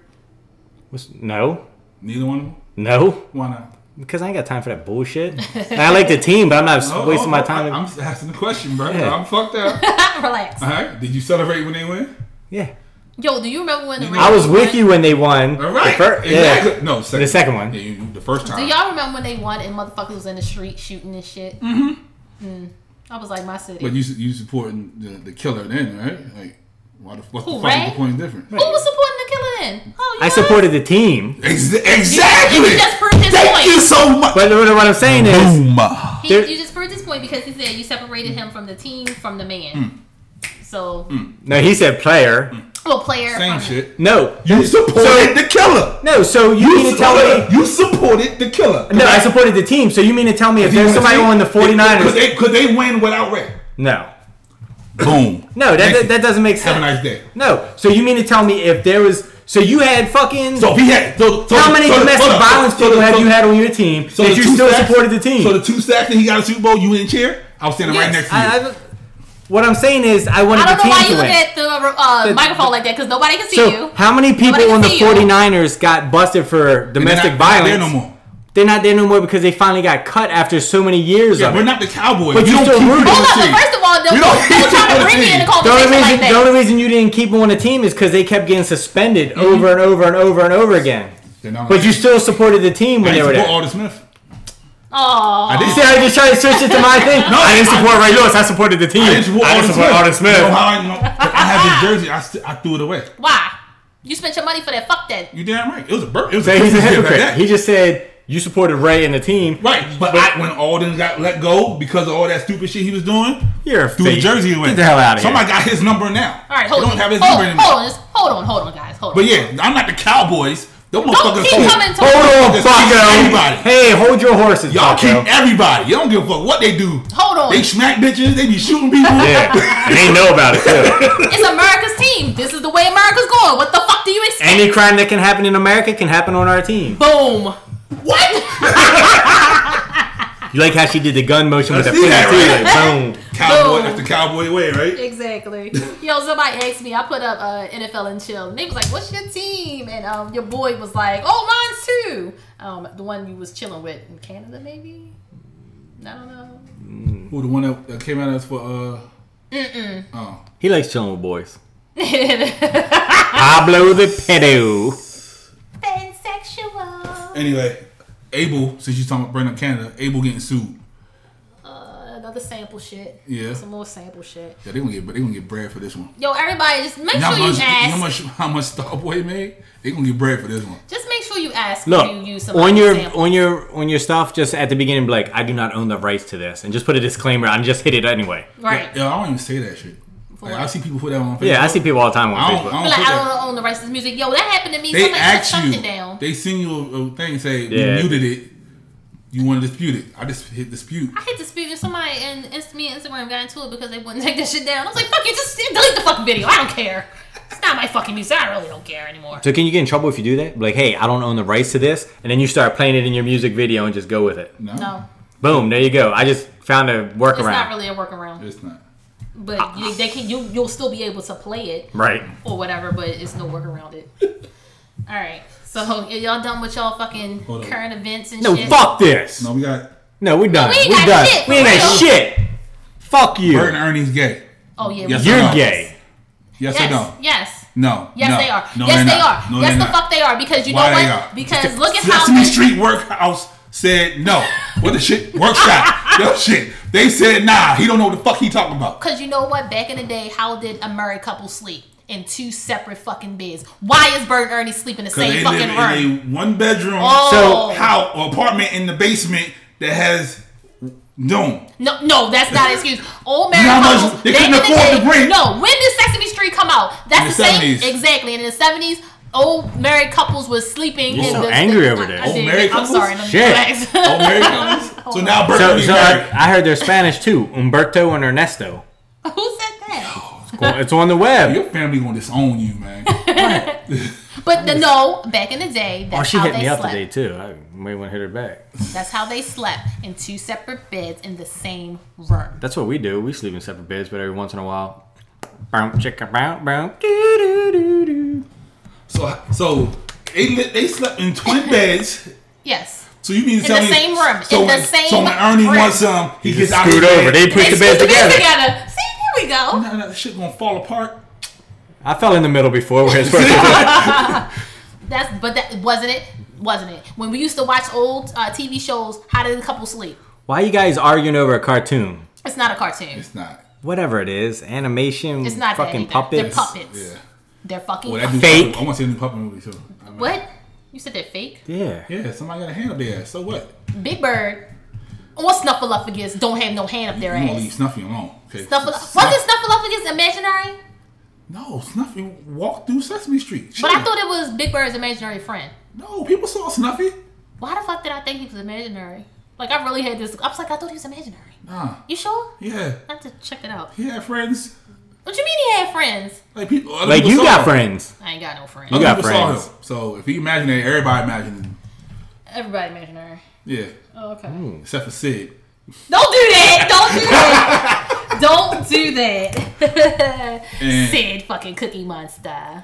S4: What's, no,
S2: Neither one of them.
S4: no,
S2: Why not?
S4: because I ain't got time for that bullshit. And I like the team, but I'm not
S2: Oh,
S4: wasting
S2: oh,
S4: my
S2: oh,
S4: time.
S2: I, am just asking the question, bro.
S4: Yeah.
S2: I'm fucked up.
S3: Relax.
S2: All right. Did you celebrate when they win?
S4: yeah,
S3: Yo, do you remember when the
S4: I was
S3: Ravens
S4: with
S3: won?
S4: you when they won.
S2: All right.
S4: The fir-
S2: exactly.
S4: Yeah.
S2: No, second.
S4: The second one.
S2: Yeah, you, the first time.
S3: Do y'all remember when they won and motherfuckers was in the street shooting and shit? Mm-hmm. I was like, my city.
S2: But you su- you supporting the, the killer then, right? Like, why the, what the
S3: Who,
S2: fuck is
S3: Ray?
S2: the point different?
S3: Who was supporting the killer then? Oh, you
S4: I
S3: guys?
S4: supported the team,
S2: Ex-
S3: You
S2: exactly.
S3: just proved his
S2: Thank
S3: point.
S2: you so much.
S4: but what what I'm saying is,
S2: Boom.
S3: He,
S4: There-
S3: you just proved his point because he said you separated him from the team from the man.
S4: Mm.
S3: So,
S4: no, he said player.
S3: well, player.
S2: Same
S3: from-
S2: shit.
S4: No,
S2: You supported the killer.
S4: no. So you mean to tell me?
S2: You supported the killer.
S4: No, I supported the team. So you mean to tell me if there's somebody on the
S2: Could
S4: 49ers?
S2: they, could they win without Ray?
S4: No.
S2: Boom.
S4: No, that,
S2: Thank
S4: that,
S2: you.
S4: that doesn't make sense.
S2: Have a nice day.
S4: No, so you mean to tell me if there was so you had fucking
S2: So he had. So, so
S4: how many
S2: so the-
S4: domestic
S2: hold up,
S4: violence
S2: so- so
S4: people
S2: the-
S4: have
S2: so-
S4: you had on your team
S2: so
S4: that
S2: the
S4: you
S2: two
S4: still
S2: sacks-
S4: supported the team?
S2: So the two sacks that he got a Super Bowl, you didn't cheer. I was standing right next to you.
S4: I, I, what I'm saying is I wanted
S3: I
S4: the
S3: don't know
S4: team
S3: why
S4: to
S3: you look
S4: win.
S3: at the uh,
S4: The-
S3: microphone like that because nobody can see
S4: so
S3: you.
S4: how many people
S3: Nobody
S4: on the
S3: can see you.
S4: 49ers got busted for
S2: And they're
S4: domestic
S2: not-
S4: violence?
S2: They're not there no more.
S4: They're not there no more because they finally got cut after so many years
S2: Yeah,
S4: of
S2: we're
S4: it.
S2: not the Cowboys.
S4: But
S2: We
S4: you
S2: don't
S4: still
S2: keep
S4: rooting.
S2: people on
S3: Hold
S2: the
S3: up,
S2: team.
S3: but first of all,
S2: You
S3: don't,
S2: don't-
S3: don't try
S2: you
S3: to
S2: don't
S3: bring me
S2: see.
S3: in a
S4: The only,
S3: conversation
S4: reason,
S3: like that.
S4: the only reason you didn't keep them on the team is because they kept getting suspended
S2: Mm-hmm.
S4: over and over and over and over again.
S2: They're not
S4: But
S2: like-
S4: you still supported the team when
S2: I
S4: they
S2: didn't
S4: were
S2: support
S4: there.
S2: Alden Smith.
S3: Aw.
S2: I
S4: You
S2: didn't.
S4: see how I just tried to switch it to my thing? No, I didn't support Ray Lewis. I supported the team.
S2: I didn't support Alden Smith.
S4: Arden
S2: You know how I know? But I have his jersey. I, st- I threw it away.
S3: Why? You spent your money for that. Fuck that.
S2: You damn right. It was a bird. It was
S4: So he's a
S2: Christmas gift like
S4: hypocrite.
S2: that.
S4: He just said you supported Ray and the team.
S2: Right, but, I, when Alden got let go because of all that stupid shit he was doing,
S4: You're a
S2: threw the
S4: fake.
S2: jersey away.
S4: Get the hell outta here.
S2: Somebody got his number now.
S3: All right, hold
S2: They
S3: on.
S2: don't have his
S3: hold,
S2: number anymore.
S3: hold on, just hold on, hold on, guys. Hold on.
S2: But yeah, I'm not the Cowboys. Those
S3: don't
S2: motherfuckers
S3: keep
S2: hold-
S3: coming to
S4: Hold on,
S2: Just
S4: Bucko.
S2: keep everybody.
S4: Hey, hold your horses,
S2: Y'all
S4: Bucko.
S2: keep everybody. You don't give a fuck what they do.
S3: Hold on.
S2: They smack bitches. They be shooting people.
S4: yeah, and they know about it too.
S3: It's America's team. This is the way America's going. What the fuck do you expect?
S4: Any crime that can happen in America can happen on our team.
S3: Boom. What?
S4: You like how she did the gun motion with
S2: I
S4: the
S2: see that,
S4: finger too? Like, boom.
S2: Cowboy,
S3: Boom.
S2: that's the cowboy way, right?
S3: exactly. Yo, somebody asked me. I put up uh, NFL and chill, and they was like, "What's your team?" And um, your boy was like, "Oh, mine's too." Um, the one you was chilling with in Canada, maybe. I don't know.
S2: Who the one that, that came out as for? uh Oh,
S4: He likes chilling with boys. Pablo the pedo.
S3: Pansexual.
S2: anyway, Abel. Since you talking about bringing up Canada, Abel getting sued.
S3: Uh, another sample shit.
S2: Yeah.
S3: Some more sample shit.
S2: Yeah, they gonna get they gonna get bread for this one.
S3: Yo, everybody, just make
S2: You know
S3: sure
S2: how much,
S3: you
S2: you know
S3: ask.
S2: how much how much Starboy made? They gonna get bread for this one.
S3: Just make sure you ask
S4: Look
S3: if you use some
S4: on your
S3: sample.
S4: on your on your stuff. Just at the beginning, be like, I do not own the rights to this, and just put a disclaimer. I just hit it anyway.
S3: right.
S2: Yeah, I don't even say that shit. Like, I see people put that on. Facebook.
S4: Yeah, I see people all the time on
S2: I don't.
S4: Facebook.
S2: I
S3: Be
S2: don't
S3: like,
S2: put
S3: I
S2: that.
S3: don't own the rights to this music. Yo, that happened to me.
S2: They
S3: Somebody put
S2: ask
S3: something
S2: you.
S3: down.
S2: They send you a, a thing say
S4: Yeah.
S2: we muted it. You want to dispute it? I just hit dispute.
S3: I had to speak to somebody and Inst- me and Instagram got into it because they wouldn't take that shit down. I was like, fuck you, just delete the fucking video. I don't care. It's not my fucking music. I really don't care anymore.
S4: So can you get in trouble if you do that? Be Like, hey, I don't own the rights to this, and then you start playing it in your music video and just go with it.
S2: No,
S3: No,
S4: Boom, there you go. I just found a
S3: it's not
S4: workaround.
S3: really a workaround,
S2: it's not.
S3: but you, they can. You you'll still be able to play it
S4: right.
S3: or whatever, but it's no workaround it. All right. So y'all done with y'all fucking
S2: Hold on.
S3: current events and
S4: No,
S3: shit?
S4: fuck this.
S2: No,
S4: No,
S2: we got
S4: we done.
S3: we ain't
S4: we
S3: got
S4: done.
S3: shit,
S4: we ain't
S3: for
S4: got shit. Fuck you.
S2: Bert and Ernie's gay.
S3: Oh yeah.
S2: Yes,
S3: we-
S4: You're
S2: no.
S4: gay.
S2: Yes,
S3: yes,
S2: or no?
S3: Yes.
S2: No.
S3: Yes,
S2: no.
S3: they are.
S2: No,
S3: yes,
S2: they're
S3: they
S2: not.
S3: are.
S2: No,
S3: yes,
S2: they're
S3: the
S2: not.
S3: fuck they are. Because you
S2: Why
S3: know
S2: they
S3: what?
S2: are?
S3: Because look at how
S2: Sesame Street Workhouse said no. What the shit? Workshop. Yo, shit. They said nah. He don't know what the fuck he talking about.
S3: Because you know what? Back in the day, how did a married couple sleep? In two separate fucking beds. Why is Bert and Ernie sleep in the
S2: Because
S3: same
S2: they
S3: fucking
S2: live
S3: room?
S2: in a one bedroom
S3: Oh.
S4: So-
S2: house or apartment in the basement that has dome.
S3: No, no, that's not an excuse. Old married
S2: Not much-
S3: couples.
S2: they
S3: back
S2: couldn't
S3: in the
S2: afford
S3: day-
S2: to bring-
S3: No, when did Sesame Street come out? That's
S2: the
S3: the, same.
S2: 70s.
S3: Exactly. And in the seventies, old married couples was sleeping.
S4: You're
S3: in
S4: so
S3: the,
S4: angry
S3: I-
S4: over
S3: I
S4: this.
S3: did.
S2: Old married
S3: I'm
S2: couples?
S3: sorry. let me
S4: Shit.
S3: relax.
S2: Oh, Mary comes. So now Bert
S4: So,
S2: is
S4: so
S2: married.
S4: I, I heard they're Spanish too. Umberto and Ernesto.
S3: Who said that?
S4: Well, it's on the web.
S2: Your family gonna disown you, man.
S3: But the, no, back in the day,
S4: Oh,
S3: that's
S4: she
S3: how
S4: hit
S3: they
S4: me up
S3: slept.
S4: today too. I may want to hit her back.
S3: That's how they slept in two separate beds in the same room.
S4: That's what we do. We sleep in separate beds, but every once in a while, bounce, chicka, bounce, bounce, doo, doo, doo, doo.
S2: So so they li- they slept in twin beds.
S3: Yes.
S2: So you mean to
S3: In
S2: tell
S3: the
S2: me-
S3: same room,
S2: So
S3: in the
S2: when,
S3: same
S2: so when Ernie
S3: room.
S2: wants some, he,
S4: Just
S2: gets out
S4: screwed
S2: the bed.
S4: over. They push the
S3: It's
S4: beds
S3: just
S4: together.
S3: together. See, here we go.
S2: Now that shit gonna fall apart.
S4: I fell in the middle before where it's supposed to
S3: That's but that wasn't it. Wasn't it when we used to watch old uh, TV shows? How did the couple sleep?
S4: be. Why you guys arguing over a cartoon?
S3: It's not a cartoon.
S2: It's not.
S4: Whatever it is, animation,
S3: It's not
S4: fucking
S3: that either.
S4: puppets.
S3: They're puppets.
S2: Yeah.
S3: They're fucking.
S2: Well, that new
S4: Fake.
S2: Puppet, I want to see a new puppet movie too. I mean,
S3: what? You said they're fake.
S4: Yeah.
S2: Yeah, somebody got a hand up their ass. So what?
S3: Big Bird or Snuffleupagus don't have no hand up their
S2: You gonna leave
S3: ass.
S2: Snuffy alone? Okay.
S3: Snuffle- wasn't Snuffleupagus imaginary?
S2: No, Snuffy walked through Sesame Street.
S3: But I
S2: Shit.
S3: thought it was Big Bird's imaginary friend.
S2: no, people saw Snuffy.
S3: Why the fuck did I think he was imaginary? Like I really had this. I was like, I thought he was imaginary.
S2: Nah.
S3: You sure?
S2: Yeah,
S3: I have to check it out.
S2: he had friends.
S3: What you mean he had friends?
S2: Like people. other
S4: Like
S2: people
S4: you
S2: saw
S4: got
S2: him.
S4: friends.
S3: I ain't got no friends.
S2: Other
S4: You got
S2: people saw
S4: friends.
S2: him. So if he imagined it, everybody imagined him.
S3: Everybody imaginary.
S2: Yeah,
S3: Oh, okay.
S2: except for Sid.
S3: Don't do that. Don't do that. Don't do that.
S2: And-
S3: Sid fucking Cookie Monster.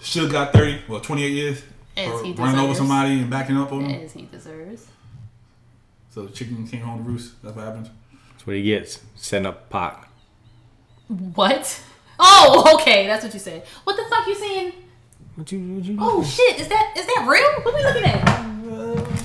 S2: Should got thirty, well, twenty eight years
S3: As
S2: for
S3: he
S2: running over
S3: deserves.
S2: somebody and backing up on them.
S3: As he deserves.
S2: So the chicken came home to roost. That's what happens.
S4: That's what he gets. Setting up Pac.
S3: What? Oh, okay. That's what you said. What the fuck you saying?
S4: What you, what you,
S3: Oh shit. Is that is that real? What we looking at?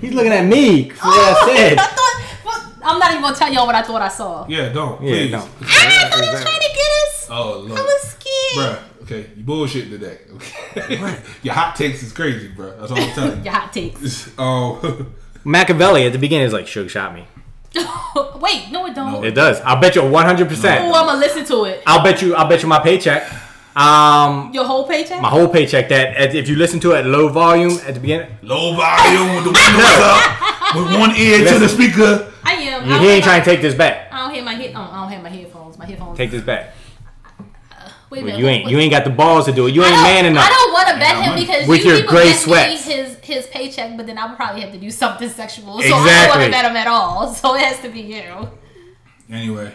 S4: He's looking at me for what I said.
S3: I thought. Well, I'm not even gonna tell y'all what I thought I saw.
S2: Yeah, don't.
S4: Yeah,
S2: please.
S4: no.
S3: I thought he was trying to get us.
S2: Oh lord,
S3: I was scared.
S2: bruh. Okay, you bullshit today. Okay, your hot takes is crazy, bruh. That's all I'm telling you.
S3: Your hot takes.
S2: Oh,
S4: Machiavelli at the beginning is like, Suge shot me.
S3: Wait, no, it don't.
S2: No.
S4: It does. I'll bet you 100%.
S3: Oh, I'm gonna listen to it.
S4: I'll bet you. I'll bet you my paycheck. Um,
S3: Your whole paycheck.
S4: my whole paycheck. That at- if you listen to it at low volume at the beginning,
S2: low volume with the windows up, with one ear to the speaker.
S3: I am.
S4: he
S3: I
S4: ain't
S3: don't,
S4: trying
S3: have
S4: to take this back.
S3: my, I don't have my head. Oh, I don't have my headphones. My headphones.
S4: Take this back.
S3: Wait a minute.
S4: You ain't. You ain't got the balls to do it. You
S3: I
S4: ain't
S3: don't-
S4: man enough.
S3: I don't want to bet
S2: got
S3: him
S2: money.
S3: because
S4: With
S3: you
S4: your
S3: people
S4: gray
S3: give me
S4: sweats.
S3: his his paycheck, but then I would probably have to do something sexual. So I don't want
S4: Exactly.
S3: to bet him at all. So it has to be you.
S2: Anyway,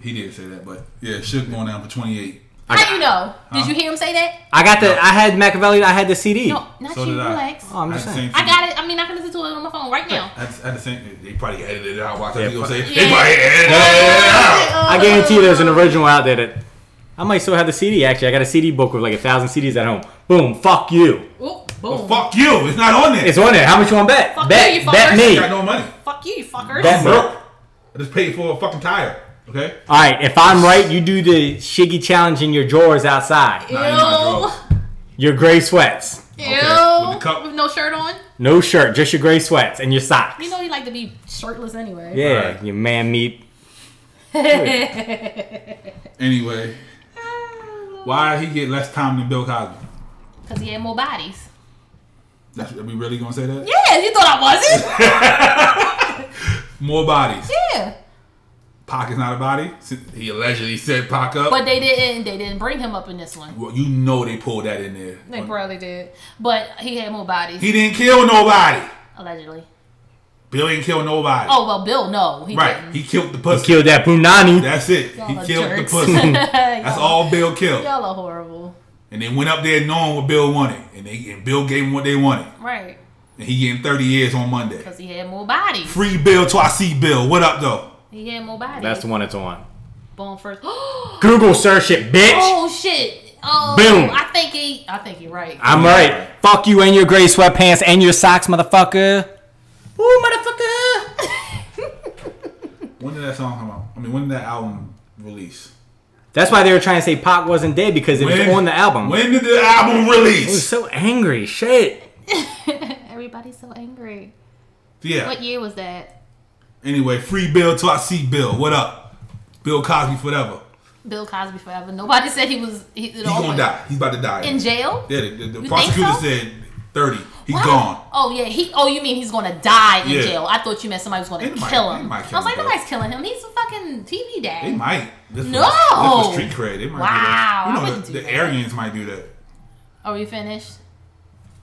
S2: he did say that, but yeah, shook going down for twenty eight.
S3: How you know? Did you hear him say that?
S4: I got the. I had Machiavelli. I had the CD.
S3: No, not
S2: So
S3: you.
S2: did I.
S3: Relax.
S4: Oh, I'm just
S2: At the
S4: saying.
S2: same
S3: I
S2: time-
S3: got it. I mean, I can listen to it on my phone right now.
S2: At, at the same, they probably edited it out. Watch, I
S4: Yeah,
S2: think it was
S4: pro-
S2: say- they probably edited it out.
S4: I guarantee you there's an original out there that I might still have the CD. Actually, I got a CD book with like a thousand CDs at home. Boom. Fuck you.
S3: Ooh,
S2: Well,
S3: boom.
S2: fuck you, it's not on there.
S4: It's on there. How much you want to bet?
S3: Fuck
S4: bet.
S3: you, you
S4: bet
S3: fuckers.
S2: I
S4: me.
S2: got no money.
S3: Fuck you, you fuckers.
S4: That-
S2: I'm broke. I just paid for a fucking tire. Okay.
S4: All right. If I'm right, you do the Shiggy challenge in your drawers outside.
S3: Ew.
S2: Nah, you might as
S4: Your gray sweats.
S3: Ew.
S2: Okay, with the cup.
S3: With no shirt on.
S4: No shirt, just your gray sweats and your socks.
S3: You know you like to be shirtless anyway.
S4: yeah,
S2: Alright.
S4: your man meat.
S2: Anyway, why he get less time than Bill Cosby?
S3: Cause he had more bodies.
S2: That's, are we really gonna say that?
S3: Yeah, you thought I wasn't?
S2: More bodies.
S3: yeah.
S2: Pac is not a body. Since He allegedly said Pac up.
S3: But they didn't. They didn't bring him up in this one.
S2: well, you know they pulled that in there.
S3: They probably did. But he had more bodies
S2: he didn't kill nobody.
S3: allegedly.
S2: Bill didn't kill nobody.
S3: Oh well, Bill. No, he
S2: right.
S3: didn't.
S2: He killed the pussy.
S4: Kill that punani.
S2: That's it.
S3: Y'all
S2: he
S3: are
S2: killed
S3: jerks.
S2: the pussy. That's
S3: Y'all-
S2: all Bill killed.
S3: Y'all are horrible.
S2: And they went up there knowing what Bill wanted, and they and Bill gave him what they wanted,
S3: Right.
S2: and he getting thirty years on Monday.
S3: Because he had more bodies.
S2: Free Bill till I see Bill. What up though?
S3: He had more bodies.
S4: That's the one that's on.
S3: Bone first.
S4: Google search it, bitch.
S3: oh shit! Oh,
S4: Boom.
S3: I think he. I think you're right.
S4: I'm right. Fuck you and your gray sweatpants and your socks, motherfucker. Ooh, motherfucker.
S2: When did that song come out? I mean, when did that album release?
S4: That's why they were trying to say Pac wasn't dead because it
S2: When-
S4: was on the album.
S2: When did the album
S4: I was
S2: release?
S4: so angry. Shit.
S3: Everybody's so angry.
S2: Yeah.
S3: What year was that?
S2: Anyway, free Bill till I see Bill. What up? Bill Cosby forever.
S3: Bill Cosby forever. Nobody said he was. He, oh,
S2: He's gonna die. He's about to die.
S3: in jail.
S2: Yeah, the, the, the
S3: think
S2: prosecutor
S3: so?
S2: said 30. He's
S3: Wow.
S2: gone.
S3: Oh yeah, he. Oh, you mean he's gonna die in
S2: Yeah.
S3: jail? I thought you meant somebody was gonna
S2: They might-
S3: kill
S2: they
S3: him.
S2: might
S3: I
S2: kill
S3: was like,
S2: him,
S3: nobody's killing him. He's a fucking TV dad.
S2: They might. This
S3: No!
S2: Was, this was street cred. They might
S3: Wow,
S2: do
S3: I
S2: that. You know,
S3: wouldn't
S2: the,
S3: do
S2: the
S3: that.
S2: Aryans might do that.
S3: Are we finished?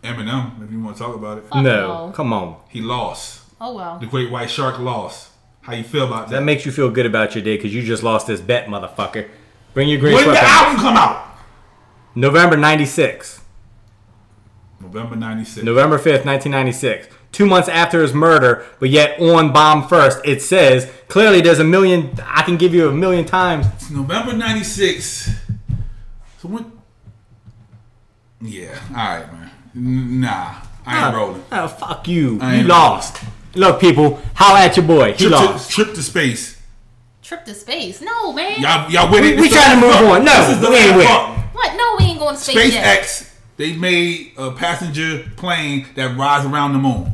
S2: Eminem, if you want to talk about it.
S3: Fuck
S4: No,
S3: no.
S4: come on.
S2: He lost.
S3: Oh well.
S2: The Great White Shark lost. How you feel about
S4: That
S2: that?
S4: makes you feel good about your day because you just lost this bet, motherfucker. Bring your gray
S2: When did the
S4: sweatpants.
S2: album come out?
S4: November 96.
S2: November 96.
S4: November 5th, 1996. Two months after his murder, but yet on Bomb First, it says clearly there's a million, I can give you a million times.
S2: It's November 96. So what? Yeah. All right, man. N- Nah. I ain't rolling.
S4: Oh, fuck you.
S2: I
S4: You
S2: ain't
S4: lost. Look, people, holla at your boy. He
S2: Trip to,
S4: lost.
S2: trip to space.
S3: Trip to space. No man.
S2: Y'all, y'all with it?
S4: We- we
S2: This
S4: trying to
S2: the-
S4: move
S2: look,
S4: on. No,
S2: this is the
S4: we ain't
S2: last
S4: with it.
S2: part.
S3: What? No, we ain't going to space yet.
S2: SpaceX, they made a passenger plane that rides around the moon.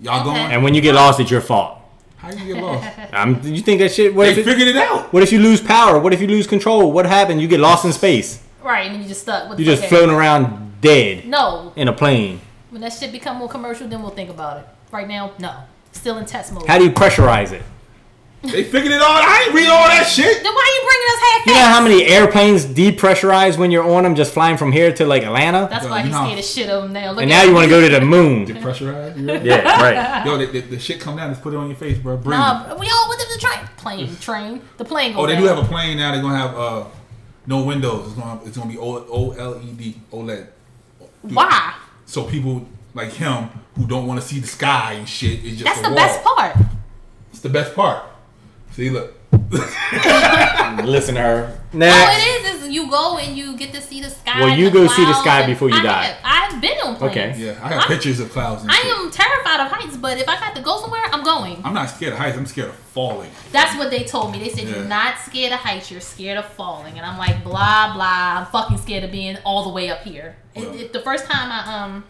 S2: Y'all
S3: Okay.
S2: going?
S4: And when you get lost, it's your fault.
S2: How you get lost?
S4: Um, you think that shit? What
S2: they
S4: if, it-
S2: figured it out.
S4: what if you lose power? What if you lose control? What happened? You get lost in space.
S3: Right, and you just stuck. What the
S4: You're just
S3: fuck happened?
S4: floating around dead
S3: No.
S4: in a plane.
S3: When that shit become more commercial, then we'll think about it. Right now, no. Still in test mode.
S4: How do you pressurize it?
S2: They figured it all. out. I ain't read all that shit.
S3: then why you
S4: You
S3: bringing us
S4: know
S3: half
S4: how many airplanes depressurize when you're on them, just flying from here to like Atlanta,
S3: That's
S2: Yo,
S3: why
S2: you
S3: he's
S2: know-
S3: scared of shit of him now. Look
S4: and
S3: at
S4: now
S3: him.
S4: you want to go to the moon.
S2: Pressurized. You know?
S4: Yeah, right.
S2: Yo, the, the, the shit come down. Just put it on your face, bro. Bring it.
S3: Nah, we all went to the train. Plane, train. The plane goes
S2: Oh, they do
S3: down.
S2: have a plane now. They're gonna have uh, no windows. It's gonna it's gonna be O- E OLED OLED.
S3: Why?
S2: So people like him who don't want to see the sky and shit is just
S3: That's
S2: a
S3: the
S2: wall.
S3: best part.
S2: It's the best part. See, look.
S4: Listen to her.
S3: All
S4: Next.
S3: it is is you go and you get to see the sky.
S4: Well,
S3: and
S4: you
S3: the
S4: go see the
S3: clouds
S4: sky
S3: and-
S4: before you
S3: I
S4: die.
S3: have- I've been on planes.
S4: Okay.
S2: Yeah, I got
S3: I-
S2: pictures of clouds and
S3: I
S2: shit.
S3: am terrified of heights, but if I got to go somewhere, I'm going.
S2: I'm not scared of heights. I'm scared of falling.
S3: That's what they told me. They said
S2: Yeah.
S3: you're not scared of heights, you're scared of falling. And I'm like, blah blah. I'm fucking scared of being all the way up here. It,
S2: Yeah.
S3: it- the first time I um,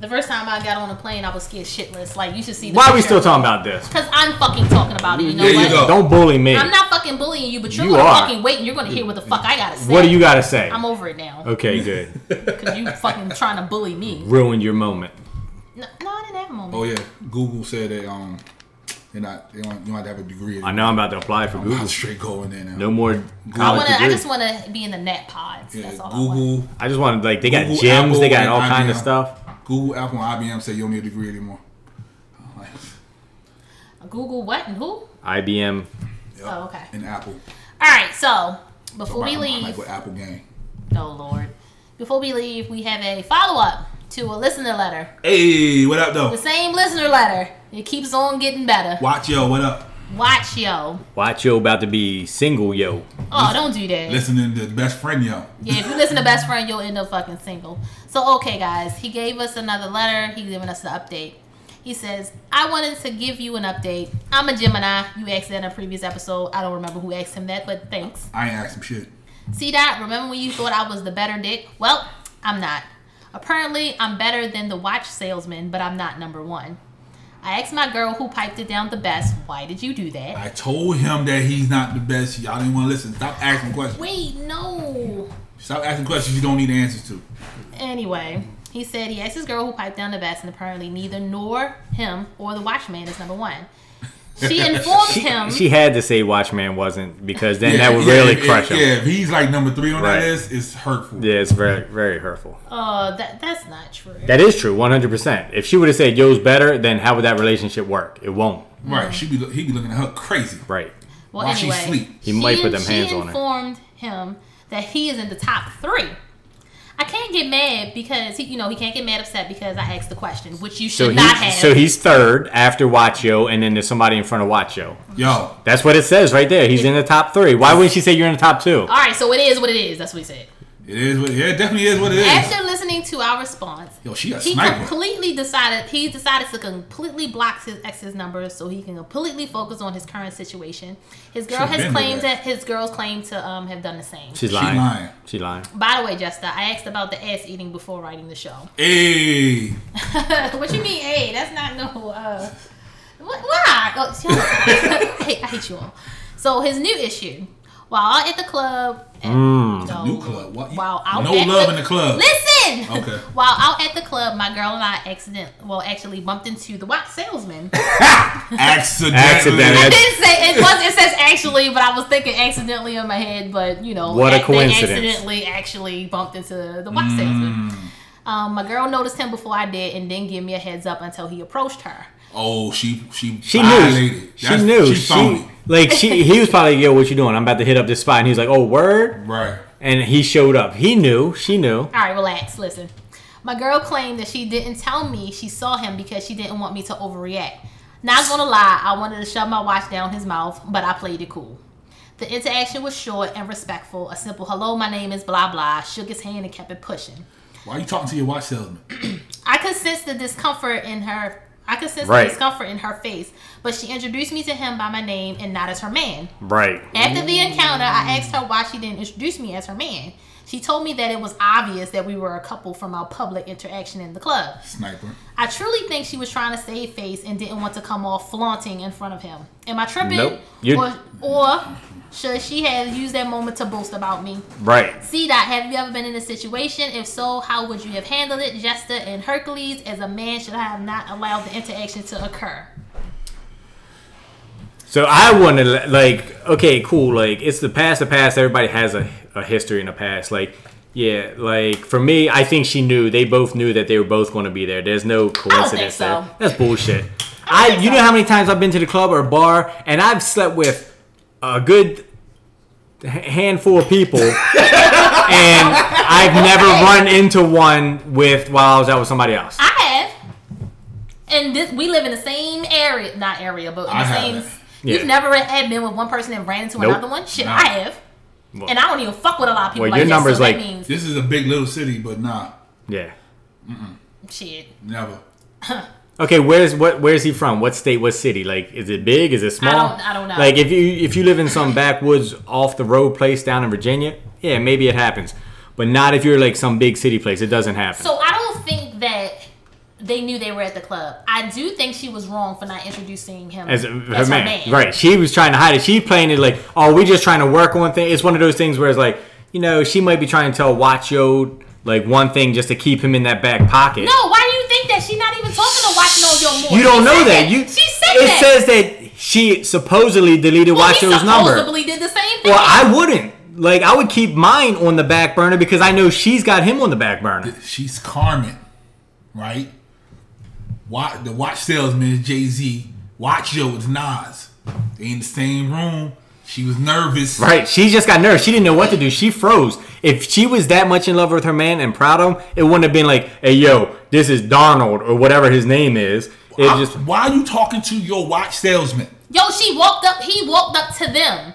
S3: the first time I got on a plane, I was scared shitless. Like you should see. The
S4: Why are we still talking about this?
S3: Because I'm fucking talking about it. You know
S2: There you
S3: what?
S2: go.
S4: Don't bully me.
S3: I'm not fucking bullying you, but you're
S4: You
S3: gonna
S4: are.
S3: fucking wait and you're gonna hear what the fuck I gotta say.
S4: What do you gotta say?
S3: I'm over it now
S4: Okay, good.
S3: because you fucking trying to bully me.
S4: Ruined your moment.
S3: No, no, I didn't have a moment.
S2: Oh yeah, Google said that um, they're not they don't you don't have to have a degree.
S4: I know I'm about to apply for
S2: Google
S4: Google.
S2: straight going there now.
S4: No more
S3: I
S4: college
S3: wanna. I
S4: degrees.
S3: just wanna be in the net pods.
S2: Yeah,
S3: That's all I want.
S2: Google,
S4: I just wanted like they got
S2: Google,
S4: gyms, they got
S2: Apple,
S4: all
S2: and
S4: kind of
S2: IBM.
S4: stuff.
S2: Google, Apple, and IBM say you don't need a degree anymore. I'm like,
S3: Google what and who?
S4: IBM.
S2: yep.
S3: Oh, okay.
S2: And Apple.
S3: All right, so before
S2: I'm-
S3: we
S2: I'm Like
S3: leave,
S2: with Apple game.
S3: oh Lord, before we leave, we have a follow up to a listener letter.
S2: Hey, what up
S3: The
S2: though?
S3: same listener letter. It keeps on getting better.
S2: Watch yo, what up?
S3: Watch yo.
S4: Watch yo about to be single yo.
S3: Oh, don't do that.
S2: Listening to best friend yo.
S3: Yeah, if you listen to best friend, you'll end up fucking single. So okay, guys, he gave us another letter. He giving us an update. He says, "I wanted to give you an update. I'm a Gemini. You asked that in a previous episode. I don't remember who asked him that, but thanks."
S2: I ain't asked some shit.
S3: See that? Remember when you thought I was the better dick? Well, I'm not. Apparently, I'm better than the watch salesman, but I'm not number one. I asked my girl who piped it down the best, why did you do that?
S2: I told him that he's not the best. Y'all didn't want to listen. Stop asking questions.
S3: Wait, no.
S2: Stop asking questions you don't need answers to.
S3: Anyway, he said he asked his girl who piped down the best, and apparently neither nor him or the watchman is number one. She informed
S4: She,
S3: him.
S4: she had to say Watchman wasn't because then
S2: Yeah,
S4: that would
S2: yeah,
S4: really
S2: if- if-
S4: crush him.
S2: Yeah, if he's like number three on
S4: Right.
S2: that list, it's hurtful.
S4: Yeah, it's very very hurtful.
S3: uh, that that's not true.
S4: That is true, 100%. If she would have said yo's better, then how would that relationship work? It won't.
S2: Right. She be look- he be looking at her crazy.
S4: Right.
S3: Well,
S2: While she
S3: anyway,
S2: sleep.
S4: He might put them hands
S3: she
S4: on her.
S3: informed him that he is in the top three. I can't get mad because he, you know, he can't get mad upset because I asked the question, which you should
S4: So
S3: not
S4: he,
S3: have.
S4: so he's third after Watcho, and then there's somebody in front of Watcho.
S2: Yo,
S4: That's what it says right there. He's in the top three. Why wouldn't she say you're in the top two?
S3: All right, so it is what it is. That's what he said.
S2: it is what yeah, it definitely is what it is.
S3: After listening to our response,
S2: Yo, she a
S3: he
S2: sniper.
S3: completely decided he decided to completely block his ex's numbers so he can completely focus on his current situation. His girl
S2: Should've
S3: has
S2: been
S3: claimed
S2: there.
S3: that. his girls claim to um, have done the same.
S4: She's
S2: She
S4: lying.
S2: lying.
S4: She lying.
S3: By the way, Jester, I asked about the ass eating before writing the show.
S2: Hey,
S3: what you mean, hey? That's not no. Uh, what, why? Oh, see, I, hate, I hate you all. So his new issue. While out at the club, at, no,
S2: new club. What?
S3: While Oh, out
S2: no
S3: at
S2: love in the club.
S3: Listen.
S2: Okay.
S3: While out at the club, my girl and I accident, well, actually bumped into the watch salesman.
S2: Accidentally.
S3: I
S4: Accidentally.
S3: didn't say it was. It says actually, but I was thinking accidentally in my head. But you know,
S4: What a
S3: ac- they
S4: coincidence. Mm.
S3: Accidentally, actually bumped into the wax salesman. Um, my girl noticed him before I did, and didn't give me a heads up until he approached her.
S2: Oh, she she
S4: She
S2: violated.
S4: knew. She knew. She,
S2: She phony.
S4: like she he was probably yo, what you doing? I'm about to hit up this spot, and he's like, oh word,
S2: Right.
S4: and he showed up. He knew. She knew.
S3: All right, relax. Listen, my girl claimed that she didn't tell me she saw him because she didn't want me to overreact. Not gonna lie, I wanted to shove my watch down his mouth, but I played it cool. The interaction was short and respectful. A simple hello, my name is blah blah. Shook his hand and kept it pushing.
S2: Why are you talking to your watch salesman?
S3: I could sense the discomfort in her. I could sense
S4: Right.
S3: the discomfort in her face, but she introduced me to him by my name and not as her man.
S4: Right.
S3: After the encounter, I asked her why she didn't introduce me as her man. She told me that it was obvious that we were a couple from our public interaction in the club.
S2: Sniper.
S3: I truly think she was trying to save face and didn't want to come off flaunting in front of him. Am I tripping?
S4: Nope. You-
S3: Or, or should she have used that moment to boast about me?
S4: Right.
S3: C dot, have you ever been in a situation? If so, how would you have handled it? Jester and Hercules, as a man, should I have not allowed the interaction to occur?
S4: So I want to like, okay, cool. Like it's the past. The past. Everybody has a, a history in the past. Like, yeah. Like for me, I think she knew. They both knew that they were both going to be there. There's no coincidence
S3: so.
S4: there. That's bullshit. I, you know how many times I've been to the club or bar and I've slept with a good h- handful of people, and I've never run into one with while I was out with somebody else.
S3: I have. And this, we live in the same area, not area, but in the
S2: I
S3: same.
S2: haven't.
S4: Yeah.
S3: You've never had been with one person and ran into
S4: Nope.
S3: another one? Shit,
S2: No.
S3: I have.
S4: Well-
S3: and I don't even fuck with a lot of people.
S4: Well,
S3: like
S4: your
S3: that,
S4: number's
S3: so that
S4: like-
S3: means
S2: This is a big little city, but nah,
S4: Yeah.
S3: shit.
S2: never.
S4: Okay, where's what? Where's he from? What state? What city? Like, is it big? Is it small?
S3: don't- I don't know.
S4: Like, if you if you live in some backwoods off the road place down in Virginia, yeah, maybe it happens, but not if you're like some big city place. It doesn't happen.
S3: So I don't think that they knew they were at the club. I do think she was wrong for not introducing him
S4: as
S3: as,
S4: a
S3: her
S4: man.
S3: man.
S4: right? She was trying to hide it. She playing it like, oh, we just trying to work on things. It's one of those things where it's like, you know, she might be trying to tell Watcho like one thing just to keep him in that back pocket.
S3: No, why do you think that she's not even talking to watching all your more?
S4: You don't know that. You
S3: She said
S4: it
S3: that.
S4: says that she supposedly deleted
S3: well, he
S4: Watcho's number.
S3: supposedly did the same thing.
S4: Well, I wouldn't. Like, I would keep mine on the back burner because I know she's got him on the back burner.
S2: She's Carmen, right? Watch, the watch salesman is Jay Z. Watch Joe is Nas. They in the same room. She was nervous.
S4: Right. She just got nervous. She didn't know what to do. She froze. If she was that much in love with her man and proud of him, it wouldn't have been like, hey, yo, this is Donald or whatever his name is. It
S2: I-
S4: just.
S2: why are you talking to your watch salesman?
S3: Yo, she walked up. He walked up to them.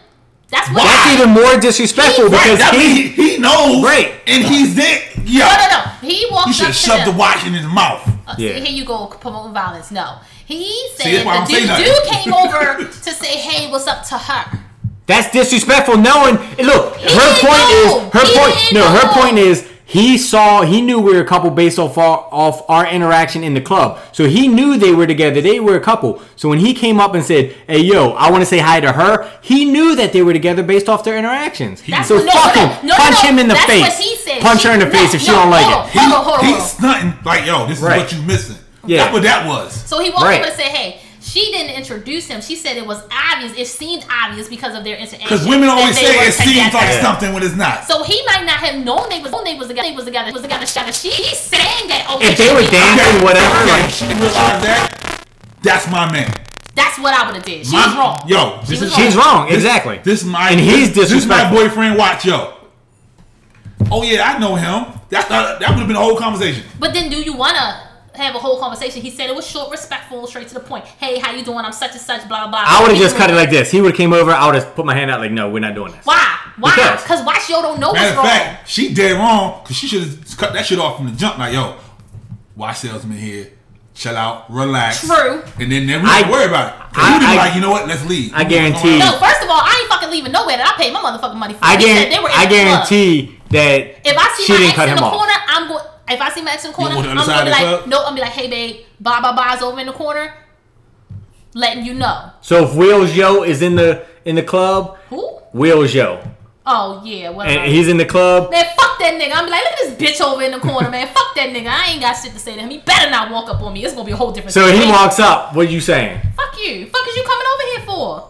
S3: That's what.
S4: That's
S3: I,
S4: even more disrespectful because
S2: That mean
S4: he.
S2: he, he knows,
S4: Right.
S2: And he's there. Yo,
S3: no, no, no. He walked
S2: you should
S3: up
S2: have
S3: to
S2: shoved the
S3: them.
S2: watch in his mouth.
S3: Uh,
S4: Yeah.
S3: See, here you go promoting violence. No, he said
S2: that's why I don't
S3: the
S2: say
S3: dude,
S2: nothing.
S3: dude came over to say, "Hey, what's up?" to her.
S4: That's disrespectful. Knowing and look, her
S3: didn't
S4: point
S3: know.
S4: is her
S3: He
S4: point.
S3: didn't
S4: No, her
S3: know.
S4: point is he saw he knew we were a couple based off our, off our interaction in the club. So he knew they were together. They were a couple. So when he came up and said, "Hey, yo, I want to say hi to her," he knew that they were together based off their interactions.
S3: That's
S4: so
S3: what- no,
S4: fuck
S3: no,
S4: him.
S3: no, no,
S4: Punch
S3: no.
S4: him in the
S3: That's
S4: face.
S3: what he said.
S4: Punch
S3: She-
S4: her in the
S3: no,
S4: face if she
S3: no,
S4: don't like
S3: no.
S4: it.
S2: He,
S3: Hold on, hold on,
S2: he's
S3: hold on.
S2: stunting like, yo, this
S4: Right.
S2: is what you missing.
S4: Yeah.
S2: That's what that was.
S3: So he walked
S4: Right.
S3: over and said, "Hey." She didn't introduce him. She said it was obvious. It seemed obvious because of their interaction.
S2: Because women
S3: that
S2: always
S3: they
S2: say
S3: were
S2: it seems
S3: together.
S2: like something when it's not.
S3: So he might not have known they was known they was together. They was together. Was together. Shut up. She he's saying that. Oh,
S4: If
S3: they
S4: they were
S3: should be-
S4: dancing,
S2: Okay,
S4: whatever.
S2: okay,
S4: Like,
S2: she realized that. That's my man.
S3: that's what I would have did. She
S2: My-
S3: was wrong.
S2: Yo, this
S3: was
S2: is
S3: wrong.
S4: she's wrong. exactly.
S2: This my
S4: and he's
S2: this- This my
S4: disrespectful.
S2: boyfriend. Watch yo. oh yeah, I know him. That uh, that, that would have been a whole conversation.
S3: But then, do you wanna have a whole conversation? He said it was short, respectful, straight to the point. Hey, how you doing? I'm such and such. Blah blah.
S4: I would have just cut it like this. He would have came over. I would have put my hand out like, no, we're not doing this.
S3: Why? Why?
S4: Because-
S3: Because Watch Yo don't know
S2: Matter of
S3: what's wrong.
S2: fact, she dead wrong because she should have cut that shit off from the jump. Like, yo, why salesman here? Chill out, relax.
S3: True.
S2: And then, then we
S4: I-
S2: don't worry about it.
S4: I-
S2: I, would be
S4: I-
S2: like, you know what? Let's leave.
S4: I guarantee-
S3: No, first of all, I ain't fucking leaving nowhere that I paid my motherfucking money for.
S4: I
S3: They said
S4: guarantee.
S3: they were in
S4: I
S3: the club.
S4: guarantee that
S3: If I see
S4: she
S3: my
S4: didn't
S3: ex
S4: cut
S3: in
S4: him
S3: the
S4: off.
S3: corner, I'm going. If I see my ex in the corner,
S2: You
S3: I'm
S2: on the other
S3: gonna
S2: side
S3: be
S2: of the
S3: like,
S2: club?
S3: no, I'm gonna be like, hey babe, blah blah blah's over in the corner, letting you know.
S4: So if Wheels Yo is in the in the club,
S3: Who?
S4: Wheels Yo,
S3: Oh yeah, whatever.
S4: and he's in the club.
S3: Man, fuck that nigga. I'm like, look at this bitch over in the corner, man. fuck that nigga. I ain't got shit to say to him. He better not walk up on me. It's gonna be a whole different.
S4: So he
S3: situation.
S4: walks up. What are you saying?
S3: Fuck you. Fuck is you coming over here for?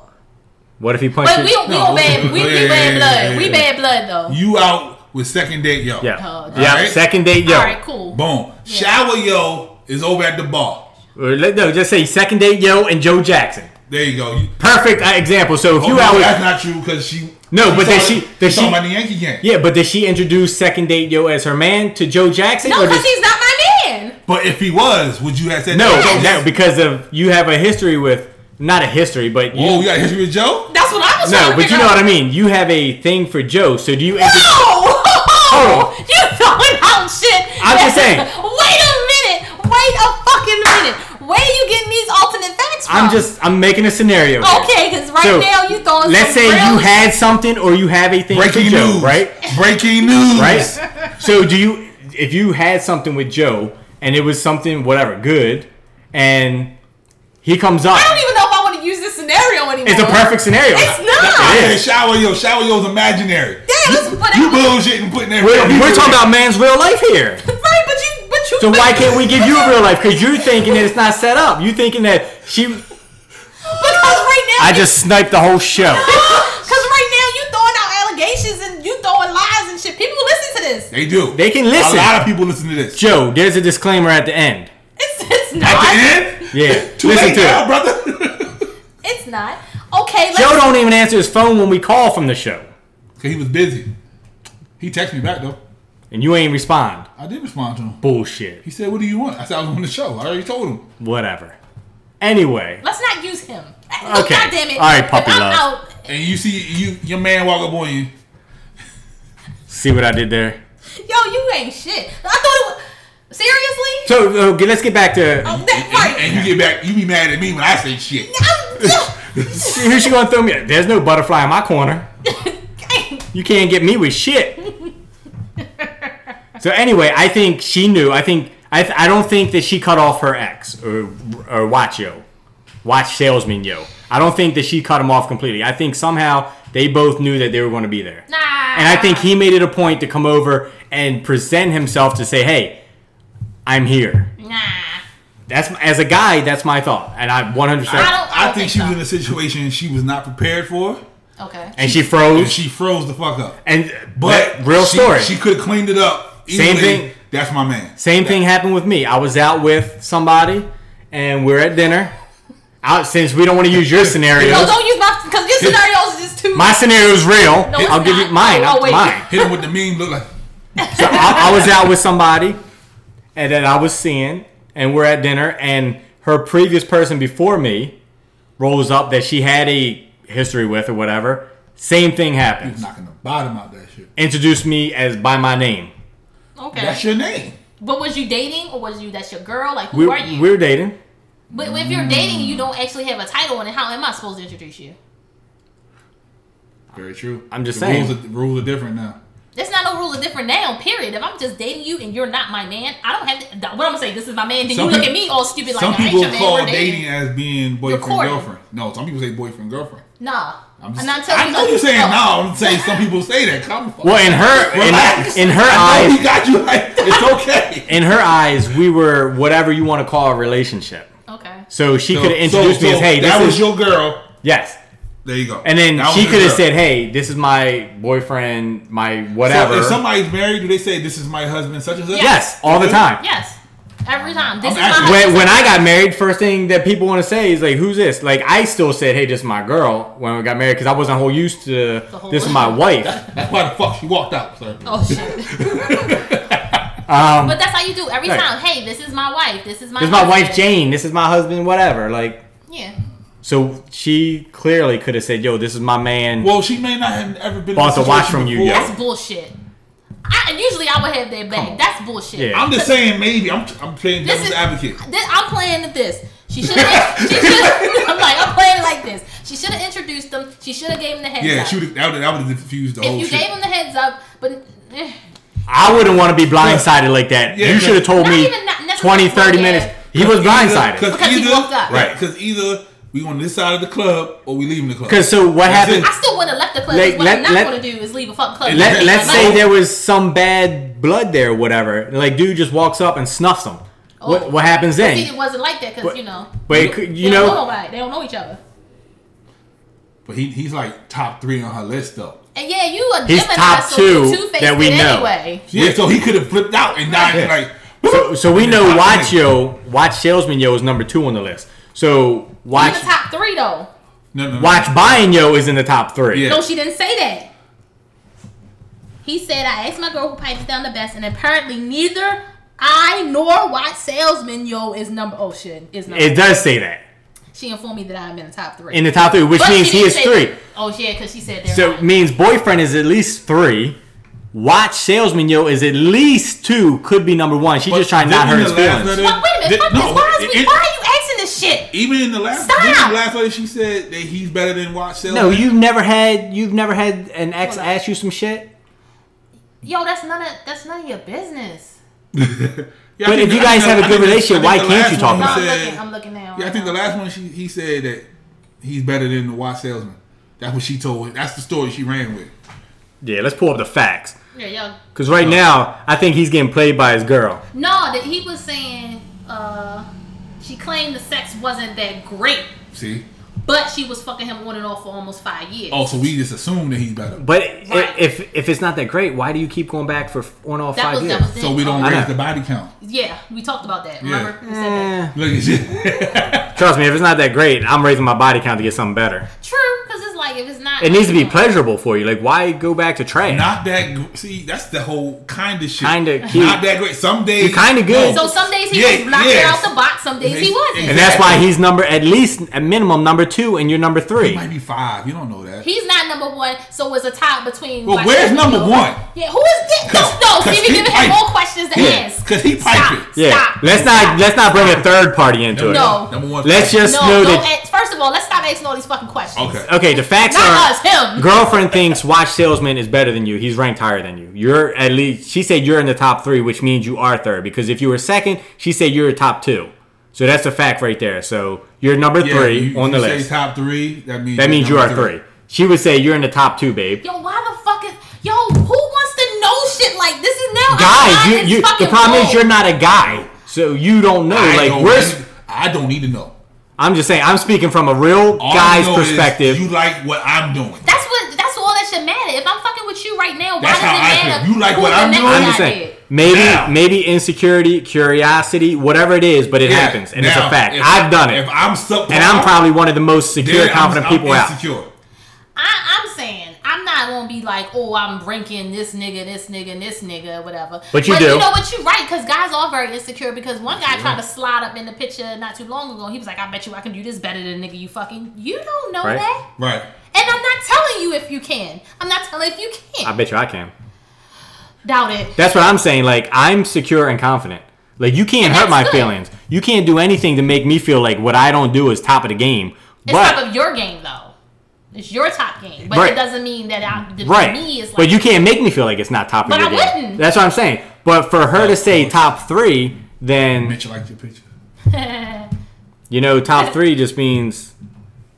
S4: What if he punches?
S3: But we we
S2: No.
S3: on bad. We,
S2: Yeah,
S3: we bad
S2: yeah,
S3: blood.
S2: yeah, yeah,
S3: we
S2: yeah.
S3: bad blood though.
S2: you out with second date, yo.
S4: yeah,
S3: Oh,
S4: yeah.
S2: Alright.
S4: Second date, yo.
S3: All right, cool.
S2: Boom.
S3: Yeah.
S2: Shower, yo, is over at the bar.
S4: Or let- no, just say second date, yo, and Joe Jackson.
S2: There you go. You,
S4: Perfect uh, example. So if
S2: oh,
S4: you
S2: no,
S4: out with
S2: that's not true because she.
S4: No,
S2: she
S4: but then
S2: saw-
S4: she- then she-
S2: saw him at the Yankee game.
S4: Yeah, but did she introduce second date yo as her man to Joe Jackson?
S3: No,
S4: or
S3: because
S4: did-
S3: he's not my man.
S2: But if he was, would you have said
S4: no,
S2: Joe,
S4: no, because of you have a history with not a history, but you
S2: Whoa, Oh, you got a history with Joe?
S3: That's what I was trying
S4: no,
S3: to
S4: but you
S3: figure
S4: know
S3: out.
S4: what I mean. You have a thing for Joe, so do you?
S3: No!
S4: Hold on.
S3: you throwing out shit.
S4: I'm just saying.
S3: Wait a minute. Wait a fucking minute. Where are you getting these alternate facts from?
S4: I'm just I'm making a scenario. here.
S3: okay, because right
S4: So,
S3: now you throwing.
S4: Let's say
S3: some real
S4: you had something or you have a thing for
S2: Breaking
S4: Joe,
S2: news.
S4: right?
S2: Breaking news.
S4: Right. so do you? If you had something with Joe and it was something whatever good, and he comes up,
S3: I don't even know if I want to use this scenario anymore.
S4: it's a perfect scenario.
S3: It's not.
S4: It
S2: Hey,
S4: is.
S2: shower yo, shower yo's imaginary.
S3: Yeah, let's put
S2: You
S3: out-
S2: bullshitting, putting that.
S4: We're, we're talking about man's real life here.
S3: Right, but you, but you.
S4: So why can't we give you a real life? Because you're thinking that it's not set up. You thinking that she.
S3: Because right now,
S4: I just sniped the whole show.
S3: Because right now you throwing out allegations and you throwing lies and shit. People listen to this.
S2: They do.
S4: They can
S2: a
S4: listen.
S2: lot of people listen to this.
S4: Joe, there's a disclaimer at the end.
S3: It's it's
S2: At
S3: not.
S2: the end,
S4: Yeah,
S2: too
S4: listen
S2: late
S4: to
S2: now,
S4: it.
S2: brother.
S3: It's not. Okay, let's.
S4: Joe don't even answer his phone when we call from the show,
S2: Cause he was busy. He texted me back though.
S4: and you ain't respond.
S2: I did respond to him.
S4: Bullshit.
S2: He said, "What do you want?" I said, "I was on the show. I already told him."
S4: Whatever. Anyway,
S3: Let's not use him. No,
S4: Okay.
S3: God damn it.
S4: All right, puppy
S3: If I'm
S4: love.
S3: out-
S2: And you see you your man walk up on you.
S4: see what I did there.
S3: yo, you ain't shit. I thought it was seriously.
S4: So uh, okay, let's get back to
S3: Oh, that
S2: And,
S3: right.
S2: and you get back, you be mad at me when I say shit.
S4: who's she gonna throw me. at? There's no butterfly in my corner. You can't get me with shit. so anyway, I think she knew. I think I, I don't think that she cut off her ex or or watch yo, watch salesman yo. I don't think that she cut him off completely. I think somehow they both knew that they were going to be there.
S3: Nah.
S4: And I think he made it a point to come over and present himself to say, "Hey, I'm here."
S3: Nah.
S4: That's as a guy, that's my thought, and I 100.
S3: I
S4: percent
S3: don't. I,
S2: I
S3: don't
S2: think she was in
S3: so.
S2: a situation she was not prepared for,
S3: Okay.
S4: And she
S2: and
S4: froze.
S2: she froze the fuck up.
S4: and
S2: But
S4: but real
S2: she,
S4: story.
S2: she could have cleaned it up. Either
S4: Same
S2: way,
S4: thing-
S2: That's my man.
S4: Same thing happened with me. I was out with somebody, and we're at dinner. Out since we don't want to use your scenario,
S3: No, don't use my because your scenarios is just too.
S4: my scenario is real.
S3: No, it's
S4: I'll give you
S3: not.
S4: mine.
S3: Oh, oh,
S4: I'll-
S3: wait.
S4: mine.
S2: Hit him with the meme. Look like
S4: So I, I was out with somebody, and that I was seeing, and we're at dinner, and her previous person before me rolls up that she had a history with or whatever. Same thing
S2: he's
S4: happens.
S2: knocking the bottom out that shit.
S4: Introduced me as by my name.
S3: okay.
S2: That's your name.
S3: but was you dating or was you that's your girl? Like who
S4: We're,
S3: are you?
S4: we're dating.
S3: but if you're dating, you don't actually have a title, and how am I supposed to introduce you?
S2: Very true.
S4: I'm just
S2: the
S4: saying.
S2: Rules are, the rules are different now.
S3: There's not no rules of different now, period. If I'm just dating you and you're not my man, I don't have to, th- what I'm gonna say, this is my man, then
S2: Some
S3: you look
S2: peop-
S3: at me all stupid like
S2: some
S3: I ain't
S2: people
S3: your man,
S2: call
S3: we're dating.
S2: dating as being boyfriend
S3: courting.
S2: girlfriend. No, some people say boyfriend girlfriend.
S3: Nah. I'm
S2: I'm just,
S3: not until
S2: I
S3: you
S2: know
S3: look
S2: you're saying
S3: yourself.
S2: no. I'm saying some people say that. Come
S4: Well, in her
S2: Relax.
S4: in, in her
S2: I know
S4: eyes,
S2: he got you. Like, it's okay.
S4: in her eyes, we were whatever you want to call a relationship.
S3: Okay.
S4: So she could have introduced me as, "Hey, this
S2: that
S4: is
S2: was your girl."
S4: yes,"
S2: There you go.
S4: and then
S2: That was
S4: she
S2: your
S4: could have
S2: girl.
S4: said, "Hey, this is my boyfriend, my
S2: So
S4: whatever."
S2: if somebody's married, do they say this is my husband, such and such?
S4: yes, all the time.
S3: Yes. Every time. This
S2: I'm
S3: is
S2: actually-
S3: my
S4: when, when I got married, first thing that people want to say is like, "Who's this?" Like, I still said, "Hey, this is my girl." When we got married, because I wasn't whole used to
S3: whole-
S4: this is my wife.
S2: That's why the fuck she walked out, sir.
S3: Oh shit.
S4: Um,
S3: But that's how you do every
S4: Right.
S3: time. Hey, this is my wife. This is my
S4: this is my wife
S3: husband.
S4: Jane. This is my husband. Whatever. Like,
S3: Yeah.
S4: so she clearly could have said, "Yo, this is my man."
S2: Well, she may not have ever been. in
S4: Bought
S2: this
S4: the watch from
S2: situation
S4: you,
S2: before.
S4: yeah.
S3: That's bullshit. I usually I would have that
S2: on.
S3: back. That's bullshit.
S4: Yeah.
S2: I'm just saying, maybe I'm I'm playing
S3: This
S2: devil's
S3: is-
S2: advocate.
S3: This, I'm playing at this. She should have. she should. I'm like I'm playing like this. She should have introduced them. She should have gave him the heads
S2: Yeah,
S3: up.
S2: she would that would have diffused the
S3: if
S2: whole
S3: you
S2: shit.
S3: gave him the heads up, but eh,
S4: I wouldn't want to be blindsided like that.
S2: Yeah,
S4: you
S2: no.
S4: should have told
S3: Not
S4: me
S3: even not- that's
S4: 20,
S3: not what
S4: 30
S3: I
S4: minutes.
S3: had.
S4: He was blindsided.
S3: Because he walked up.
S2: Right.
S4: Right.
S2: Because either we on this side of the club or we leaving the club.
S4: Because so what
S2: That's
S4: happened?
S3: I still would have left the club.
S4: Let-
S3: 'cause what
S4: let-
S3: I'm not
S4: let-
S3: going to do is leave a fuck club.
S4: Let,
S2: Like,
S4: let's
S2: no.
S4: say there was some bad blood there or whatever. and, Like, dude just walks up and snuffs him.
S3: Oh.
S4: What, what happens
S3: See, it
S4: then?
S3: wasn't like that because
S4: But-
S3: you know
S4: But it could-
S3: they
S4: you
S3: don't know
S4: know,
S3: nobody. They don't know each other.
S2: But he he's like top three on her list though.
S3: And yeah, you a
S4: He's
S3: Gemini,
S4: top
S3: so you
S4: two
S3: two-faced
S4: that we
S3: it
S4: know.
S3: Anyway.
S2: Yeah, so he could have flipped out and not
S4: Yeah.
S2: like.
S4: so, so we
S2: He's
S4: know
S2: top
S4: Watch
S2: three.
S4: Yo, Watch Salesman Yo is number two on the list. So Watch
S3: She's the top three though.
S2: No, no, no.
S4: Watch Buying Yo is in the top three.
S2: Yeah.
S3: No, she didn't say that. He said, I asked my girl who pipes down the best, and apparently neither I nor white salesman yo is number oh shit is number.
S4: It does say that
S3: she informed me that I'm in the top three.
S4: in the top three, which
S3: But she
S4: means he
S3: didn't
S4: is
S3: say-
S4: three.
S3: Oh yeah, because she said there.
S4: So it means boyfriend is at least three. Watch Salesman Yo is at least two. Could be number one. She
S2: But
S4: just trying to not hurt
S2: didn't
S4: his
S2: the last
S4: feelings.
S2: letter-
S3: but wait a minute,
S2: Did-
S3: fuck
S2: no,
S3: this. Why, is
S2: it-
S3: we,
S2: it-
S3: why are you asking this shit?
S2: Even in the last,
S3: Stop!
S2: didn't the last letter she said that he's better than Watch Sales.
S4: No, you've never had you've never had an ex
S3: Hold on.
S4: ask you some shit.
S3: Yo, that's none of that's none of your business.
S2: Yeah, I
S4: But
S2: think
S4: if
S2: the-
S4: you
S2: I
S4: guys
S2: think
S4: have a
S2: the-
S4: good
S2: I think the-
S4: relationship,
S2: I think
S4: why
S2: the
S4: can't
S2: last
S4: you
S2: one
S4: talk
S2: he
S3: No,
S4: about
S3: I'm
S4: it?
S2: said-
S3: looking. I'm looking now.
S2: Yeah, I think the last one she he said that he's better than the Watch Salesman. That's what she told. him. That's the story she ran with.
S4: Yeah, let's pull up the facts.
S3: Yeah, yo.
S4: Because
S2: Oh.
S4: right now, I think he's getting played by his girl.
S3: No, that he was saying. uh She claimed the sex wasn't that great.
S2: See.
S3: But she was fucking him on and off for almost five years.
S2: Oh, so we just assume that he's better.
S4: But
S3: Right.
S4: i if if it's not that great, why do you keep going back for f- on all
S3: that
S4: five
S3: was
S4: years?
S3: that was it.
S2: So we don't
S3: Oh,
S4: I
S2: raise
S4: know.
S2: the body count.
S3: yeah, we talked about that.
S2: Yeah.
S3: Remember? We said that.
S2: Look at shit.
S4: Eh, trust me, if it's not that great, I'm raising my body count to get something better.
S3: True, because it's like if it's not,
S4: Mm. It needs to be
S3: Yeah.
S4: pleasurable for you. Like, why go back to trash?
S2: Not that. gr- See, that's the whole kind of shit.
S4: Kinda cute.
S2: Not that great. Some days
S4: You're kinda good.
S3: So some days he
S2: Yeah,
S3: was knocking
S2: yes.
S3: out the box, some days he
S2: Ex-
S3: wasn't.
S4: and that's why he's number at least at minimum number two, and you're number
S2: He
S4: three.
S2: might be five. You don't know that.
S3: He's not number one, so it's a tie between.
S2: Well,
S3: Watch
S2: where's
S3: What You
S2: number
S3: Do.
S2: one?
S3: Yeah, who is this? No,
S2: Cause-
S3: no,
S2: cause
S3: see, we
S2: he
S3: giving him
S2: piping.
S3: more questions to
S2: Yeah,
S3: ask.
S2: 'cause he
S3: Stop,
S2: piping.
S4: Yeah,
S3: stop.
S4: let's not let's not bring a third party into it.
S3: No.
S2: Number one.
S4: Let's just
S3: No,
S4: know
S3: no.
S4: that.
S3: ask- First of all, let's stop asking all these fucking questions.
S2: Okay.
S4: Okay, the facts
S3: Not
S4: are
S3: us, him.
S4: girlfriend thinks watch salesman is better than you. He's ranked higher than you. You're at least she said you're in the top three, which means you are third. Because if you were second, she said you're a top two. So that's a fact right there. So you're number
S2: Yeah,
S4: three
S2: you-
S4: on the
S2: you say
S4: list.
S2: top three. That means
S4: that
S2: you're
S4: means you are
S2: number
S4: three. She would say you're in the top two, babe.
S3: Yo, why the fuck is yo? Who wants to know shit like this? Is now
S4: Guys,
S3: I'm
S4: you,
S3: on
S4: you
S3: this
S4: the
S3: fucking
S4: problem
S3: roll.
S4: is you're not a guy, so you don't know.
S2: I
S4: like
S2: don't
S4: we're.
S2: need- I don't need to know.
S4: I'm just saying. I'm speaking from a real
S2: All I
S4: guy's
S2: know is
S4: perspective.
S2: You like what I'm doing.
S3: That's what. That's all that should matter. If I'm fucking with you right now, why
S2: That's
S3: does
S2: how
S3: it
S2: I feel.
S3: matter?
S2: You like
S3: who
S2: what
S3: the
S2: I'm
S3: next
S2: doing?
S4: I'm
S3: guy
S4: just saying,
S3: did?
S4: maybe
S2: Now.
S4: maybe insecurity, curiosity, whatever it is, but it
S2: Yeah,
S4: happens and it's
S2: now,
S4: a fact.
S2: if-
S4: I've done it,
S2: If I'm sub-
S4: and I'm probably one of the most secure, confident people out.
S2: Insecure.
S3: I, I'm saying I'm not gonna be like, oh, I'm ranking this nigga, this nigga, this nigga, whatever.
S4: But you
S3: but
S4: do.
S3: You know what? You're right because guys are very insecure. Because one guy tried to slide up in the picture not too long ago. He was like, I bet you I can do this better than nigga. You fucking. You don't know
S4: Right.
S3: that.
S2: Right.
S3: And I'm not telling you if you can. I'm not telling if you
S4: I
S3: can.
S4: bet you I can.
S3: Doubt it.
S4: That's what I'm saying. Like I'm secure and confident. Like you can't
S3: And
S4: hurt
S3: that's
S4: my
S3: good.
S4: feelings. You can't do anything to make me feel like what I don't do is top of the game.
S3: It's
S4: but
S3: top of your game though. It's your top game, but
S4: Right.
S3: it doesn't mean that I, that
S4: right,
S3: me is like.
S4: but you can't make me feel like it's not top
S3: But
S4: of your
S3: I
S4: game.
S3: wouldn't.
S4: That's what I'm saying. But for her to say top three, then
S2: Mitch liked your picture.
S4: you know top three just means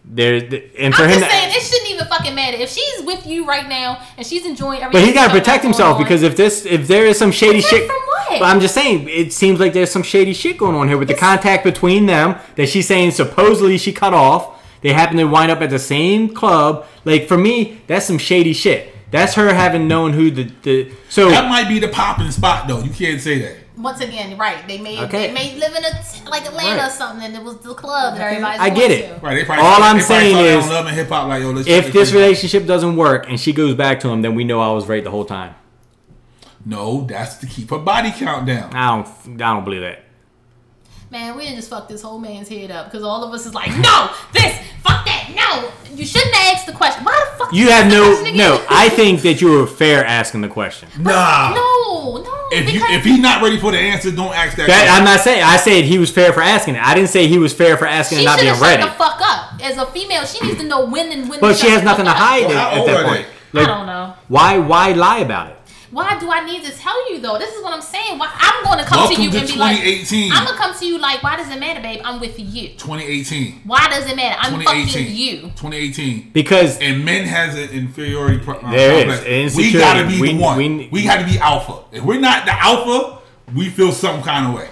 S4: there. And for
S3: I'm
S4: him,
S3: just
S4: to-
S3: saying it shouldn't even fucking matter. If she's with you right now and she's enjoying everything,
S4: But he gotta
S3: that's
S4: protect
S3: going
S4: himself
S3: on,
S4: because if this if there is some shady
S3: Protect
S4: shit.
S3: from what?
S4: But I'm just saying, it seems like there's some shady shit going on here with the contact between them that she's saying supposedly she cut off. They happen to wind up at the same club. Like for me, that's some shady shit. That's her having known who the, the so
S2: That might be the popping spot though. You can't say that.
S3: Once again, right? They may
S4: Okay.
S3: they may live in a t- like Atlanta or
S4: Right.
S3: something, and it was the club that everybody's
S4: I get
S3: going
S4: it.
S3: to.
S2: Right, they probably,
S4: All
S2: they
S4: I'm
S2: probably
S4: saying
S2: saw that
S4: is,
S2: on love and hip hop, like yo, let's
S4: If this
S2: relationship.
S4: relationship doesn't work and she goes back to him, then we know I was right the whole time.
S2: No, that's to keep her body count down.
S4: I don't. f- I don't believe that.
S3: Man, we didn't just fuck this whole man's head up because all of us is like, no, this, fuck that, no. You shouldn't have asked the question. Why the fuck?
S4: You
S3: did
S4: have
S3: ask the
S4: no.
S3: question again?
S4: No, I think that you were fair asking the question.
S2: Nah.
S3: no, no.
S2: if you
S3: because
S2: if he's not ready for the answer, don't ask that.
S4: That,
S2: question.
S4: I'm not saying. I said he was fair for asking it. I didn't say he was fair for asking
S3: she
S4: and
S3: should
S4: not
S3: have
S4: being
S3: shut
S4: ready.
S3: the fuck up. As a female, she needs to know when and when. to
S4: But she has
S3: shut the
S4: nothing to
S3: fuck up.
S4: hide
S2: Well, how
S4: at
S2: old
S4: that
S2: are
S4: point.
S3: they? I don't know.
S4: Why? Why lie about it?
S3: Why do I need to tell you though? This is what I'm saying. Why I'm going to come
S2: Welcome
S3: to you
S2: to
S3: and be like,
S2: 2018.
S3: I'm gonna come to you like, why does it matter, babe? I'm with you.
S2: 2018.
S3: Why does it matter? I'm fucking
S2: 2018.
S3: you.
S2: 2018.
S4: Because
S2: And men has an inferiority pro- uh,
S4: There
S2: complex.
S4: is,
S2: We
S4: insecurity.
S2: gotta be
S4: We-
S2: the one.
S4: we-
S2: We, gotta be alpha. If we're not the alpha, we feel some kind of way.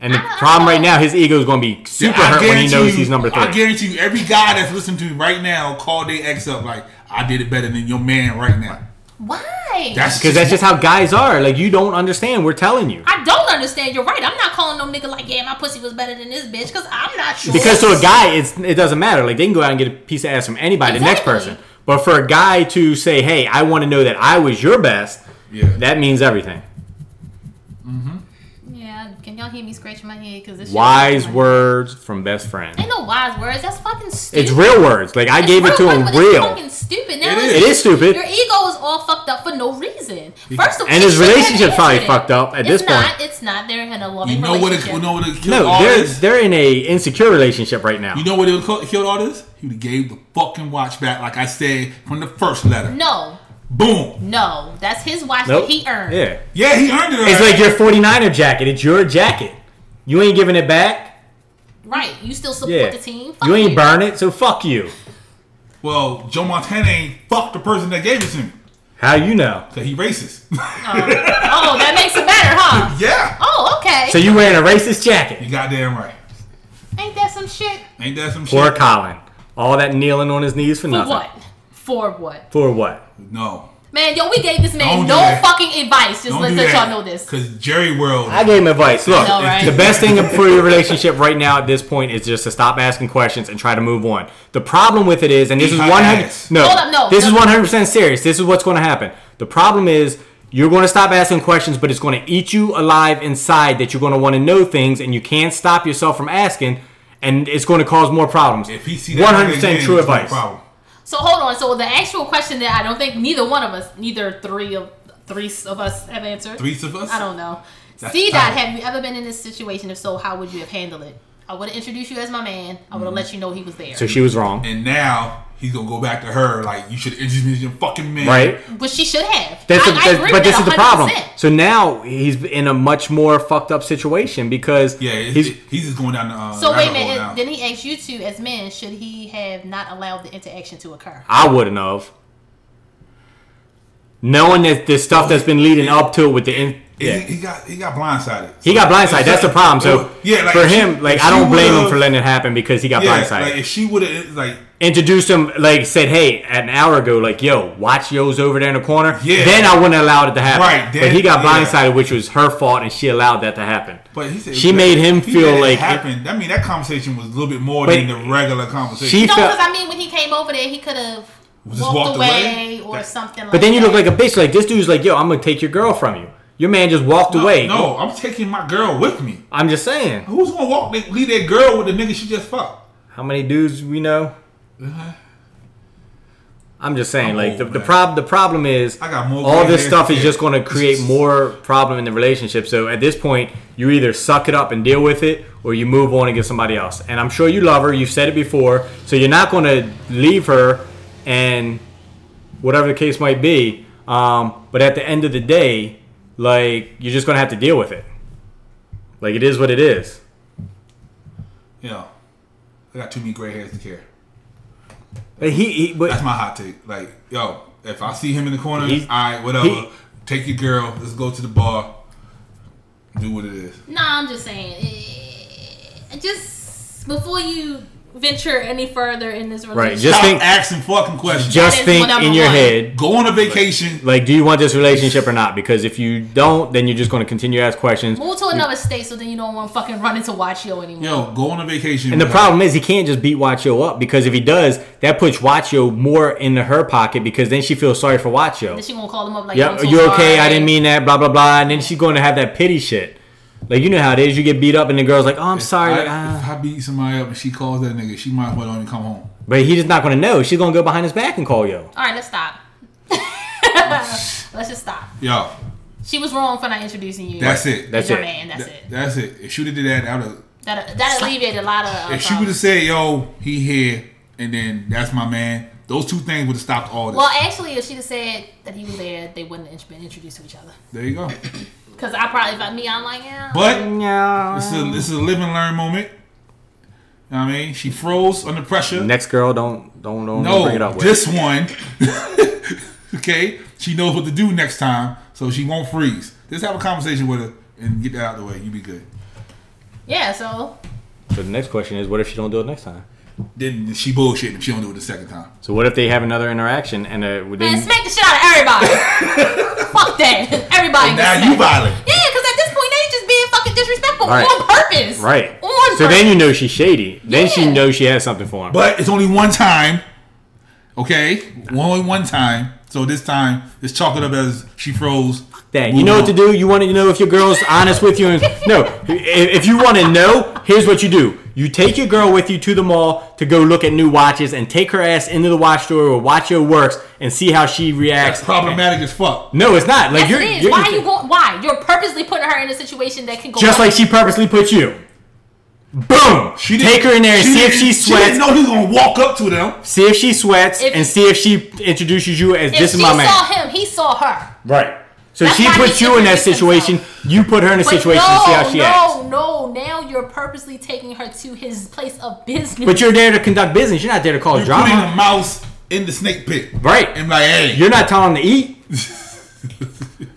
S4: and the
S3: I don't
S4: problem
S3: know.
S4: right now, his ego is going to be super
S2: I
S4: hurt when he
S2: guarantee
S4: knows
S2: you-
S4: he's number
S2: I
S4: three.
S2: guarantee you, every guy that's listening to me right now, call their ex up like, I did it better than your man right now.
S3: Why?
S2: That's
S4: Because that's just how guys are. Like you don't understand. We're telling you.
S3: I don't understand. You're right. I'm not calling no nigga like, yeah, my pussy was better than this bitch because I'm not sure.
S4: Because to a guy, it's it doesn't matter. Like they can go out and get a piece of ass from anybody,
S3: Exactly.
S4: the next person. But for a guy to say, "Hey, I want to know that I was your best,"
S2: Yeah.
S4: that means everything.
S3: Yeah, can y'all hear me scratching my head? Because this shit-
S4: Wise words from best friend.
S3: Ain't no wise words. That's fucking stupid.
S4: It's real words. Like I gave it to
S3: Real
S4: him
S3: quick, but It's
S4: real.
S3: fucking stupid. Now
S2: It
S3: it's-
S2: is.
S4: It is stupid.
S3: Your ego is all fucked up for no reason. First of all,
S4: And his
S3: you shouldn't have
S4: relationship probably
S3: answered it.
S4: fucked up at
S3: it's
S4: this point.
S3: Not, it's not. They're in a loving
S2: you know what it
S3: relationship.
S2: you know what it killed
S4: No,
S2: all
S4: they're
S2: this?
S4: they're in a insecure relationship right now.
S2: You know what it co- killed all this? He would've gave the fucking watch back, like I said from the first letter.
S3: no,
S2: Boom.
S3: no, that's his watch that he earned.
S4: Yeah.
S2: Yeah, he earned it.
S4: It's
S2: already.
S4: like your 49er jacket. It's your jacket. You ain't giving it back.
S3: Right. You still support
S4: Yeah.
S3: the team. Fuck
S4: You ain't burn it, so fuck you.
S2: well, Joe Montana ain't fucked the person that gave it to me.
S4: How you know?
S2: Cause he racist.
S3: Oh, that makes it better, huh?
S2: yeah.
S3: Oh, okay.
S4: So you wearing a racist jacket.
S2: You goddamn right.
S3: Ain't that some shit?
S2: Ain't that some shit?
S4: Poor Colin. All that kneeling on his knees for
S3: For
S4: nothing.
S3: what? For what?
S4: For what?
S2: No.
S3: Man, yo, we gave this man
S2: Don't do
S3: no
S2: that.
S3: fucking advice. Just
S2: Don't
S3: let
S2: do
S3: let
S2: that.
S3: y'all know this.
S2: Cause Jerry World.
S4: I gave him advice. Look,
S3: know, right?
S4: the best thing for your relationship right now at this point is just to stop asking questions and try to move on. The problem with it is, and this is
S2: Eat my
S4: one hundred
S2: ass.
S4: no,
S3: Hold up, no,
S4: this
S3: no,
S4: is
S3: no.
S4: one hundred percent serious. This is what's going to happen. The problem is you're going to stop asking questions, but it's going to eat you alive inside that you're going to want to know things, and you can't stop yourself from asking, and it's going to cause more problems.
S2: if he see that,
S4: one hundred percent
S2: again,
S4: true
S2: it's no
S4: advice.
S2: problem.
S3: So hold on. So the actual question that I don't think neither one of us, neither three of three of us have answered.
S2: Three of us.
S3: I don't know.
S2: That's
S3: C dot,
S2: tight.
S3: have you ever been in this situation? If so, how would you have handled it? I would have introduced you as my man. I
S2: Mm-hmm.
S3: would have let you know he was there.
S4: So she was wrong,
S2: And now he's gonna go back to her like you should introduce me to your fucking man.
S4: right?
S3: but she should have.
S4: That's
S3: I-
S4: a,
S3: I
S4: that's-
S3: agree
S4: but
S3: with
S4: this is
S3: that
S4: the problem.
S3: 100%.
S4: So now he's in a much more fucked up situation because
S2: Yeah. He's,
S4: he's
S2: he's just going down the. Uh,
S3: So wait a
S2: rabbit hole now.
S3: minute. Then he asked you two as men, should he have not allowed the interaction to occur?
S4: I wouldn't have. Knowing that the stuff that's been leading up to it with the in,
S2: He-
S4: yeah.
S2: He, got he got blindsided.
S4: he got blindsided. That's the problem. So
S2: Yeah, like,
S4: for
S2: if she-
S4: him, like
S2: if
S4: I
S2: she
S4: don't blame him
S2: would've-
S4: for letting it happen because he got
S2: yeah,
S4: blindsided.
S2: like if she would have like
S4: Introduced him, like said, hey, an hour ago, like yo, watch yo's over there in the corner.
S2: Yeah.
S4: Then I wouldn't allow it to happen.
S2: Right,
S4: but
S2: then-
S4: he got
S2: yeah.
S4: blindsided, which was her fault, and she allowed that to happen.
S2: But he said
S4: She made him
S2: he
S4: feel
S2: let it
S4: like-
S2: happen. I mean, that conversation was a little bit more
S4: But
S2: than the regular conversation.
S4: she
S3: No,
S4: felt.
S3: because I mean, when he came over there, he could have
S2: Just
S3: walked,
S2: walked
S3: away,
S2: away?
S3: or
S2: That-
S3: something. like
S4: but then you look
S3: that.
S4: like a bitch. Like this dude's like, yo, I'm gonna take your girl from you. Your man just walked
S2: no,
S4: away.
S2: No, I'm taking my girl with me.
S4: I'm just saying.
S2: Who's gonna walk that- leave that girl with the nigga she just fucked?
S4: How many dudes we know? I'm just saying,
S2: Mm-hmm. I'm
S4: like
S2: old,
S4: the, the
S2: man.
S4: prob the problem is
S2: I got more
S4: all
S2: gray
S4: this
S2: hair
S4: stuff
S2: than
S4: is
S2: you.
S4: just going to create more problem in the relationship. So at this point, you either suck it up and deal with it, or you move on and get somebody else. And I'm sure you love her. You've said it before, so you're not going to leave her, and whatever the case might be. Um, but at the end of the day, like you're just going to have to deal with it. Like it is what it is.
S2: You know, I got too many gray hairs to care.
S4: But he, he but
S2: That's my hot take. Like, yo, if I see him in the corner,
S4: He-
S2: all right, whatever.
S4: he-
S2: Take your girl. Let's go to the bar. Do what it is.
S3: Nah, I'm just saying. eh, Just before you venture any further in this relationship.
S4: Right, just
S2: Stop
S4: think-
S2: asking fucking questions.
S4: Just
S3: is
S4: think
S3: what I'm
S4: in your
S3: on.
S4: head,
S2: go on a vacation.
S4: like, do you want this relationship or not? Because if you don't, then you're just going to continue to ask questions.
S3: Move to another state so then you don't want to fucking run into Wachio anymore.
S2: Yo, go on a vacation.
S4: And the
S2: with her.
S4: problem is he can't just beat Watcho up because if he does, that puts Watcho more into her pocket because then she feels sorry for Watcho.
S3: Then she gonna call him up like,
S4: Yeah,
S3: "I'm so
S4: you okay? I
S3: sorry."
S4: didn't mean that. Blah blah blah. And then she's going to have that pity shit. Like you know how it is. You get beat up, and the girl's like, "Oh, I'm sorry."
S2: I,
S4: like, ah.
S2: If I beat somebody up and she calls that nigga, she might as well don't even come home.
S4: But he's just not going to know. She's going to go behind his back and call yo.
S3: All right, let's stop. let's just stop.
S2: Yo,
S3: She was wrong for not introducing you.
S2: that's it.
S4: That's
S3: to your
S4: it.
S3: man. That's
S2: Th-
S3: it.
S2: That's it. If she would have did that, that would have.
S3: That that alleviated a lot of. uh,
S2: If she would have
S3: problems.
S2: said, "Yo, he here," and then that's my man, those two things would have stopped all this.
S3: Well, actually, if she'd have said that he was there, they wouldn't have been introduced to each other.
S2: there you go.
S3: Because I probably, if I me, I'm like, yeah.
S2: But
S4: No.
S2: this is a, this is a live and learn moment. You know what I mean, she froze under pressure.
S4: Next girl, don't don't don't bring it
S2: no,
S4: up with.
S2: this one. okay, she knows what to do next time, so she won't freeze. Just have a conversation with her and get that out of the way. You be good.
S3: yeah, so
S4: so the next question is, what if she don't do it next time?
S2: Then she bullshit if she don't do it the second time.
S4: So what if they have another interaction and uh,
S3: man,
S4: then
S3: smack the shit out of everybody. Fuck that, everybody.
S2: Now
S3: gets
S2: you
S3: smacked.
S2: violent.
S3: Yeah, because at this point, now you just being fucking disrespectful
S4: Right.
S3: on purpose.
S4: right?
S3: On
S4: So
S3: purpose.
S4: then you know she's shady. Then she
S3: Yeah.
S4: knows she has something for him.
S2: But it's only one time. Okay? Only one time. So this time, it's chalk it up as she froze.
S4: that. You
S2: Move
S4: know
S2: on.
S4: what to do. You want to know if your girl's honest with you. And, no, i- if you want to know, here's what you do. You take your girl with you to the mall to go look at new watches and take her ass into the watch store where Watcho works and see how she reacts.
S2: That's problematic as fuck.
S4: No, it's not. Like
S3: Yes,
S4: you're,
S3: it is.
S4: you're-
S3: why are you going? Why you're purposely putting her in a situation that can go
S4: just like she purposely put you. Boom!
S2: She didn't-
S4: take her in there and
S2: she
S4: see if
S2: didn't-
S4: she
S2: She
S4: sweats.
S2: didn't know he was going to walk up to them.
S4: See if she sweats
S3: If-
S4: and see if she introduces you as
S3: If
S4: this is
S3: she
S4: my man.
S3: saw him, he saw her.
S4: Right. So
S3: That's
S4: she
S3: why
S4: puts
S3: he
S4: you in that
S3: introduced
S4: situation. You put her in a
S3: But
S4: situation
S3: no,
S4: to see how she
S3: no,
S4: acts.
S3: no. Now you're purposely taking her to his place of business.
S4: But you're there to conduct business. You're not there to cause
S2: You're putting
S4: drama.
S2: a mouse in the snake pit.
S4: Right.
S2: And like, hey.
S4: You're not telling them to eat.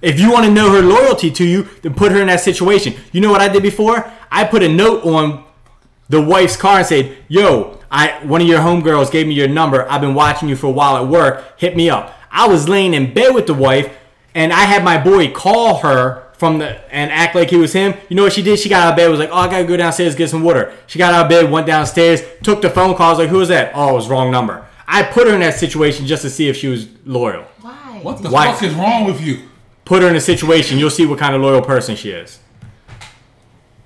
S4: if you want to know her loyalty to you, then put her in that situation. You know what I did before? I put a note on the wife's car and said, "Yo, I one of your homegirls gave me your number. I've been watching you for a while at work. Hit me up." I was laying in bed with the wife, and I had my boy call her from the and act like he was him. You know what she did? She got out of bed, was like, "Oh, I gotta go downstairs get some water." She got out of bed, went downstairs, took the phone call. I was like, "Who was that?" Oh, it was wrong number. I put her in that situation just to see if she was loyal.
S3: why?
S2: what the
S4: Why?
S2: fuck is wrong with you?
S4: Put her in a situation, you'll see what kind of loyal person she is.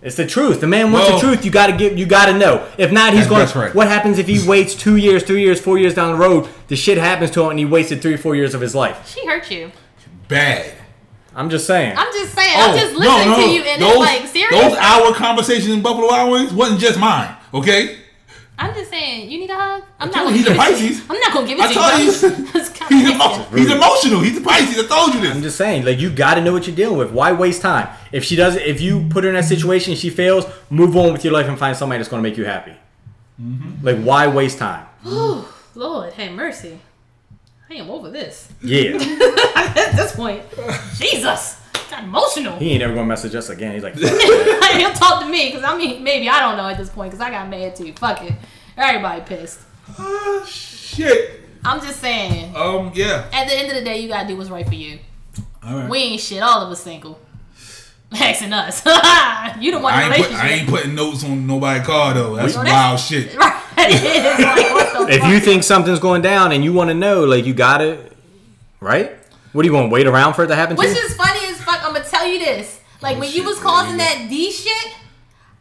S4: It's the truth. The man wants
S2: Well-
S4: the truth. You gotta give. You gotta know. If not, he's
S2: That's-
S4: going.
S2: that's
S4: to
S2: right.
S4: What happens if he waits two years, three years, four years down the road? The shit happens to him, and he wasted three, four years of his life.
S3: She hurt you.
S2: Bad. Oh,
S4: I'm just saying.
S3: I'm just saying.
S4: Oh,
S3: I'm just listening to you and it's like serious.
S2: Those hour conversations in Buffalo Wild Wings wasn't just mine, okay?
S3: I'm just saying. You need a hug. I'm
S2: told
S3: not gonna
S2: you,
S3: give it
S2: he's a
S3: to you.
S2: Pisces.
S3: I'm not gonna give it
S2: I
S3: to you.
S2: told you,
S3: bro.
S2: he's-
S3: It's kinda
S2: He's,
S3: nasty.
S2: emo- he's emotional. He's a Pisces. I told you this.
S4: I'm just saying. Like you gotta know what you're dealing with. Why waste time? If she does, if you put her in that situation, and she fails. Move on with your life and find somebody that's gonna make you happy.
S2: Mm-hmm.
S4: Like why waste time?
S3: Lord, have mercy. I am over this
S4: Yeah,
S3: at this point. Jesus, got emotional.
S4: he ain't ever gonna message us again. He's like,
S3: Like, He'll talk to me because I mean, maybe I don't know at this point because I got mad too. Fuck it. Everybody pissed.
S2: Ah, shit.
S3: I'm just saying.
S2: Um, yeah.
S3: At the end of the day, you gotta do what's right for you.
S2: All right.
S3: We ain't shit. All of us single. Asking us. you the one in
S2: I
S3: the
S2: ain't, put, I
S3: relationship.
S2: ain't putting notes on nobody's car though. That's
S3: Well, that's-
S2: wild shit.
S3: Right. It's like, what the
S4: if
S3: fuck?
S4: you think something's going down and you want to know, like you gotta, right? What do you want to wait around for it to happen to
S3: Which
S4: you?
S3: is funny as fuck. I'm gonna tell you this. Like when you
S2: shit,
S3: was
S2: there
S3: causing
S2: you go.
S3: that D shit,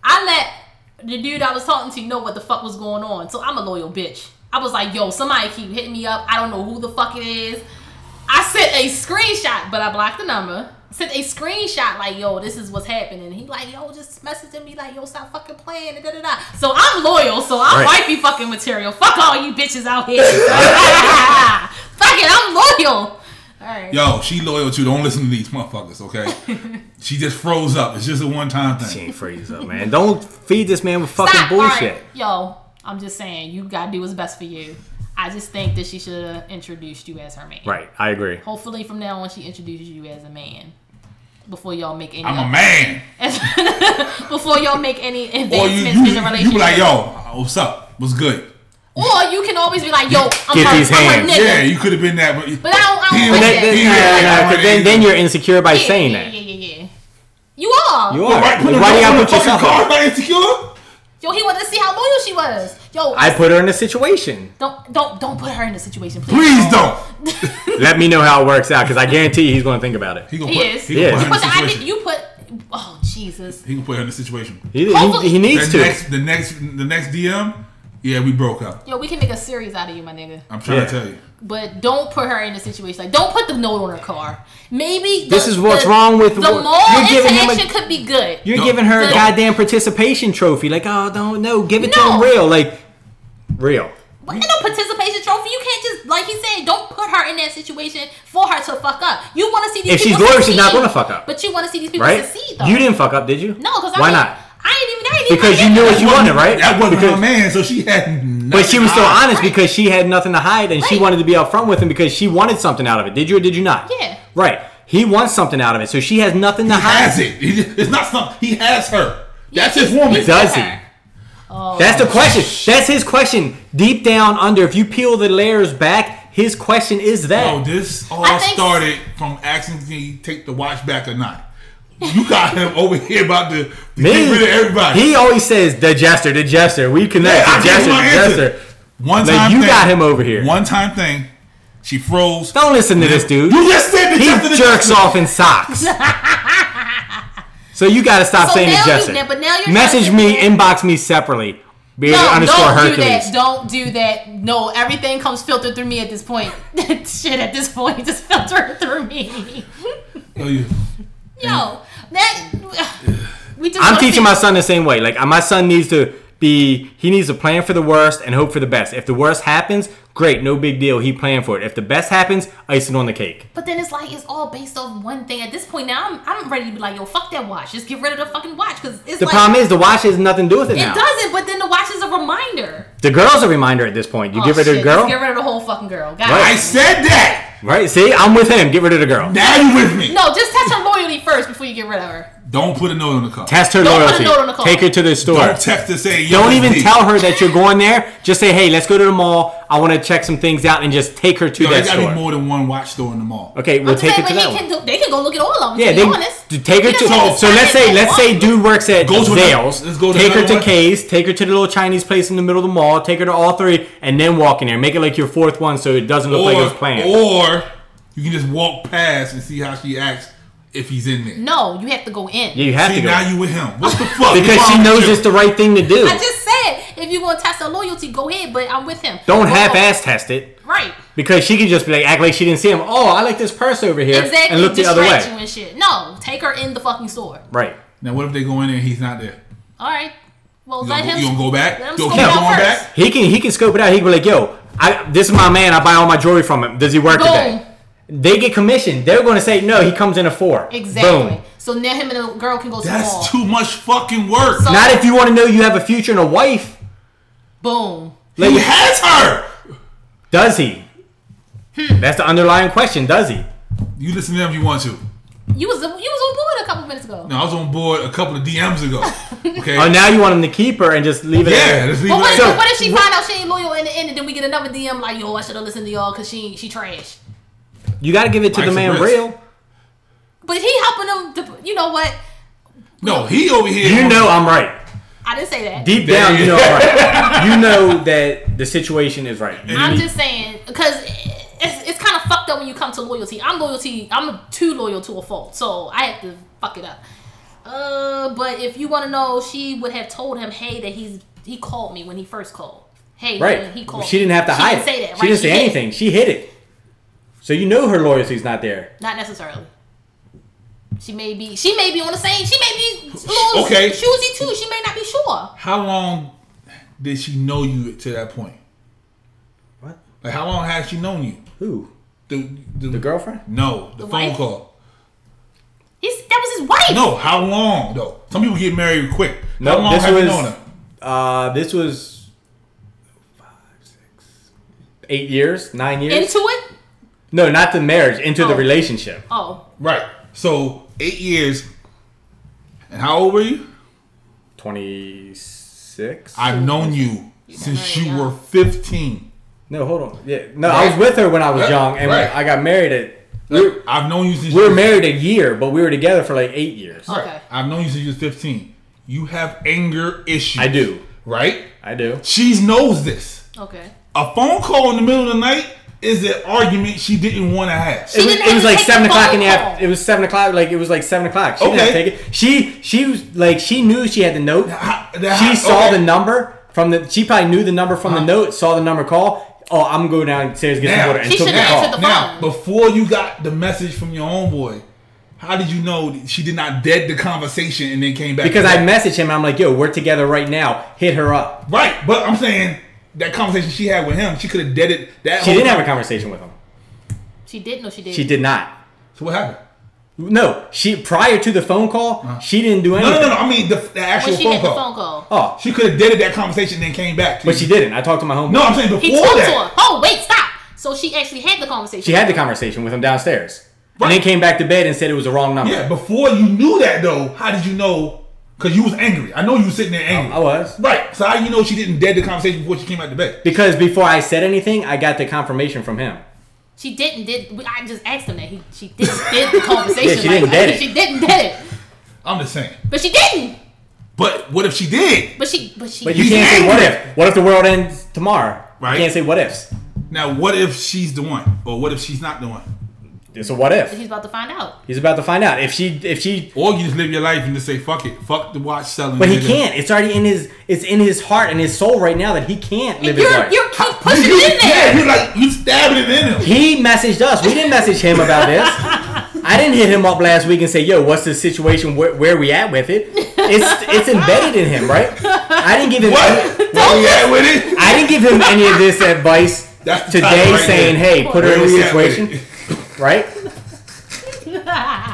S3: I let the dude I was talking to know what the fuck was going on. So I'm a loyal bitch. I was like, yo, somebody keep hitting me up. I don't know who the fuck it is. I sent a screenshot, but I blocked the number. Sent a screenshot like, yo, this is what's happening. He like, yo, just messaging me like, yo, stop fucking playing. And da, da, da. So I'm loyal, so I'm
S4: Right.
S3: wifey fucking material. Fuck all you bitches out here. fuck it, I'm loyal. All right.
S2: Yo, she loyal too. Don't listen to these motherfuckers, okay? she just froze up. It's just a one time
S4: She
S2: thing.
S4: ain't freeze up, man. Don't feed this man with fucking
S3: Stop.
S4: bullshit.
S3: Alright, Yo, I'm just saying, you gotta do what's best for you. I just think that she should have introduced you as her man.
S4: Right. I agree.
S3: Hopefully, from now on, she introduces you as a man before y'all make any.
S2: I'm a man.
S3: before y'all make any
S2: Or you,
S3: advancements
S2: you,
S3: in the
S2: you,
S3: relationship.
S2: be like, yo, what's up? was good.
S3: Or you can always be like, yo, I'm
S4: Get
S3: her,
S4: these
S3: I'm her
S4: hands.
S3: nigga.
S2: Yeah, you could have been that, but,
S3: But I don't- I don't
S2: He
S3: like
S2: was-
S3: that.
S2: he was
S3: Yeah,
S4: Nah,
S2: that
S4: nah,
S2: one
S4: but
S2: of
S4: then,
S2: these.
S4: then you're insecure by
S3: Yeah,
S4: saying
S3: yeah,
S4: that.
S3: Yeah, yeah, yeah. You are.
S4: You
S2: Well,
S4: are.
S2: right,
S4: Why
S2: put
S4: do
S2: a girl
S4: y'all
S2: on
S4: put
S2: the fucking
S4: yourself up?
S2: guard by insecure?
S3: Yo, he wanted to see how loyal she was. Yo,
S4: I put her in a situation.
S3: don't don't don't put her in this situation, please.
S2: Please don't.
S4: Let me know how it works out because I guarantee you he's going to think about it.
S2: He, gonna
S3: He
S2: put,
S3: is.
S2: He,
S4: Yeah.
S2: gonna
S3: You put
S2: put
S3: the
S2: her in the
S3: I,
S2: situation.
S3: you put oh Jesus.
S2: he can put her in the situation.
S4: He, he-
S3: Hopefully-
S4: he needs
S2: the
S4: to.
S2: next, the next, the next DM. Yeah, we broke up.
S3: Yo, we can make a series out of you, my nigga.
S2: I'm trying
S4: Yeah.
S2: to tell you.
S3: But don't put her in a situation like don't put the note on her car. Maybe the-
S4: This is what's
S3: the-
S4: wrong with-
S3: the
S4: you're
S3: mall
S4: giving him a-
S3: interaction could be good.
S4: You're
S2: No.
S4: giving her a
S3: No.
S4: goddamn participation trophy. Like, oh, don't no, give it to
S3: No.
S4: him real. Like, real.
S3: But in a participation trophy, you can't just like he said, don't put her in that situation for her to fuck up. You want to see these
S4: If she's
S3: people
S4: loyal, she's
S3: succeed,
S4: not gonna fuck up.
S3: But you want to see these people
S4: Right?
S3: succeed though.
S4: You didn't fuck up, did you?
S3: No, because
S4: why
S3: I
S4: not?
S3: I ain't even. I ain't
S4: Because
S3: even
S4: you knew
S3: get
S4: what you wanted, right?
S2: That wasn't
S4: because,
S2: her man, Ah. so she had.
S4: But she was
S2: so
S4: so honest because she had nothing to hide and she
S3: Right.
S4: wanted to be upfront with him because she wanted something out of it. Did you or did you not?
S3: Yeah.
S4: Right. He wants something out of it, so she has nothing to
S2: He
S4: hide.
S2: has it. He- It's not something. He has her. That's
S3: he's-
S2: his woman.
S3: he's
S4: Does
S3: with
S4: he?
S3: her.
S4: That's
S3: Oh.
S4: the question. That's his question. Deep down under, if you peel the layers back, his question is that.
S2: Oh, this all
S3: I think-
S2: started from asking if he take the watch back or not. You got him over here about to, to get rid of everybody.
S4: He always says the jester, the jester. We connect.
S2: Yeah, I
S4: the
S2: gave
S4: jester,
S2: him my
S4: the
S2: answer.
S4: jester.
S2: One
S4: Like,
S2: time
S4: you
S2: thing.
S4: got him over here.
S2: One time thing. She froze.
S4: Don't listen to this dude.
S2: You just said the
S4: He
S2: jester, the
S4: jerks
S2: jester.
S4: off in socks. so you got to stop
S3: So
S4: saying
S3: now
S4: it's
S3: you-
S4: jester.
S3: but now you're
S4: Message
S3: jester.
S4: me, inbox me separately. Bearded
S3: No,
S4: underscore
S3: don't do
S4: Hercules.
S3: that. Don't do that. No, everything comes filtered through me at this point. Shit, at this point, just filtered through me.
S2: Oh, yeah.
S3: Yo, that we just.
S4: Mm. I'm
S3: wanna see-
S4: teaching my son the same way. Like uh, my son needs to be he needs to plan for the worst and hope for the best. If the worst happens, great, no big deal. He planned for it. If the best happens, icing on the cake.
S3: But then it's like it's all based off one thing. At this point now, I'm I'm ready to be like, yo, fuck that watch. Just get rid of the fucking watch because it's
S4: The
S3: like,
S4: problem is the watch has nothing to do with it,
S3: it
S4: now.
S3: doesn't. But then the watch is a reminder.
S4: The girl's a reminder at this point. You
S3: Oh,
S4: get rid of the
S3: shit,
S4: girl,
S3: just Get rid of the whole fucking girl. Got
S4: Right.
S2: I said that.
S4: right? See, I'm with him. Get rid of the girl.
S2: Now you with me.
S3: No, just test her loyalty first before you get rid of her.
S2: Don't put a note on the car.
S4: Test her
S3: Don't put a
S4: loyalty.
S3: note on the call.
S4: Take her to the store.
S2: Don't text her saying. yo,
S4: Don't
S2: it's
S4: even
S2: me.
S4: tell her that you're going there. Just say, "Hey, let's go to the mall. I want to check some things out," and just take her to
S2: Yo, there
S4: that
S2: gotta be
S4: store.
S2: more than one watch store in the mall.
S4: Okay, we'll
S3: I'm
S4: take
S3: saying,
S4: her to
S3: but
S4: that
S3: they
S4: one.
S3: can do, they can go look at all of them.
S4: Yeah,
S3: to be
S4: they
S3: honest.
S4: to take her
S3: He
S4: to.
S3: doesn't have
S4: So,
S3: to sign
S4: let's
S3: it
S4: say
S3: at
S4: let's
S3: all.
S4: say dude works at
S2: Go to another-
S4: Zales.
S2: let's go to
S4: take her
S2: another
S4: to
S2: one.
S4: K's. Take her to the little Chinese place in the middle of the mall. Take her to all three, and then walk in there. Make it like your fourth one, so it doesn't look like it was planned.
S2: or you can just walk past and see how she acts if he's in there.
S3: No, you have to go in.
S4: yeah, you have to
S2: see,
S4: go
S2: now you with him. What the fuck?
S4: because
S2: What's
S4: she
S2: wrong
S4: knows
S2: with you?
S4: it's the right thing to do.
S3: I just said if you want to test her loyalty, go ahead. But I'm with him.
S4: Don't
S3: Go-
S4: half-ass test it.
S3: Right.
S4: Because she could just be like, act like she didn't see him. Oh, I like this purse over here,
S3: Exactly.
S4: and look the other
S3: distract You
S4: way.
S3: and shit. No, take her in the fucking store.
S4: Right.
S2: Now what if they go in there and he's not there?
S3: All right. Well,
S2: You
S3: let
S2: gonna, go,
S3: him.
S2: you gonna go back?
S3: let him
S2: Yo,
S3: scope
S2: keep
S3: it
S2: going
S3: out first.
S2: back?
S4: He can he can scope it out. He can be like, yo, I, this is my man. I buy all my jewelry from him. Does he work
S3: Boom.
S4: today? They get commission. They're going to say no. He comes in a four.
S3: Exactly.
S4: Boom.
S3: So now him and the girl can go to the mall.
S2: That's too much fucking work.
S3: So-
S4: Not if you want to know you have a future and a wife.
S3: Boom.
S2: he
S4: Like,
S2: has her.
S4: does he?
S3: Hmm.
S4: That's the underlying question. Does he?
S2: You listen to them if you want to.
S3: You was you was on board a couple minutes ago.
S2: No, I was on board a couple of DMs ago. Okay.
S4: Oh, now you want him to keep her and just leave it.
S2: yeah.
S4: at-
S2: Let's leave
S3: But
S2: it
S3: what,
S2: at
S3: if,
S2: that.
S3: what if she find out she ain't loyal in the end, and then we get another DM like, "Yo, I should have listened to y'all because she she trash."
S4: you got to give it to the
S2: Life's a
S4: man
S2: risk.
S4: real.
S3: But he helping them. To, you know what?
S2: No, he over here.
S4: You know I'm right.
S3: I didn't say that.
S4: Deep
S2: There
S4: down, you
S2: you
S4: know I'm right. You know that the situation is right. You
S3: I'm
S4: need-
S3: just saying because it's, it's kind of fucked up when you come to loyalty. I'm loyalty. I'm too loyal to a fault, so I have to fuck it up. Uh, but if you want to know, she would have told him, "Hey, that he's he called me when he first called. Hey,
S4: Right.
S3: he called.
S4: She didn't have to
S3: She
S4: hide
S3: Didn't say
S4: it.
S3: that.
S4: She
S3: right?
S4: didn't say
S3: did.
S4: anything. She hid it. So you know her loyalty's not there.
S3: Not necessarily. She may be. She may be on the same. She may be loose,
S2: Okay.
S3: choosy too. She may not be sure.
S2: How long did she know you to that point?
S4: What?
S2: Like how long has she known you?
S4: Who?
S2: The the,
S4: The girlfriend?
S2: No, the,
S3: The
S2: phone
S3: wife?
S2: call.
S3: He's, that was his wife.
S2: No, how long though? Some people get married quick.
S4: No,
S2: how long
S4: this
S2: have
S4: was.
S2: you known her?
S4: Uh, this was five, six, eight years, nine years.
S3: Into it.
S4: no, not the marriage, into the
S3: Oh.
S4: relationship.
S3: Oh,
S2: Right. So eight years. And how old were you?
S4: Twenty six.
S2: I've known you since you
S3: young.
S2: were 15.
S4: No, hold on. Yeah, no, I was with her when I was
S2: Right.
S4: young, and
S2: Right.
S4: I got married at.
S2: Like, I've known you since
S4: We
S2: you
S4: were
S2: were-
S4: married a year, but we were together for like eight years.
S2: Right.
S3: Okay.
S2: I've known you since you was 15. You have anger issues.
S4: I do.
S2: Right?
S4: I do.
S2: She knows this.
S3: Okay.
S2: A phone call in the middle of the night is an argument she didn't want to have.
S4: it was,
S3: didn't
S4: it was
S3: have to
S4: like
S3: take the
S4: seven o'clock in the
S3: phone call.
S4: afternoon. It was seven o'clock. Like it was like seven o'clock. She didn't
S2: Okay.
S4: have to take it. She she was like she knew she had the note.
S2: how- now how-
S4: she saw
S2: okay. Uh-huh.
S4: the number from the. She probably knew the number from the note. Saw the number call. Oh, I'm going downstairs get some
S2: Now,
S4: water and
S3: She
S4: took the
S3: should've
S4: call.
S3: answered the
S2: now,
S3: phone.
S2: before you got the message from your homeboy, how did you know that she did not dead the conversation and then came back?
S4: because
S2: to
S4: I
S2: that?
S4: messaged him. I'm like, yo, we're together right now. Hit her up.
S2: right, but I'm saying that conversation she had with him, she could have deaded that.
S4: She
S2: whole-
S4: didn't have a conversation with him.
S3: She did. No, she did.
S4: She did not.
S2: So what happened?
S4: No, she prior to the phone call, she didn't do
S2: Uh-huh. No,
S4: anything.
S2: no, no. no I mean the, the actual
S3: When she
S2: phone,
S3: had
S2: call.
S3: the phone call.
S4: Oh,
S2: She could have deaded that conversation and then came back. to
S4: but
S2: you.
S4: she didn't. I talked to my homeboy.
S2: No, I'm saying before
S3: He talked to
S2: that.
S3: her. Oh, wait, stop. So she actually had the conversation.
S4: She had the conversation with him downstairs.
S2: Right.
S4: And then came back to bed and said it was the wrong number.
S2: Yeah, before you knew that though, how did you know? Because you was angry. I know you was sitting there angry.
S4: I was.
S2: Right. So how you know she didn't dead the conversation before she came out the bed?
S4: Because before I said anything, I got the confirmation from him.
S3: She didn't did. I just asked him that. He she did did the conversation.
S4: Yeah, she didn't did it.
S3: She didn't did it.
S2: I'm just saying.
S3: But she didn't.
S2: But what if she did?
S3: But she. But she.
S4: But you
S2: He's
S4: can't say what
S2: angry.
S4: if. What if the world ends tomorrow?
S2: Right.
S4: You can't say what ifs.
S2: Now what if she's the one, or what if she's not the one?
S4: It's a what if.
S3: he's about to find out.
S4: He's about to find out. If she if she
S2: Or you just live your life and just say fuck it, fuck the watch selling.
S4: but he
S2: nigga.
S4: can't. It's already in his it's in his heart and his soul right now that he can't live his
S3: And you're
S4: life.
S3: you're keep pushing
S2: You,
S3: it
S2: yeah,
S3: in there.
S2: you like you stabbing it in him.
S4: He messaged us. We didn't message him about this. I didn't hit him up last week and say, "Yo, what's the situation? Where, where we at with it?" It's it's embedded in him, right? I didn't give him.
S2: What? Where we at with it?
S4: I didn't give him any of this advice
S2: That's the
S4: today,
S2: time right
S4: saying,
S2: there.
S4: "Hey, put her in
S2: Where
S4: this
S2: we at with
S4: situation," right?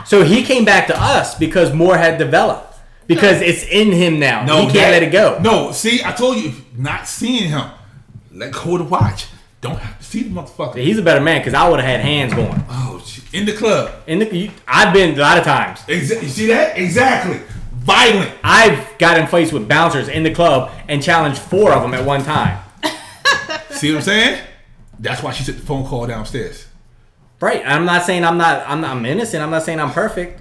S4: So he came back to us because more had developed because it's in him now. he can't
S2: that-
S4: let it go.
S2: No, see, I told you, not seeing him. Let go of the watch. Don't have to see the motherfucker.
S4: He's a better man because I would have had hands going.
S2: Oh, shit. in the club.
S4: And the, you, I've been a lot of times.
S2: Exa- you see that? Exactly. Violent.
S4: I've got in fights with bouncers in the club and challenged four of them at one time.
S2: See what I'm saying? That's why she took the phone call downstairs.
S4: Right. I'm not saying I'm not I'm I'm innocent. I'm not saying I'm perfect.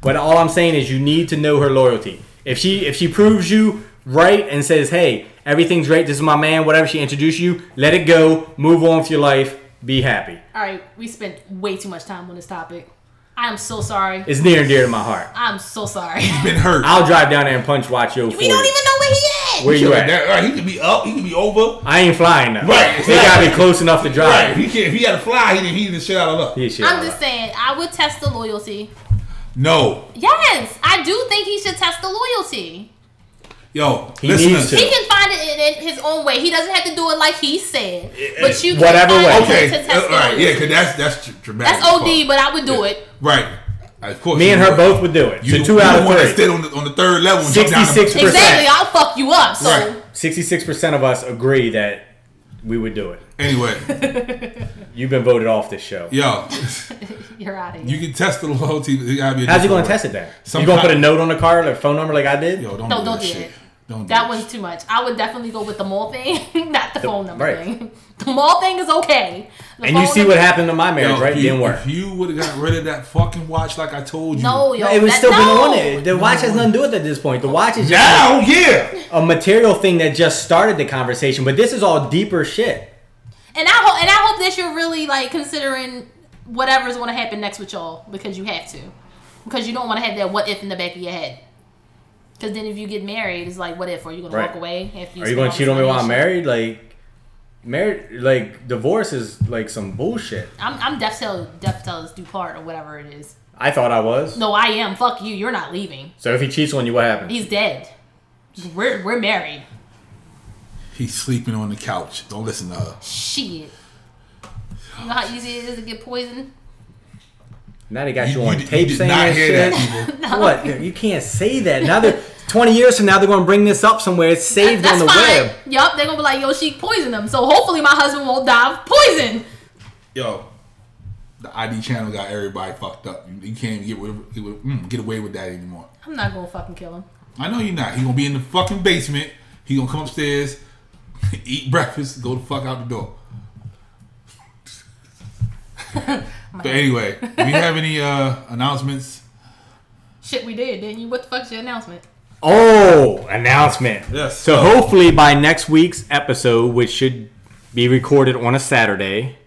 S4: But all I'm saying is you need to know her loyalty. If she if she proves you right and says, "Hey, everything's great. This is my man. Whatever she introduced you, let it go. Move on with your life. Be happy."
S3: All right, we spent way too much time on this topic. I am so sorry.
S4: It's near and dear to my heart.
S3: I'm so sorry.
S2: Been hurt.
S4: I'll drive down there and punch watch yo.
S3: We don't even know where he at.
S4: Where you
S2: Shit like
S4: at?
S2: that. Right, he could be up. He could be over.
S4: I ain't flying now.
S2: Right,
S4: They gotta
S2: exactly.
S4: be close enough to
S2: Right. If
S4: drive.
S2: he can't, if he had to fly, he didn't heat the shit out of love.
S4: Yeah, shit,
S3: I'm
S4: all
S3: just
S4: right.
S3: saying, I would test the loyalty.
S2: No,
S3: Yes, I do think he should test the loyalty.
S2: yo,
S4: He
S2: listen.
S4: needs
S3: He
S4: to.
S3: can find it in, in his own way. He doesn't have to do it like he said. But you can
S4: Whatever
S3: find
S4: way.
S3: a
S2: Okay,
S3: to
S2: uh,
S3: test
S2: all right,
S3: the
S2: yeah,
S3: loyalty.
S2: because that's that's dr- dramatic.
S3: That's OD,
S2: as
S3: but I would do it.
S2: fuck. right, of course.
S4: Me and
S2: you
S4: her
S2: would.
S4: both would do it.
S2: You
S4: So two
S2: you
S4: out of
S2: the one that
S4: three.
S2: stayed on the, on the third level. and jumped down the-
S4: 66%.
S3: Exactly, I'll fuck you up. So
S2: Right.
S4: 66% of us agree that we would do it.
S2: Anyway,
S4: You've been voted off this show.
S2: yo,
S3: you're out of here.
S2: you can test the loyalty. but it gotta be a
S4: How's he going
S2: different
S4: to
S2: way.
S4: test it then?
S2: Some
S4: you going
S2: kind-
S4: to put a note on the card, a phone number like I did?
S2: Yo, don't
S3: No,
S2: do
S3: don't
S2: that
S3: do
S2: shit.
S3: it.
S2: Don't do
S3: that
S2: shit.
S3: was too much. I would definitely go with the mall thing, not the, phone number
S4: right.
S3: thing. The mall thing is okay. The
S4: And you
S3: phone
S4: see
S3: number-
S4: what happened to my marriage,
S2: Yo,
S4: right?
S2: If
S4: It
S2: you,
S4: didn't work.
S2: would have got rid of that fucking watch, like I told you.
S3: No, yo,
S4: No, it was
S3: that-
S4: still been
S3: no.
S4: on it. The watch has nothing to do with it at this point. The watch is just
S2: Now, yeah.
S4: a material thing that just started the conversation, but this is all deeper shit.
S3: And I hope and I hope that you're really like considering whatever's going to happen next with y'all because you have to, because you don't want to have that what if in the back of your head. Because then if you get married, it's like what if? Are you going to
S4: Right.
S3: walk away? After
S4: Are you going to cheat on me while I'm married? Like, married, like, divorce is like some bullshit.
S3: I'm, I'm deaf tell deaf tell us do part or whatever it is.
S4: I thought I was.
S3: No, I am. Fuck you. You're not leaving.
S4: So if he cheats on you, what happens?
S3: He's dead. We're we're married.
S2: He's sleeping on the couch. Don't listen to her.
S3: Shit. You know how easy it is to get poisoned?
S4: Now they got
S2: You-
S4: you,
S2: you
S4: on
S2: did- you
S4: tape
S2: did
S4: saying
S2: not
S4: that
S2: hear
S4: shit.
S2: that, people.
S4: What? You can't say that. Now they're 20 years from now, they're going to bring this up somewhere. It's saved
S3: That's
S4: on the
S3: fine.
S4: web.
S3: Yup, they're gonna be like, yo, she poisoned him. So hopefully my husband won't die of poison.
S2: Yo, the ID channel got everybody fucked up. You, you can't even get, with, get, with- mm, get away with that anymore.
S3: I'm not gonna fucking kill him.
S2: I know you're not. He gonna be in the fucking basement. He gonna come upstairs, eat breakfast, go the fuck out the door. but anyway, do you have any uh, announcements?
S3: Shit, we did, didn't you? What the fuck's your announcement?
S4: Oh, announcement.
S2: Yes.
S4: So hopefully by next week's episode, which should be recorded on a Saturday,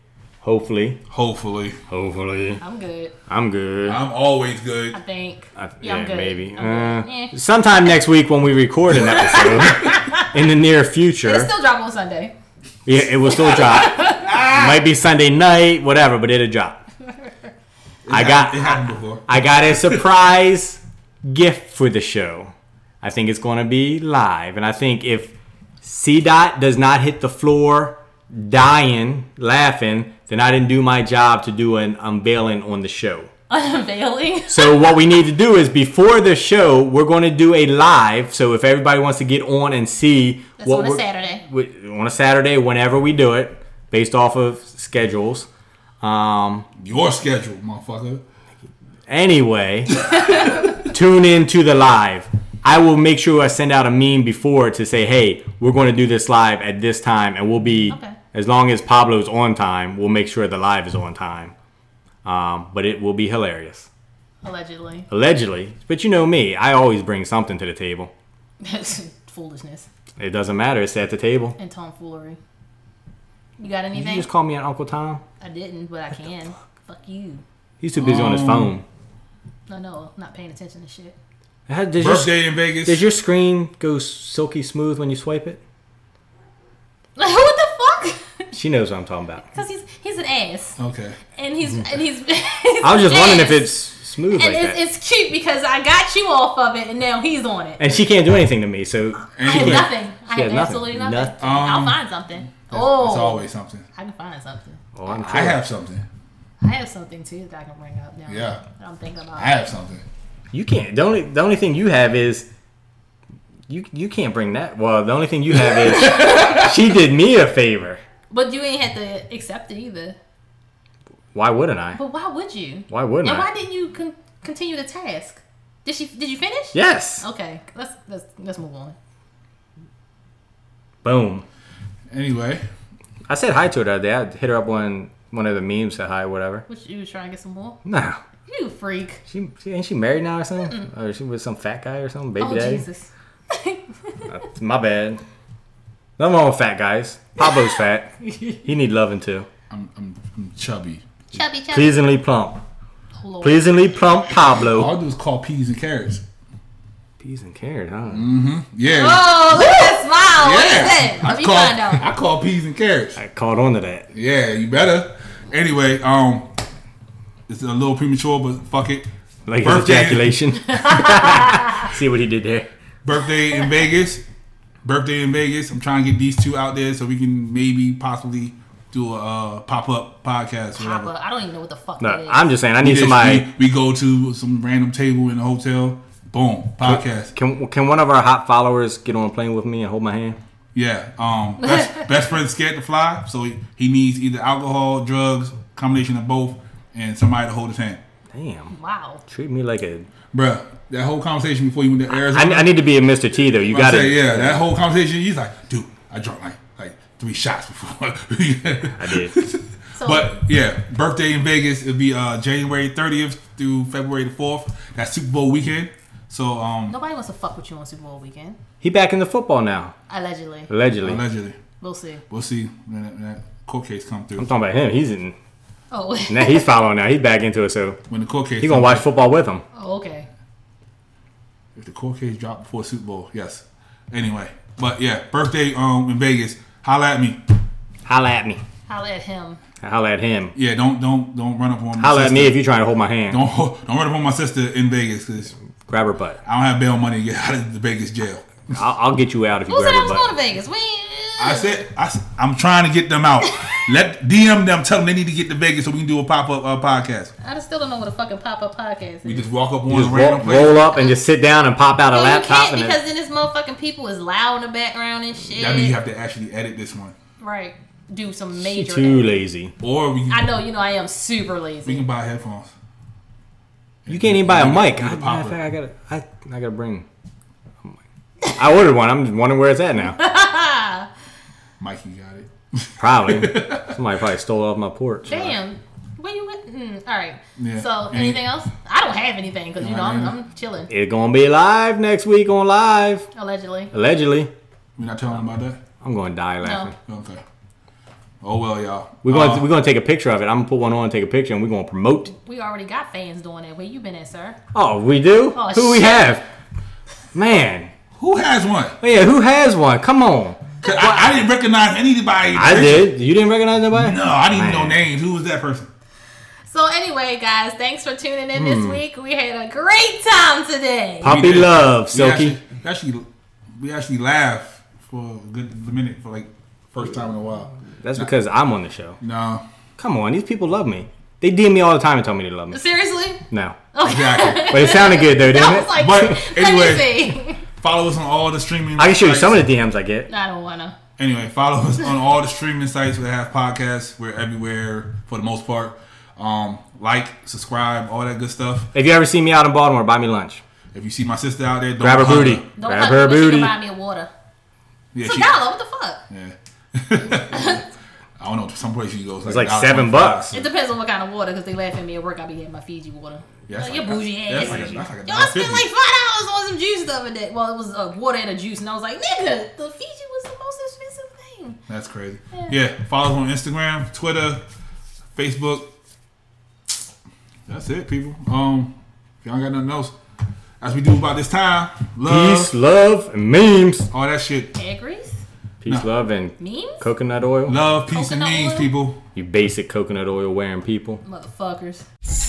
S4: hopefully.
S2: Hopefully,
S4: Hopefully.
S3: I'm good.
S4: I'm good.
S2: I'm always good.
S3: I think.
S4: I-
S3: yeah, I'm good.
S4: maybe.
S3: I'm good.
S4: Uh,
S3: Eh.
S4: Sometime next week when we record an episode in the near future.
S3: It'll still drop on Sunday.
S4: yeah, it will still drop. It might be Sunday night, whatever, but it'll drop. I got
S2: it happened before.
S4: I got a surprise gift for the show. I think it's going to be live. And I think if C Dot does not hit the floor dying, laughing, then I didn't do my job to do an unveiling on the show.
S3: Unveiling.
S4: So, what we need to do is before the show, we're going to do a live. So, if everybody wants to get on and see
S3: That's
S4: what
S3: on a
S4: we're-
S3: Saturday.
S4: we- on a Saturday, whenever we do it, based off of schedules. Um,
S2: Your schedule, motherfucker.
S4: Anyway, tune in to the live. I will make sure I send out a meme before to say, hey, we're going to do this live at this time, and we'll be,
S3: Okay.
S4: as long as Pablo's on time, we'll make sure the live is on time. Um, but it will be hilarious.
S3: Allegedly.
S4: Allegedly, but you know me, I always bring something to the table.
S3: Foolishness
S4: It doesn't matter, it's at the table.
S3: and tomfoolery. You got
S4: Did
S3: anything?
S4: you just call me an Uncle Tom?
S3: I didn't, but I can. Fuck you.
S4: He's too busy on his phone.
S3: No, no, not paying attention to shit.
S4: How- Does your,
S2: Birthday in Vegas.
S4: does your screen go silky smooth when you swipe it?
S3: Like what the fuck?
S4: She knows what I'm talking about.
S3: Because he's he's an ass,
S2: okay.
S3: and he's and he's.
S4: I was just wondering if
S3: it's.
S4: it's smooth like
S3: And
S4: that.
S3: it's, it's cute because I got you off of it, and now he's on it.
S4: And she can't do anything to me, so
S3: I
S2: Anyway,
S3: have nothing. I
S4: She
S3: have
S4: has nothing.
S3: absolutely nothing.
S4: Nothing.
S2: Um,
S3: I'll find something. Oh,
S2: It's always something.
S3: I can find something.
S4: Oh, I'm
S2: I have something.
S3: I have something too that I can bring up now.
S2: Yeah.
S3: that I'm thinking about.
S2: I have something.
S4: You can't. The only the only thing you have is you you can't bring that. Well, the only thing you have is she did me a favor.
S3: but you ain't had to accept it either.
S4: Why wouldn't I?
S3: But why would you?
S4: Why wouldn't
S3: and
S4: I?
S3: why didn't you con- continue the task? Did she? Did you finish?
S4: Yes.
S3: Okay, let's let's let's move on.
S4: Boom.
S2: Anyway,
S4: I said hi to her the other day. I hit her up on one of the memes, said hi, whatever.
S3: What you was trying to get some more?
S4: No.
S3: You freak!
S4: She, she ain't she married now or something? Or she with some fat guy or something? Baby
S3: Oh
S4: daddy?
S3: Jesus!
S4: That's my bad. Nothing wrong with fat guys. Pablo's fat. he need loving too.
S2: I'm, I'm, I'm chubby.
S3: Chubby, chubby.
S4: Pleasingly plump.
S3: Oh, Lord.
S4: Pleasingly plump Pablo.
S2: All I do is call peas and carrots.
S4: Peas and carrot, huh?
S2: Mm. Yeah.
S3: Oh, look at that smile. What is
S2: yeah.
S3: that? Let
S2: I
S3: me
S2: call,
S3: find out.
S2: I call peas and carrots.
S4: I caught on to that.
S2: Yeah, you better. Anyway, um, it's a little premature, but fuck it.
S4: Like his
S2: Birthday.
S4: ejaculation. See what he did there.
S2: Birthday in Vegas. Birthday in Vegas. I'm trying to get these two out there so we can maybe possibly do a uh, pop up podcast. Or whatever.
S3: Papa, I don't even know what the fuck
S4: No,
S3: that is.
S4: I'm just saying I need
S2: Yes,
S4: somebody.
S2: We, we go to some random table in a hotel. Boom, podcast.
S4: Can can one of our hot followers get on a plane with me and hold my hand?
S2: Yeah. Um. Best, best friend scared to fly, so he, he needs either alcohol, drugs, combination of both, and somebody to hold his hand.
S4: Damn,
S3: wow.
S4: treat me like a.
S2: Bruh, that whole conversation before you went to
S4: I,
S2: Arizona.
S4: I need to be a Mr. T though. You
S2: I
S4: got
S2: say,
S4: to
S2: yeah, that whole conversation. He's like, dude, I drank like like three shots before.
S4: I did.
S3: So,
S2: But yeah, birthday in Vegas. It'll be uh, January 30th through February the 4th. That's Super Bowl weekend. So um,
S3: nobody wants to fuck with you on Super Bowl weekend.
S4: He back in the football now,
S3: Allegedly.
S2: Uh,
S4: allegedly.
S2: allegedly,
S3: We'll see.
S2: we'll see when that, when that court case come
S4: I'm
S2: through.
S4: talking about him. He's in.
S3: Oh,
S4: Now he's following now. He's back into it, so
S2: When the court case,
S4: he gonna
S2: come
S4: watch football with him.
S3: oh okay.
S2: If the court case dropped before Super Bowl, yes. Anyway, but yeah, birthday um in Vegas. Holla at me.
S4: Holla at me.
S3: Holla at him.
S4: Holla at him.
S2: Yeah, don't don't don't run up on. My
S4: Holla at
S2: sister.
S4: me if you're trying to hold my hand.
S2: Don't don't run up on my sister in Vegas because
S4: Grab her butt.
S2: I don't have bail money to get out of the Vegas jail.
S4: I'll, I'll get you out if you
S3: Who said
S4: grab
S3: I
S4: her
S3: was
S4: butt.
S3: going to Vegas? We. uh,
S2: I said I, am trying to get them out. Let DM them. Tell them they need to get to Vegas so we can do a pop up uh, podcast.
S3: I just still don't know what a fucking pop up podcast is.
S2: We just walk up on
S4: Just
S2: a random
S4: roll,
S2: place.
S4: roll up and just sit down and pop out a
S3: no, you
S4: laptop
S3: can't
S4: and
S3: because
S4: it,
S3: then this motherfucking people is loud in the background and shit.
S2: That means you have to actually edit this one,
S3: right. Do some
S4: she
S3: major.
S4: too lazy.
S2: or we
S3: I
S2: can,
S3: know, you know, I am super lazy.
S2: we can buy headphones.
S4: You can't even buy a
S2: You
S4: mic.
S2: need
S4: I, matter
S2: a
S4: of
S2: popper.
S4: fact, I gotta, I, I gotta bring. a mic. I ordered one. I'm just wondering where it's at now.
S2: Mikey got it.
S4: Probably. Somebody probably stole it off my porch.
S3: Damn. Where you at? Mm, all right.
S2: Yeah.
S3: So
S2: And-
S3: anything else? I don't have anything because you
S2: No,
S3: know
S2: I
S3: I'm,
S2: mean-
S3: I'm chilling
S4: It's gonna be live next week on live.
S3: allegedly.
S4: Allegedly.
S2: We're not telling about that.
S4: I'm gonna die laughing.
S2: Okay. Oh well, y'all.
S4: We're gonna
S2: Uh,
S4: we're gonna take a picture of it. I'm gonna put one on and take a picture and we're gonna promote. it.
S3: We already got fans doing it. Where you been at, sir?
S4: Oh, we do?
S3: Oh,
S4: who we
S3: shit.
S4: have? Man.
S2: Uh, who has one?
S4: Oh yeah, who has one? Come on.
S2: 'Cause I, I didn't recognize anybody.
S4: I did. You didn't recognize nobody?
S2: No, I didn't even know
S4: Man.
S2: names. Who was that person?
S3: So anyway, guys, thanks for tuning in
S2: Hmm.
S3: this week. We had a great time today.
S4: Puppy
S2: We did.
S4: love,
S2: We
S4: Silky.
S2: actually, we actually, we actually laughed for a good minute for like first time in a while.
S4: That's because I'm on the show.
S2: No,
S4: Come on, these people love me. They DM me all the time and tell me they love me.
S3: Seriously?
S4: No.
S2: exactly.
S4: But it sounded good though, didn't
S3: I was
S4: it?
S3: like,
S2: But
S3: let
S2: anyway-
S3: me see.
S2: follow us on all the streaming.
S4: I can show you some
S2: sites.
S4: of the DMs I get.
S3: I don't wanna.
S2: Anyway, follow us on all the streaming sites that have podcasts. We're everywhere for the most part. Um, like, subscribe, all that good stuff.
S4: If you ever see me out in Baltimore, buy me lunch.
S2: If you see my sister out there, don't
S4: Grab her
S2: hug
S4: booty.
S3: Don't
S4: Grab
S3: hug
S4: her
S3: me, but you
S4: booty.
S3: can buy me a water.
S2: Yeah,
S3: It's a
S2: she,
S3: dollar. What the fuck?
S2: yeah. I don't know. Some place she goes.
S4: It's like seven bucks.
S3: It depends on what kind of water, because they laugh at me at work. I be having my Fiji water.
S2: Yeah, that's
S3: Like,
S2: like-
S3: you're bougie
S2: that's-
S3: ass.
S2: that's like a- that's like a
S3: Yo, I
S2: $1.50.
S3: spent like five dollars on some juice the other day. Well, it was uh, water and a juice, and I was like, nigga, the Fiji was the most expensive thing.
S2: That's crazy. Yeah. follow us on Instagram, Twitter, Facebook. That's it, people. Um, if y'all ain't got nothing else, as we do about this time, love,
S4: Peace, love, and memes.
S2: all that shit,
S3: Hair grease?
S4: Peace, love, and
S3: Memes?
S4: coconut oil.
S2: love, peace, and
S3: Coconut
S2: names,
S3: oil.
S2: people.
S4: You basic coconut oil wearing people.
S3: Motherfuckers.